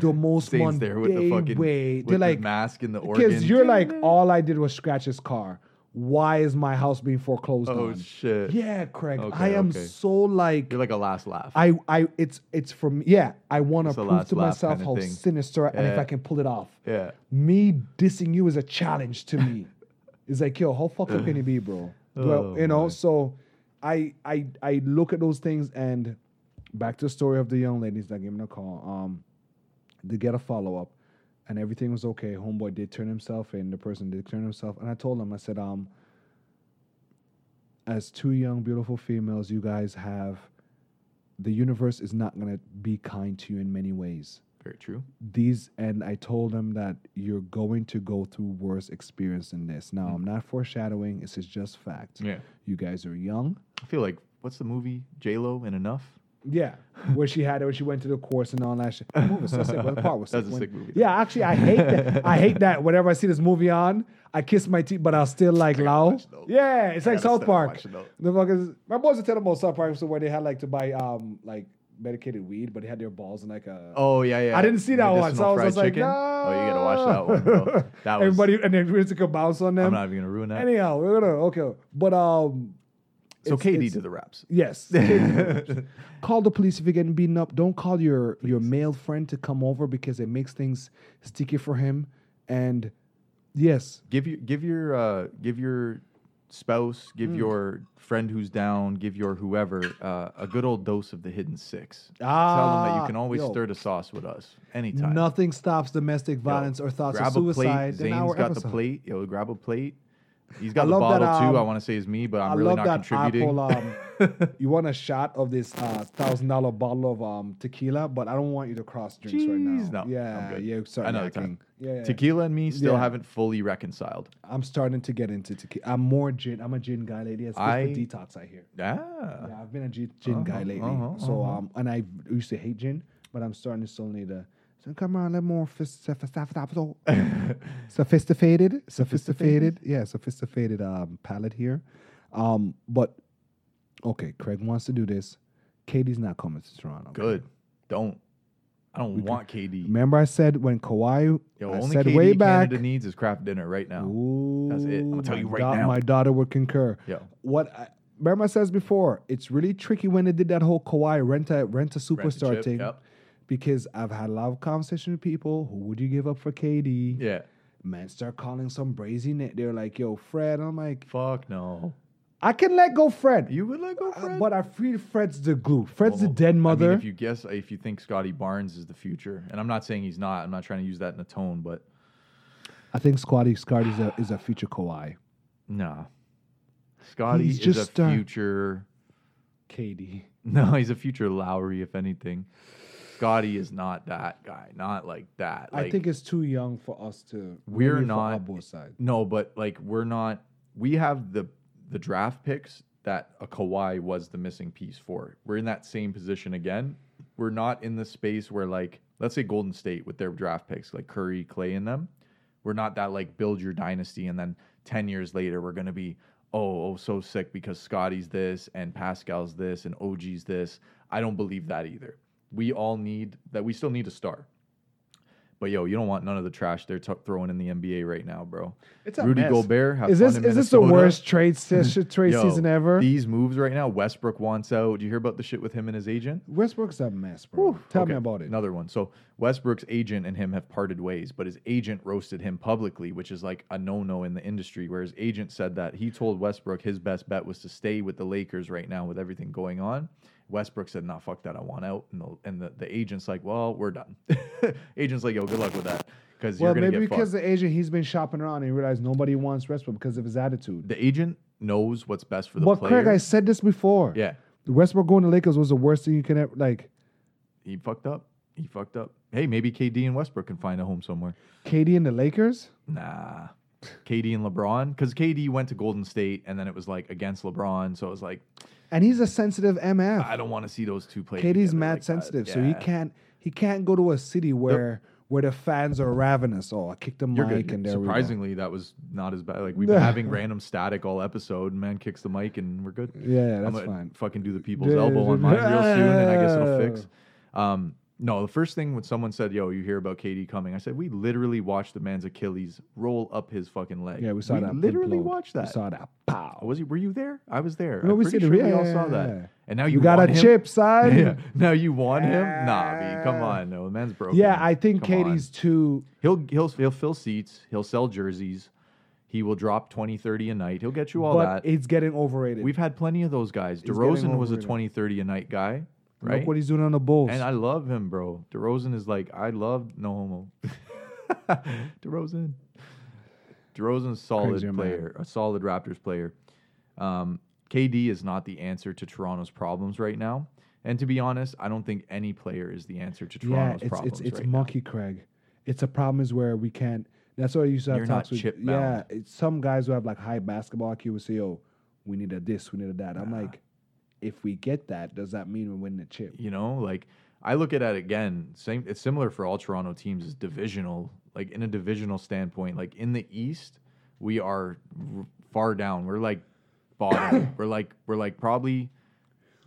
S1: the most
S2: Stains there with the
S1: mundane
S2: fucking
S1: way.
S2: with
S1: They're
S2: the
S1: like
S2: mask and the organ.
S1: because you're like all I did was scratch his car. Why is my house being foreclosed
S2: oh
S1: on?
S2: shit.
S1: Yeah, Craig.
S2: Okay,
S1: I am
S2: okay.
S1: so like
S2: You're like a last laugh.
S1: I I it's it's from yeah. I want to
S2: It's a
S1: prove
S2: last
S1: to
S2: laugh
S1: myself
S2: kinda
S1: how
S2: thing.
S1: sinister and if
S2: Yeah.
S1: I can pull it off.
S2: yeah.
S1: Me dissing you is a challenge to me. it's like yo, how fucked up can you be, bro? Well,
S2: Oh,
S1: you know. So I I I look at those things and back to the story of the young ladies that gave me a call. Um, to get a follow up, and everything was okay. Homeboy did turn himself in. The person did turn himself, and I told him, I said, um, as two young beautiful females, you guys have. The universe is not going to be kind to you in many ways
S2: Very true.
S1: these and I told him that you're going to go through worse experience than this. Now I'm not foreshadowing, this is just fact.
S2: Mm. Yeah.
S1: You guys are young.
S2: I feel like what's the movie J Lo and Enough?
S1: Yeah. where she had it when she went to the course and all that shit. The movie was so sick. Well, the part was
S2: That's
S1: sick.
S2: a
S1: When-
S2: sick movie.
S1: Yeah, actually I hate that. I hate that whenever I see this movie on, I kiss my teeth, but I'll still like Lao.
S2: watch those.
S1: Yeah, it's
S2: I
S1: like
S2: gotta
S1: South
S2: stop
S1: Park.
S2: watching those.
S1: The fuckers, my boys were telling me about South Park so where they had like to buy um like medicated weed, but they had their balls in like a
S2: Oh yeah, yeah.
S1: I didn't see that one, so I
S2: Medicinal
S1: was
S2: fried
S1: just like,
S2: chicken? Oh, you gotta watch that one.
S1: "No."
S2: Bro. That was.
S1: Everybody and then music could bounce on them.
S2: I'm not even gonna ruin that.
S1: Anyhow, we're gonna okay. But um
S2: so
S1: it's-
S2: KD
S1: it's-
S2: did the raps.
S1: yes. call the police if you're getting beaten up. Don't call your your male friend to come over because it makes things sticky for him. And yes,
S2: give you give your uh, give your spouse, give
S1: Mm.
S2: your friend who's down, give your whoever uh, a good old dose of the hidden six. Tell them that
S1: Ah,
S2: you can always
S1: yo.
S2: stir the sauce with us anytime.
S1: nothing stops domestic
S2: Yo,
S1: violence or thoughts of
S2: grab a plate.
S1: suicide. in
S2: Zane's
S1: our
S2: got the
S1: episode.
S2: plate. Yo, grab a plate. He's got the
S1: love that,
S2: bottle too. I
S1: um,
S2: want to say is me, but I'm
S1: I love
S2: really not
S1: that
S2: contributing.
S1: apple. Um, you want a shot of this uh, thousand dollar bottle of um, tequila, but I don't want you to cross drinks right
S2: Jeez,
S1: now.
S2: no, I'm
S1: yeah,
S2: good.
S1: yeah. Sorry,
S2: Another time.
S1: Yeah, yeah.
S2: Tequila and me still
S1: Yeah.
S2: haven't fully reconciled.
S1: I'm starting to get into tequila. I'm more gin. I'm a gin guy lately. It's good
S2: I-
S1: for detox. I hear.
S2: Ah,
S1: Yeah, I've been a gin, gin guy
S2: Uh-huh,
S1: lately.
S2: uh-huh,
S1: so um, and I used to hate gin, but I'm starting to slowly the. So come around, let more fis- soph- soph- soph- soph- sophisticated, sophisticated, yeah, sophisticated um, palate here. Um, but okay, Craig wants to do this. Katie's not coming to Toronto. okay?
S2: good. Don't. I don't want KD.
S1: Remember, I said when Kawhi,
S2: Yo,
S1: I
S2: only
S1: said
S2: KD
S1: way back.
S2: Canada needs is craft dinner right now.
S1: Ooh,
S2: That's it. I'ma tell
S1: my
S2: you right
S1: da-
S2: now.
S1: My daughter would concur.
S2: Yo.
S1: What I, remember I says before, it's really tricky when they did that whole Kawhi rent a rent a superstar
S2: chip,
S1: thing.
S2: yep.
S1: Because I've had a lot of conversation with people. Who would you give up for KD?
S2: Yeah.
S1: Man, start calling some brazy net. They're like, "Yo, Fred." I'm like,
S2: Fuck no.
S1: I can let go Fred,
S2: You would let go,
S1: Uh,
S2: Fred.
S1: but I feel Fred's the glue. Fred's the
S2: Well,
S1: dead
S2: I
S1: mother.
S2: mean, if you guess, if you think Scotty Barnes is the future, and I'm not saying he's not. I'm not trying to use that in a tone, but
S1: I think Squatty Scott is a is a future Kawhi.
S2: nah. Scotty
S1: He's
S2: is
S1: just uh,
S2: a
S1: a-
S2: future.
S1: KD.
S2: No, he's a future Lowry, if anything. Scotty is not that guy. Not like that.
S1: I
S2: Like,
S1: think it's too young for us to.
S2: We're
S1: really for
S2: not-
S1: our both sides.
S2: No, but like we're not. We have the the draft picks that a Kawhi was the missing piece for. We're in that same position again. We're not in the space where like let's say Golden State with their draft picks like Curry, Clay, in them. We're not that like build your dynasty and then ten years later we're gonna be oh oh so sick because Scotty's this and Pascal's this and OG's this. I don't believe that either. We all need that. We still need a star. But yo, you don't want none of the trash they're t- throwing in the NBA right now, bro.
S1: It's a
S2: Rudy
S1: mess.
S2: Gobert. Have
S1: Is this
S2: fun in
S1: is this the
S2: Minnesota.
S1: worst trade se- trade
S2: Yo,
S1: season ever?
S2: These moves right now. Westbrook wants out. Do you hear about the shit with him and his agent?
S1: Westbrook's a mess, bro. Tell me
S2: Okay,
S1: about it.
S2: Another one. So Westbrook's agent and him have parted ways, but his agent roasted him publicly, which is like a no-no in the industry. Where his agent said that he told Westbrook his best bet was to stay with the Lakers right now with everything going on. Westbrook said, "Nah, fuck that. I want out." And the and the, the agent's like, "Well, we're done." agent's like, "Yo, good luck with that." Because
S1: well,
S2: you're gonna
S1: maybe
S2: get fucked.
S1: because the agent he's been shopping around and he realized nobody wants Westbrook because of his attitude.
S2: the agent knows what's best for the
S1: But
S2: player.
S1: Craig, I said this before.
S2: yeah,
S1: Westbrook going to Lakers was the worst thing you can ever like.
S2: he fucked up. He fucked up. Hey, maybe KD and Westbrook can find a home somewhere.
S1: KD and the Lakers.
S2: Nah, KD and LeBron because KD went to Golden State and then it was like against LeBron, so it was like
S1: And he's a sensitive MF.
S2: I don't want to see those two play.
S1: Katie's
S2: together
S1: mad
S2: like that.
S1: sensitive, so he
S2: Yeah.
S1: can't he can't go to a city where where the fans are ravenous. Oh, I kicked the
S2: You're
S1: mic
S2: good.
S1: and there
S2: Surprisingly, that was not as bad. Like we've been having random static all episode. and Man kicks the mic and we're good.
S1: we go. Yeah, yeah,
S2: I'm
S1: that's
S2: gonna
S1: fine.
S2: Fucking do the people's
S1: Yeah,
S2: elbow on
S1: dude.
S2: mine real soon, and I guess it'll fix. Um, no, the first thing when someone said, "Yo, you hear about KD coming?" I said, "We literally watched the man's Achilles roll up his fucking leg."
S1: Yeah, we saw that.
S2: Literally
S1: implode.
S2: watched
S1: We
S2: that. Uh, Oh,
S1: saw that. Pow.
S2: Was he? Were you there? I was there.
S1: No,
S2: I'm
S1: we
S2: pretty
S1: seen
S2: sure
S1: him.
S2: we
S1: Yeah,
S2: all
S1: yeah,
S2: saw
S1: yeah, yeah.
S2: that. And now you
S1: You got
S2: want
S1: a
S2: him?
S1: chip, son.
S2: Yeah. Now you want him? Nah, B. Come on. No, the man's broken.
S1: Yeah, I think
S2: Come on.
S1: Katie's too.
S2: He'll he'll he'll fill seats. He'll sell jerseys. He will drop 20, 30 a night. He'll get you all
S1: but
S2: that.
S1: it's getting overrated.
S2: We've had plenty of those guys.
S1: getting
S2: DeRozan was a
S1: overrated.
S2: 20, 30 a night guy, right?
S1: Look what he's doing on the Bulls.
S2: and I love him, bro. DeRozan is like I love no homo. DeRozan. DeRozan's a solid
S1: Crazy man.
S2: player, a solid Raptors player. Um, KD is not the answer to Toronto's problems right now. And to be honest, I don't think any player is the answer to
S1: yeah,
S2: Toronto's
S1: it's
S2: problems
S1: it's it's
S2: right now.
S1: monkey Craig. It's a problem is where we can't. That's why I used to have
S2: You're not
S1: talks with.
S2: chip
S1: yeah,
S2: bound.
S1: it's some guys who have like high basketball IQ will say, "Oh, we need a this, we need a that." I'm like, if we get that, does that mean we win the chip?
S2: You know, like I look at it again. Same, it's similar for all Toronto teams. Is divisional, like in a divisional standpoint. Like in the East, we are r- far down. We're like bottom. we're like we're like probably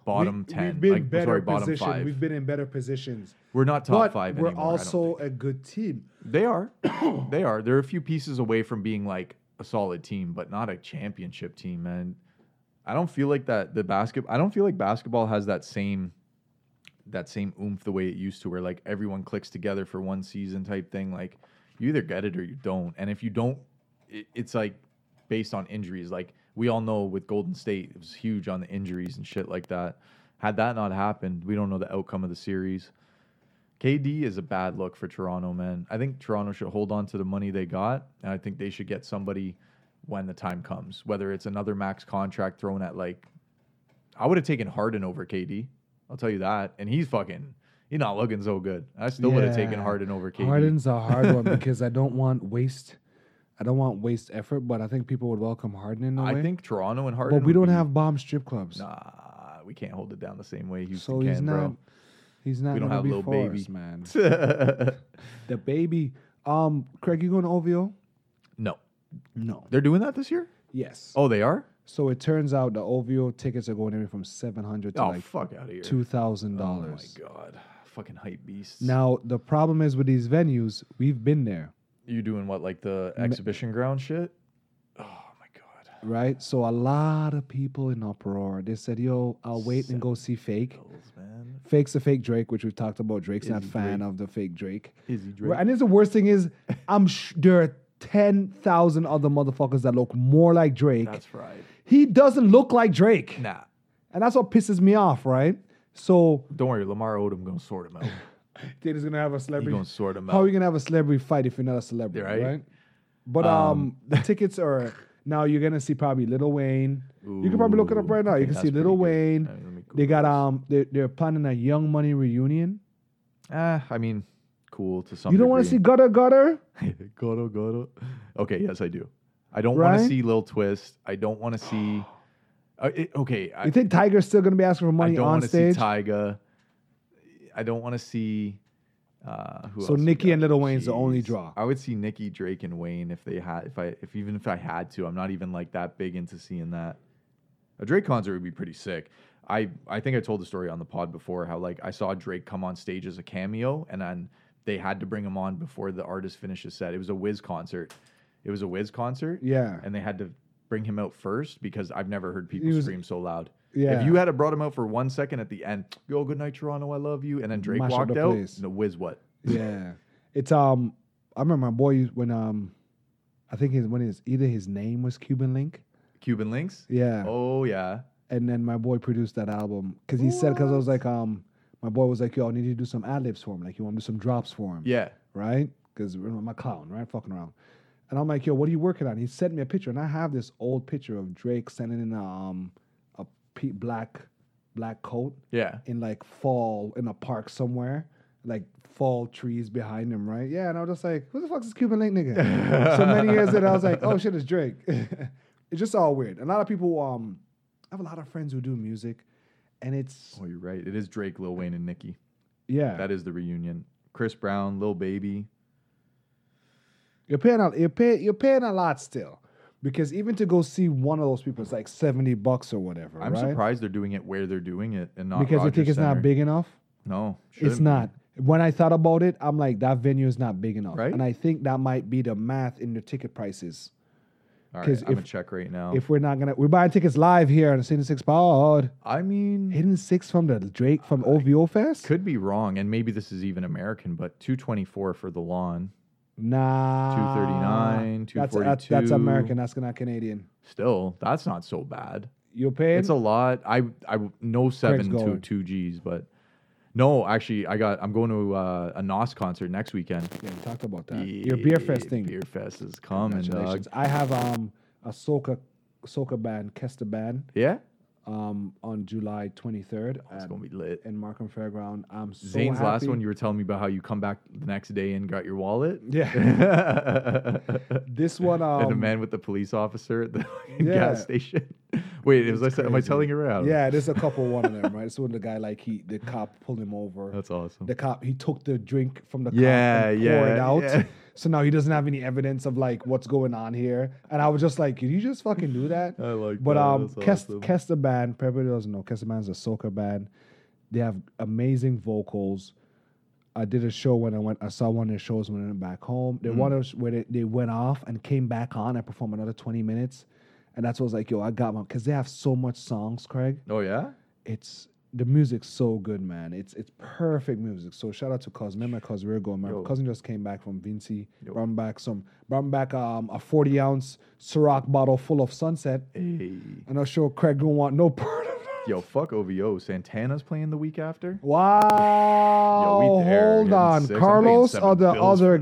S2: bottom ten.
S1: We've been
S2: like
S1: better
S2: sorry, bottom
S1: position.
S2: five.
S1: We've been in better positions.
S2: we're not top
S1: but
S2: five
S1: we're
S2: anymore. I don't
S1: also a good team.
S2: They are. they are. They're a few pieces away from being like a solid team, but not a championship team, man. I don't feel like that the basket I don't feel like basketball has that same that same oomph the way it used to where like everyone clicks together for one season type thing. Like you either get it or you don't. And if you don't it, it's like based on injuries. Like we all know with Golden State it was huge on the injuries and shit like that. Had that not happened, we don't know the outcome of the series. KD is a bad look for Toronto, man. I think Toronto should hold on to the money they got, and I think they should get somebody when the time comes. Whether it's another max contract thrown at like, I would have taken Harden over KD. I'll tell you that, and he's fucking, he's not looking so good. I still would have taken
S1: Yeah.
S2: Harden over KD.
S1: Harden's a hard one because I don't want waste. I don't want waste effort, but I think people would welcome Harden in a
S2: I
S1: way.
S2: think Toronto and Harden.
S1: but we
S2: would
S1: don't
S2: be-
S1: have bomb strip clubs.
S2: Nah, we can't hold it down the same way Houston
S1: So
S2: can,
S1: he's not. He's not
S2: We don't
S1: gonna
S2: have
S1: be
S2: Lil
S1: for
S2: Baby.
S1: us, man.
S2: bro.
S1: The baby. Um, Craig, you going to OVO?
S2: no,
S1: No.
S2: they're doing that this year.
S1: Yes.
S2: Oh, they are.
S1: So it turns out the OVO tickets are going anywhere from seven hundred to
S2: Oh,
S1: like
S2: fuck out of here.
S1: two thousand
S2: Oh my
S1: dollars.
S2: god, fucking hype beasts.
S1: Now the problem is with these venues, we've been there,
S2: you doing what like the exhibition ground shit? Oh my god,
S1: right? So a lot of people in uproar. They said, "Yo, I'll wait and go see Fake."
S2: Bills, man.
S1: Fake's a fake Drake, which we've talked about. Drake's not a
S2: Is
S1: fan of the fake Drake.
S2: Izzy
S1: Right,
S2: Drake.
S1: And it's the worst thing is, I'm sh- there are ten thousand other motherfuckers that look more like Drake.
S2: That's fried.
S1: he doesn't look like Drake.
S2: Nah,
S1: And that's what pisses me off, right? So
S2: don't worry. Lamar Odom gonna sort him out.
S1: Tatum's gonna have a
S2: He
S1: celebrity.
S2: gonna sort him
S1: How are
S2: out.
S1: you gonna have a celebrity fight if you're not a celebrity, right?
S2: Right.
S1: But um, the tickets are now you're gonna see probably Little Wayne. you can probably look it up
S2: Ooh,
S1: right now.
S2: I
S1: You
S2: think
S1: can see
S2: that's
S1: Little
S2: pretty
S1: Wayne.
S2: good. Uh, let me
S1: They got
S2: Google
S1: um, they're, they're planning a Young Money reunion.
S2: this. Ah, I mean, cool to some.
S1: You don't want to see Gutter Gutter.
S2: see Goro Goro. Okay, yes, I do. I don't want
S1: Right?
S2: to see Lil Twist. I don't want to see. Uh, it- okay, I,
S1: You think Tiger's still gonna be asking for
S2: I
S1: money
S2: don't
S1: on
S2: want to see
S1: stage?
S2: Tyga. I don't want to see. Uh, who
S1: So
S2: else we
S1: Nicki
S2: got?
S1: and Lil Wayne's the only draw.
S2: I would see Nicki, Drake, and Wayne if they had, if I, if even if I had to. I'm not even like that big into seeing that. A Drake concert would be pretty sick. I, I think I told the story on the pod before how like I saw Drake come on stage as a cameo and then they had to bring him on before the artist finished his set. It was a Wiz concert. It was a Wiz concert
S1: yeah,
S2: and they had to bring him out first because I've never heard people
S1: He was-
S2: scream so loud.
S1: Yeah.
S2: If you had have brought him out for one second at the end, yo, good night, Toronto, I love you, and then Drake
S1: Mash up
S2: walked
S1: the
S2: out,
S1: place.
S2: the whiz what?
S1: yeah. It's um, I remember my boy used- when um, I think his when his either his name was Cuban Link.
S2: Cuban links?
S1: Yeah.
S2: Oh yeah.
S1: and then my boy produced that album because he said because I was like um my boy was like yo I need you to do some ad libs for him like you want to do some drops for him
S2: Yeah.
S1: right because I'm a clown right fucking around and I'm like yo what are you working on he sent me a picture and I have this old picture of Drake sending in a, um a pe- black black coat
S2: Yeah.
S1: in like fall in a park somewhere like fall trees behind him, right? Yeah, and I was just like, who the fuck is Cuban Link nigga? so many years in, I was like, oh shit, it's Drake. it's just all weird. A lot of people, um, I have a lot of friends who do music, and it's
S2: Oh, you're right. It is Drake, Lil Wayne, and Nicki.
S1: yeah,
S2: That is the reunion. Chris Brown, Lil Baby.
S1: you're paying a you're pay, you're paying a lot still. Because even to go see one of those people is like seventy bucks or whatever.
S2: I'm
S1: right?
S2: surprised they're doing it where they're doing it and not
S1: because
S2: Rogers
S1: you think it's
S2: Center.
S1: not big enough.
S2: No,
S1: It's
S2: shouldn't be.
S1: not. When I thought about it, I'm like, that venue is not big enough.
S2: Right?
S1: And I think that might be the math in the ticket prices.
S2: All right,
S1: 'Cause
S2: I'm gonna
S1: if-
S2: check right now.
S1: If we're not gonna, we're buying tickets live here on the Hidden Six Pod.
S2: I mean,
S1: Hidden Six from the Drake from OVO Fest.
S2: could be wrong, and maybe this is even American, but 224 for the lawn,
S1: nah.
S2: 239,
S1: Ah, That's, uh, that's that's
S2: 242.
S1: American. That's not Canadian.
S2: still that's not so bad.
S1: You're paying.
S2: It's a lot. I I no seven to
S1: going.
S2: two G's, but no, actually, I got. I'm going to uh, a Nos concert next weekend.
S1: yeah, we talked about that. Your beer fest thing.
S2: Beer fest is coming, dog.
S1: Congratulations. I have um a soca soca band, Kesta band,
S2: Yeah,
S1: um on July 23rd
S2: it's
S1: at,
S2: gonna be lit.
S1: in Markham Fairground. I'm so
S2: Zane's
S1: happy.
S2: last one, you were telling me about how you come back the next day and got your wallet.
S1: Yeah.
S2: and
S1: This one,
S2: the
S1: um,
S2: man with the police officer at the
S1: Yeah.
S2: gas station. Wait, was I, sa- am I telling you right? I don't know.
S1: yeah, there's a couple one of them, right? This one, the guy like he, the cop pulled him over.
S2: That's awesome.
S1: the cop he took the drink from the
S2: Yeah,
S1: cop and poured it
S2: yeah,
S1: out.
S2: yeah.
S1: So now he doesn't have any evidence of like what's going on here. And I was just like, could you just fucking do that?
S2: I like
S1: But
S2: that.
S1: um,
S2: Oh
S1: Kes-
S2: That's awesome.
S1: Kesta band, for everybody who doesn't know, Kesta band is a soca band. They have amazing vocals. I did a show when I went. I saw one of their shows when I went back home.
S2: Mm.
S1: They one of where they, they went off and came back on and performed another twenty minutes, and that's what I was like, yo, I got my because they have so much songs, Craig.
S2: Oh yeah.
S1: It's the music's so good, man. It's it's perfect music. So shout out to Cos. Remember, Cos, we were going. My
S2: Yo.
S1: cousin just came back from Vinci.
S2: Yo.
S1: Brought back some. Brought back um a forty ounce Ciroc bottle full of Sunset.
S2: Hey.
S1: And I'm sure Craig don't want no part of that.
S2: Yo, fuck OVO. Santana's playing the week after.
S1: Wow.
S2: Yo, we there,
S1: Hold
S2: getting
S1: on.
S2: six. I'm paying
S1: Carlos
S2: seven
S1: or the
S2: bills
S1: other
S2: for that,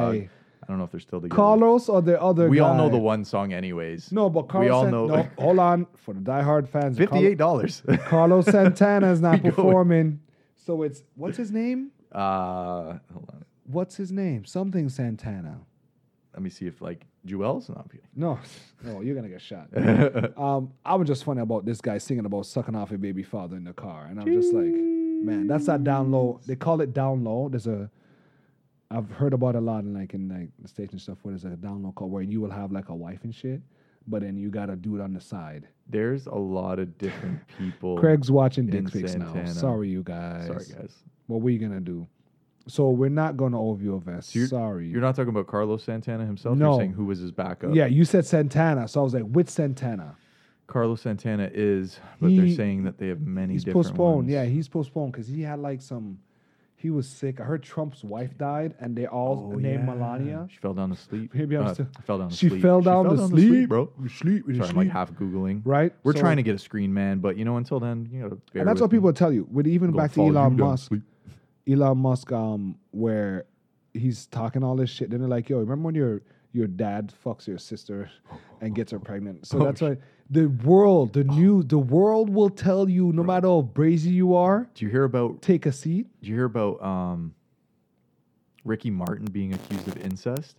S2: dog.
S1: guy?
S2: I don't know if they're still together.
S1: Carlos or the other
S2: we
S1: guy?
S2: all know the one song, anyways.
S1: No, but Carlos.
S2: we all
S1: San-
S2: know
S1: no, hold on. For the diehard fans, Carlo-
S2: fifty-eight dollars.
S1: Carlos Santana is not
S2: We go with-
S1: performing. So it's what's his name?
S2: Uh, hold on.
S1: What's his name? Something Santana.
S2: Let me see if like Jewel's not.
S1: No, no, you're gonna get shot.
S2: playing.
S1: Um, I was just funny about this guy singing about sucking off a baby father in the car, and I'm just like, man, that's that down low. They call it down low. There's a, I've heard about a lot in like in like the states and stuff where there's a down low call where you will have like a wife and shit, but then you gotta do it on the side.
S2: There's a lot of different people.
S1: Craig's watching
S2: in
S1: dick pics now.
S2: Santana.
S1: Sorry, you guys.
S2: Sorry, guys.
S1: What were you gonna do? So we're not gonna OVO vest.
S2: So you're-
S1: Sorry.
S2: You're not talking about Carlos Santana himself.
S1: No.
S2: You're saying who was his backup.
S1: yeah, you said Santana, so I was like, with Santana.
S2: Carlos Santana is, but
S1: He-
S2: they're saying that they have many
S1: he's
S2: different
S1: postponed.
S2: ones.
S1: Yeah, he's postponed because he had like some. He was sick. I heard Trump's wife died, and they all
S2: Oh,
S1: named
S2: yeah.
S1: Melania.
S2: She fell down to sleep. Uh,
S1: Maybe I'm still-
S2: fell down to
S1: She
S2: sleep.
S1: fell down to
S2: sleep,
S1: sleep.
S2: bro.
S1: We sleep, we
S2: Sorry, I'm like
S1: sleep.
S2: half googling.
S1: right?
S2: We're
S1: So-
S2: trying to get a screen man, but you know, until then, you know,
S1: and that's what people tell you. With even back to Elon Musk, Elon Musk, um, where he's talking all this shit. Then they're like, "Yo, remember when your your dad fucks your sister and gets her pregnant?" So
S2: Oh,
S1: that's why the world, the new, the world will tell you, no matter how brazy you are,
S2: Do you hear about?
S1: take a seat.
S2: Do you hear about um, Ricky Martin being accused of incest?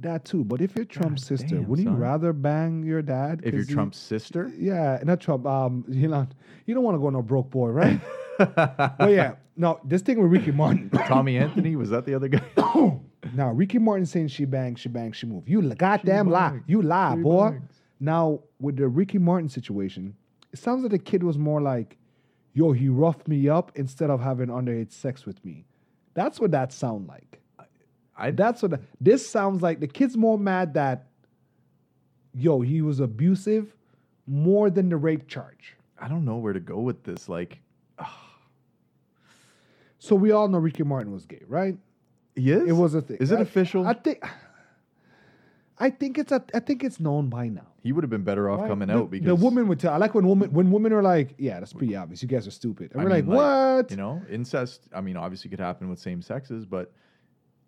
S1: That too. But if you're Trump's sister,
S2: damn,
S1: would you
S2: son.
S1: rather bang your dad?
S2: If you're
S1: 'cause he-
S2: Trump's sister,
S1: Yeah, not Trump. Um, Elon, you don't want to go no broke boy, right? well, yeah. No, this thing with Ricky Martin.
S2: Tommy Anthony was that the other guy?
S1: now Ricky Martin saying she bang, she bang, she move. You li- goddamn lie.
S2: bang.
S1: You lie,
S2: She
S1: boy.
S2: bangs.
S1: Now with the Ricky Martin situation, it sounds like the kid was more like, "Yo, he roughed me up instead of having underage sex with me." That's what that sound like.
S2: I-
S1: That's what this sounds like. The kid's more mad that, yo, he was abusive, more than the rape charge.
S2: I don't know where to go with this. Like,
S1: So we all know Ricky Martin was gay, right?
S2: he is.
S1: It was a thing.
S2: Is it
S1: I-
S2: official?
S1: I think. I think it's a, I think it's known by now.
S2: he would have been better off
S1: right?
S2: coming
S1: The-
S2: out because
S1: the woman would tell. I like when women when women are like, yeah, that's pretty obvious. You guys are stupid, and
S2: I
S1: we're
S2: mean,
S1: like, what?
S2: You know, incest. I mean, obviously, could happen with same sexes, but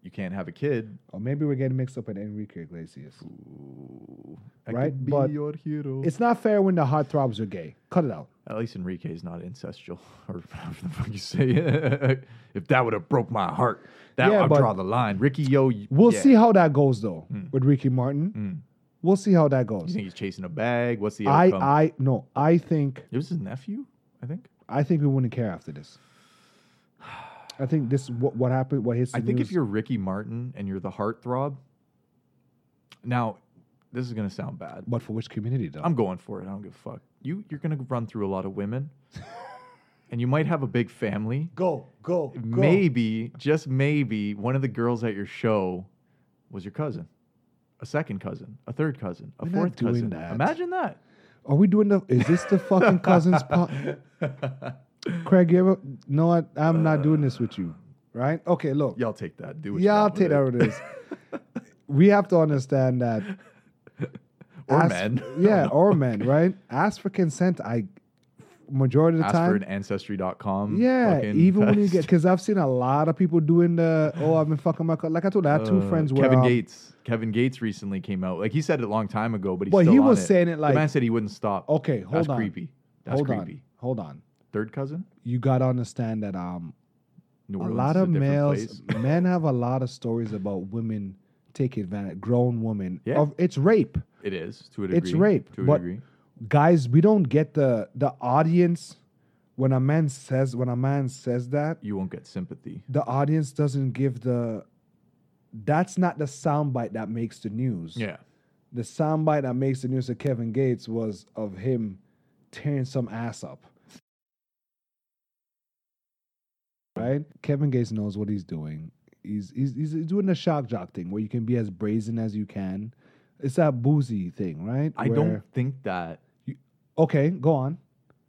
S2: you can't have a kid.
S1: or maybe we're getting mixed up with Enrique Iglesias.
S2: Ooh, I
S1: Right,
S2: could be
S1: but
S2: your hero.
S1: It's not fair when the heartthrobs are gay. Cut it out.
S2: At least Enrique is not incestual, or whatever the fuck you say. if that would have broke my heart, that
S1: Yeah,
S2: I'll
S1: but-
S2: draw the line. Ricky, yo, y-
S1: We'll
S2: yeah.
S1: see how that goes though with Ricky Martin.
S2: Mm.
S1: We'll see how that
S2: You
S1: goes.
S2: think he's chasing a bag? What's the
S1: I
S2: outcome?
S1: I no, I think
S2: it was his nephew, I think.
S1: I think we wouldn't care after this. I think this what what happened what hits. the
S2: I think if
S1: news-
S2: you're Ricky Martin and you're the heartthrob, now this is gonna sound bad.
S1: but for which community though?
S2: I'm going for it. I don't give a fuck. You you're gonna run through a lot of women, and you might have a big family.
S1: go go
S2: Maybe just maybe one of the girls at your show was your cousin, a second cousin, a third cousin, a
S1: We're not
S2: fourth
S1: doing
S2: cousin.
S1: that.
S2: Imagine that.
S1: Are we doing the? Is this the fucking cousins? Po- Craig, you ever? No, I, I'm not doing this with you. Right? Okay, look.
S2: Y'all take that. Do what you
S1: Yeah, I'll
S2: want with
S1: take that
S2: it.
S1: with this. we have to understand that.
S2: Or
S1: ask-
S2: men.
S1: Yeah, or men, right? Ask for consent. I majority of the
S2: Ask
S1: time.
S2: for an ancestry.com.
S1: yeah,
S2: fucking
S1: even when you
S2: test.
S1: get, because I've seen a lot of people doing the, oh, I've been fucking my, co-" like I told you, I had two
S2: Uh,
S1: friends where,
S2: Kevin
S1: um,
S2: Gates. Kevin Gates recently came out. Like he said it a long time ago, but he's
S1: But
S2: still
S1: he
S2: on
S1: was saying it like-
S2: the man said he wouldn't stop.
S1: okay, hold
S2: That's
S1: on,
S2: creepy. That's
S1: hold
S2: creepy.
S1: on, hold on.
S2: Third cousin.
S1: You gotta understand that um,
S2: New
S1: a
S2: Orleans
S1: lot
S2: is
S1: of
S2: different
S1: males,
S2: place.
S1: men have a lot of stories about women taking advantage, grown women.
S2: Yeah.
S1: Of, it's rape.
S2: It is to a degree.
S1: It's rape,
S2: to a
S1: but-
S2: degree.
S1: Guys, we don't get the the audience when a man says when a man says that,
S2: You won't get sympathy.
S1: the audience doesn't give the that's not the soundbite that makes the news.
S2: Yeah,
S1: The soundbite that makes the news of Kevin Gates was of him tearing some ass up. Right? Kevin Gates knows what he's doing. He's, he's, he's doing the shock jock thing where you can be as brazen as you can. It's that boozy thing, right?
S2: I
S1: Where-
S2: don't think that.
S1: Okay, go on.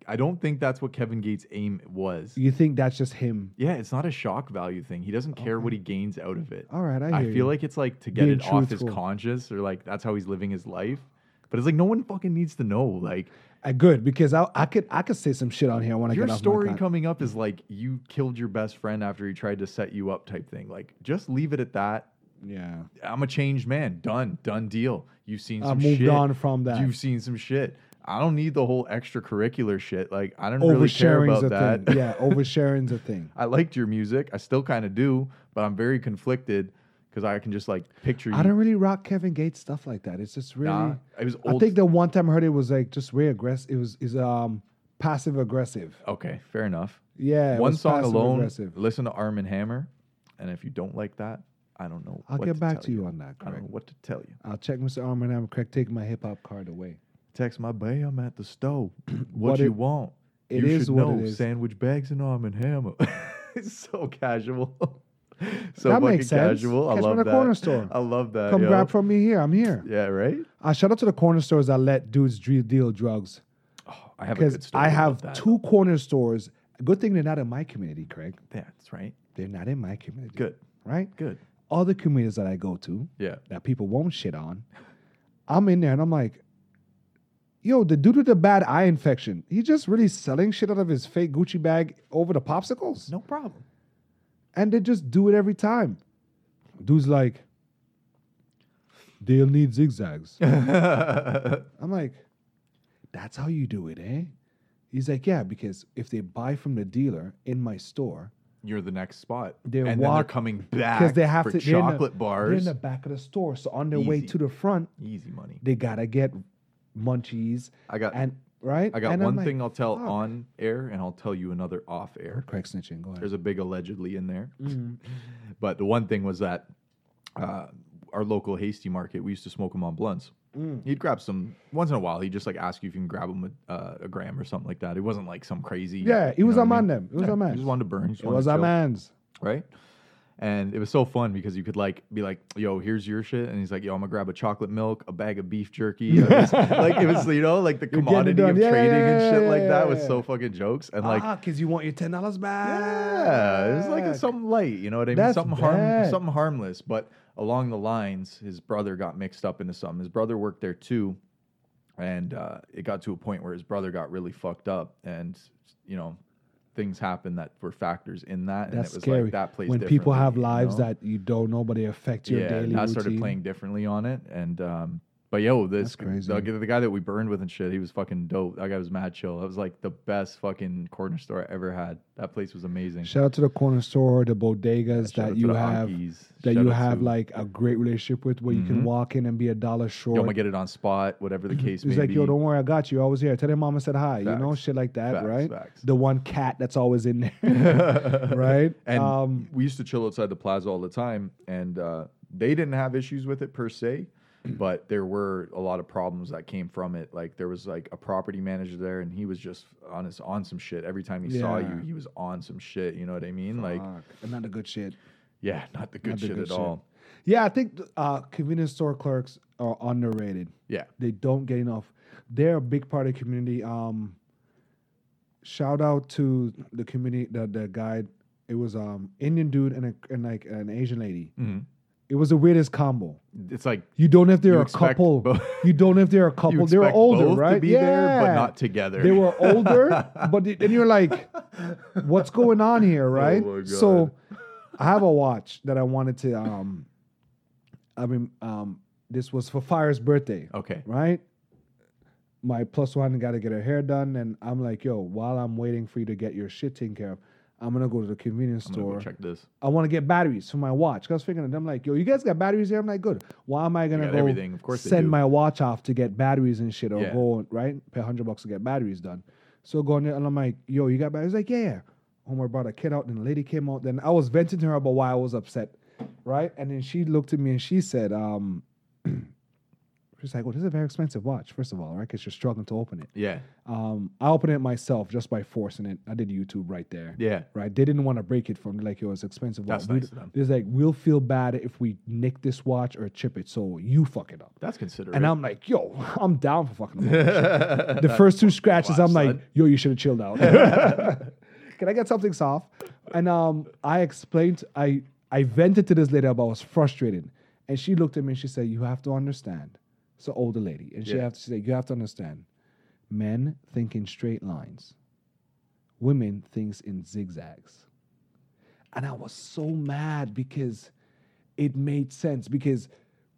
S2: I don't think that's what Kevin Gates' aim was.
S1: You think that's just him?
S2: Yeah, it's not a shock value thing. He doesn't care what he gains out of it.
S1: All right, I hear
S2: I
S1: you.
S2: feel like it's like to get
S1: Being
S2: it off his
S1: truthful.
S2: conscience or like that's how he's living his life. But it's like no one fucking needs to know. Like
S1: Uh, good because I, I could I could say some shit on here when I
S2: your
S1: get off
S2: story
S1: my con- Mm.
S2: coming up is like you killed your best friend after he tried to set you up type thing. Like just leave it at that.
S1: yeah,
S2: I'm a changed man. Done. Done deal. You've seen
S1: I
S2: some
S1: moved
S2: shit.
S1: on from that.
S2: You've seen some shit. I don't need the whole extracurricular shit. Like I don't really care
S1: Oversharing's
S2: about
S1: a
S2: that.
S1: thing. Yeah, oversharing's a thing.
S2: I liked your music. I still kind of do, but I'm very conflicted because I can just like picture you.
S1: I don't really rock Kevin Gates stuff like that. It's just really.
S2: Nah, it was
S1: I
S2: old.
S1: think the one time I heard it was like just way aggressive. It was is um passive aggressive.
S2: okay, fair enough.
S1: Yeah, it
S2: One
S1: was
S2: song alone.
S1: passive-aggressive.
S2: Listen to Arm and Hammer, and if you don't like that, I don't know.
S1: I'll
S2: what
S1: get back
S2: tell
S1: to you on that,
S2: I don't
S1: Craig.
S2: know what to tell you.
S1: I'll check Mr. Arm and I'm Craig. Take my hip hop card away.
S2: Text my bae, I'm at the stove. what,
S1: What
S2: you
S1: it-
S2: want?
S1: it
S2: you
S1: is
S2: should
S1: what
S2: know.
S1: it is.
S2: Sandwich bags and arm and hammer. it's so casual. so
S1: That
S2: fucking
S1: makes sense.
S2: casual.
S1: Catch
S2: I
S1: me
S2: love
S1: in the
S2: that.
S1: corner store.
S2: I love that.
S1: Come
S2: yo.
S1: grab from me here. I'm here.
S2: Yeah, right.
S1: I shout out to the corner stores that let dudes dre- deal drugs
S2: Oh, I have a good
S1: because
S2: story.
S1: I
S2: about
S1: have
S2: that.
S1: two corner stores. Good thing they're not in my community, Craig.
S2: That's right.
S1: They're not in my community.
S2: Good.
S1: right?
S2: Good.
S1: Other communities that I go to,
S2: Yeah.
S1: that people won't shit on. I'm in there and I'm like, yo, the dude with the bad eye infection, he just really selling shit out of his fake Gucci bag over the popsicles.
S2: No problem.
S1: And they just do it every time. Dude's like, they'll need zigzags. I'm like, that's how you do it, eh? He's like, yeah, because if they buy from the dealer in my store,
S2: You're the next spot.
S1: They're
S2: and then they're
S1: walk-
S2: coming back
S1: because they have
S2: for
S1: to they're in the-
S2: chocolate
S1: they're in
S2: bars.
S1: the back of the store. So on their way
S2: Easy.
S1: to the front,
S2: Easy money.
S1: they gotta get munchies
S2: I got
S1: and right.
S2: Uh, I got
S1: And I'm
S2: one
S1: like,
S2: thing I'll tell
S1: fuck.
S2: on air and I'll tell you another off air.
S1: Craig snitching. Go ahead.
S2: There's a big allegedly in there.
S1: Mm,
S2: But the one thing was that uh, our local Hasty Market, we used to smoke them on blunts. He'd grab some once in a while. He'd just like ask you if you can grab him a, uh, a gram or something like that. It wasn't like some crazy.
S1: Yeah, it
S2: you
S1: was
S2: know
S1: a
S2: what I
S1: man.
S2: mean?
S1: Them. It was
S2: Yeah,
S1: a
S2: he
S1: man.
S2: just wanted to burn. he just
S1: It
S2: wanted
S1: was
S2: to
S1: a
S2: chill.
S1: man's.
S2: right? And it was so fun because you could like be like, "Yo, here's your shit," and he's like, "Yo, I'm gonna grab a chocolate milk, a bag of beef jerky." And it was- like it was, you know, like the
S1: getting it
S2: commodity
S1: done.
S2: of
S1: Yeah, yeah,
S2: trading and
S1: yeah,
S2: shit
S1: yeah,
S2: like that
S1: yeah,
S2: was
S1: yeah.
S2: so fucking jokes and like,
S1: ah, cause you want your ten dollars back.
S2: yeah, it was like a- something light, you know what I mean?
S1: That's
S2: something harm,
S1: bad.
S2: something harmless, but along the lines, his brother got mixed up into something. His brother worked there too, and uh, it got to a point where his brother got really fucked up, and you know. Things happened that were factors in that, and it
S1: That's
S2: was
S1: scary.
S2: like that plays
S1: when people have
S2: differently, you
S1: lives
S2: know?
S1: that you don't know, but they affect your
S2: yeah,
S1: daily
S2: and I
S1: routine.
S2: started playing differently on it, and um, But yo, this
S1: crazy.
S2: The, the guy that we burned with and shit, he was fucking dope. That guy was mad chill. That was like the best fucking corner store I ever had. That place was amazing.
S1: Shout out to the corner store, the bodegas
S2: Shout out
S1: that
S2: to
S1: you
S2: the
S1: have,
S2: honkies.
S1: that
S2: Shout
S1: you
S2: out
S1: have
S2: to- Mm-hmm.
S1: like a great relationship with, where you can walk in and be a dollar short.
S2: Yo, I'm gonna get it on spot, whatever the case may
S1: He's like,
S2: be.
S1: yo, don't worry, I got you. I was here. Tell your mama said hi. You know,
S2: Facts.
S1: shit like that,
S2: Facts,
S1: right?
S2: facts.
S1: The one cat that's always in there, right?
S2: And
S1: um,
S2: we used to chill outside the plaza all the time, and uh, they didn't have issues with it per se, but there were a lot of problems that came from it. Like there was like a property manager there, and he was just on his on some shit. Every time he saw you,
S1: Yeah.
S2: he was on some shit. You know what I mean? Like
S1: fuck, and not the good shit.
S2: yeah, not the good
S1: Not the
S2: shit
S1: good
S2: at
S1: shit.
S2: all.
S1: Yeah, I think uh, convenience store clerks are underrated.
S2: Yeah,
S1: They don't get enough. They're a big part of the community. Um, shout out to the community, the, the guy. It was um Indian dude and a, and like an Asian lady. It was the weirdest combo.
S2: Mm-hmm. it's like.
S1: You don't know if they're
S2: You
S1: a
S2: expect
S1: couple.
S2: both-
S1: You don't know if they're a couple.
S2: You
S1: they were
S2: expect
S1: older,
S2: both
S1: right?
S2: To be there, but not together.
S1: They were older, but th- then you're like, what's going on here, right?
S2: Oh my God.
S1: So I have a watch that I wanted to um I mean um this was for Fire's birthday,
S2: okay.
S1: right? My plus one gotta get her hair done, and I'm like, yo, while I'm waiting for you to get your shit taken care of, I'm gonna go to the convenience
S2: I'm gonna
S1: store.
S2: go check this.
S1: I want to get batteries for my watch. 'Cause I was figuring, I'm like, yo, you guys got batteries here? I'm like, good. Why am I gonna
S2: got
S1: go
S2: everything. Of course they
S1: send
S2: do.
S1: my watch off to get batteries and shit, or
S2: Yeah.
S1: go right pay hundred bucks to get batteries done? So going there, and I'm like, yo, you got batteries? Like, yeah. yeah. Homer brought a kid out, and the lady came out. Then I was venting to her about why I was upset, right? And then she looked at me and she said, um, she's like, well, this is a very expensive watch, first of all, right? Because you're struggling to open it.
S2: Yeah,
S1: Um, I opened it myself just by forcing it. I did YouTube right there
S2: yeah.
S1: right? They didn't want to break it from like, yo, it's expensive.
S2: That's
S1: watch.
S2: nice of them.
S1: It's like we'll feel bad if we nick this watch or chip it, so you fuck it up.
S2: That's considerate.
S1: And I'm like, yo, I'm down for fucking. up. the first two scratches, I'm like,
S2: son.
S1: yo, you should have chilled out. Can I get something soft? And um, I explained, I I vented to this lady about I was frustrated, and she looked at me and she said, you have to understand. It's an older lady, and she
S2: Yeah.
S1: have to say, you have to understand, men think in straight lines, women thinks in zigzags. And I was so mad because it made sense because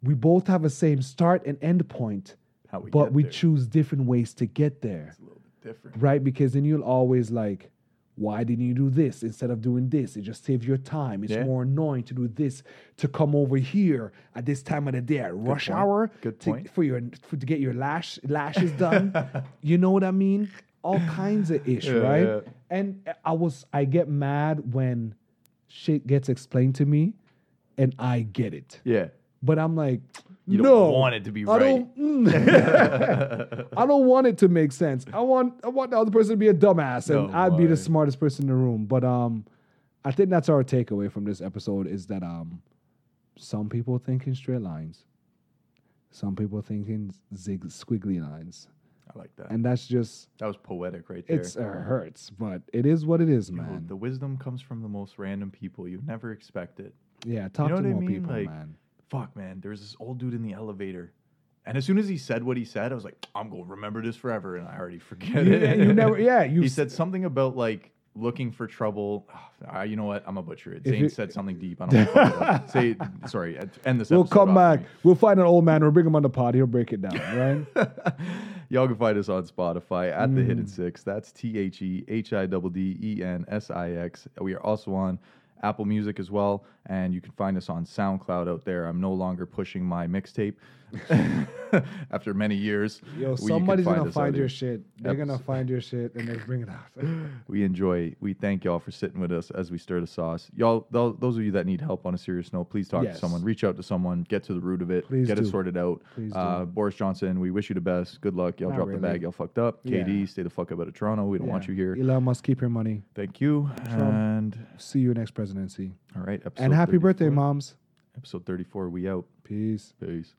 S1: we both have the same start and end point,
S2: How we
S1: but
S2: get
S1: we
S2: there.
S1: choose different ways to get there,
S2: It's a little bit different.
S1: right? Because then you'll always like, why didn't you do this instead of doing this? It just saves your time. It's
S2: Yeah.
S1: more annoying to do this to come over here at this time of the day at rush
S2: point.
S1: hour
S2: Good
S1: to,
S2: point.
S1: for your for, to get your lash lashes done. you know what I mean? All kinds of ish,
S2: Yeah,
S1: right?
S2: yeah.
S1: And I was I get mad when shit gets explained to me, and I get it.
S2: Yeah.
S1: But I'm like,
S2: You don't
S1: no,
S2: want it to be
S1: I Don't, mm." I don't want it to make sense. I want I want the other person to be a dumbass, and
S2: No
S1: I'd be the
S2: way.
S1: smartest person in the room. But um, I think that's our takeaway from this episode is that um, some people think in straight lines, some people think in zig squiggly lines,
S2: I like that.
S1: and that's just
S2: That was poetic right there.
S1: it's it hurts, but it is what it is,
S2: You know,
S1: man.
S2: the wisdom comes from the most random people. You never expect it.
S1: yeah, talk
S2: know
S1: to
S2: what I
S1: more
S2: mean?
S1: people,
S2: Like,
S1: man.
S2: Fuck, man. There was this old dude in the elevator. And as soon as he said what he said, I was like, I'm going to remember this forever. And I already forget
S1: You,
S2: it.
S1: you never, yeah, you.
S2: he
S1: s-
S2: said something about like looking for trouble. Ah, you know what? I'm a butcher. It.
S1: If
S2: Zane
S1: it-
S2: said something deep. I don't know. Say, sorry, end this
S1: We'll
S2: episode
S1: come
S2: off for
S1: back. We'll find an old man. We'll bring him on the pod. He'll break it down, right?
S2: Y'all can find us on Spotify at The
S1: Mm.
S2: Hidden Six. That's T H E H I D D E N S I X. We are also on Apple Music as well, and you can find us on SoundCloud out there. I'm no longer pushing my mixtape after many years.
S1: Yo,
S2: we- you can
S1: somebody's gonna
S2: us out
S1: find your
S2: here.
S1: shit. They're gonna
S2: Episode.
S1: find your shit and they bring it out.
S2: We enjoy. We thank y'all for sitting with us as we stir the sauce. Y'all, tho- those of you that need help on a serious note, please talk
S1: Yes.
S2: to someone. Reach out to someone. Get to the root of it.
S1: Please
S2: get
S1: do.
S2: it sorted out.
S1: Please do.
S2: uh, Boris Johnson, we wish you the best. Good luck. Y'all
S1: Not
S2: dropped
S1: really.
S2: the bag. Y'all fucked up.
S1: Yeah.
S2: KD, stay the fuck up out of Toronto. We don't want
S1: Yeah.
S2: you here.
S1: Elon Musk, keep your money.
S2: Thank you. And
S1: See you next presidency.
S2: all right. Episode
S1: and happy
S2: 34.
S1: birthday, moms.
S2: Episode 34. We out.
S1: Peace.
S2: Peace.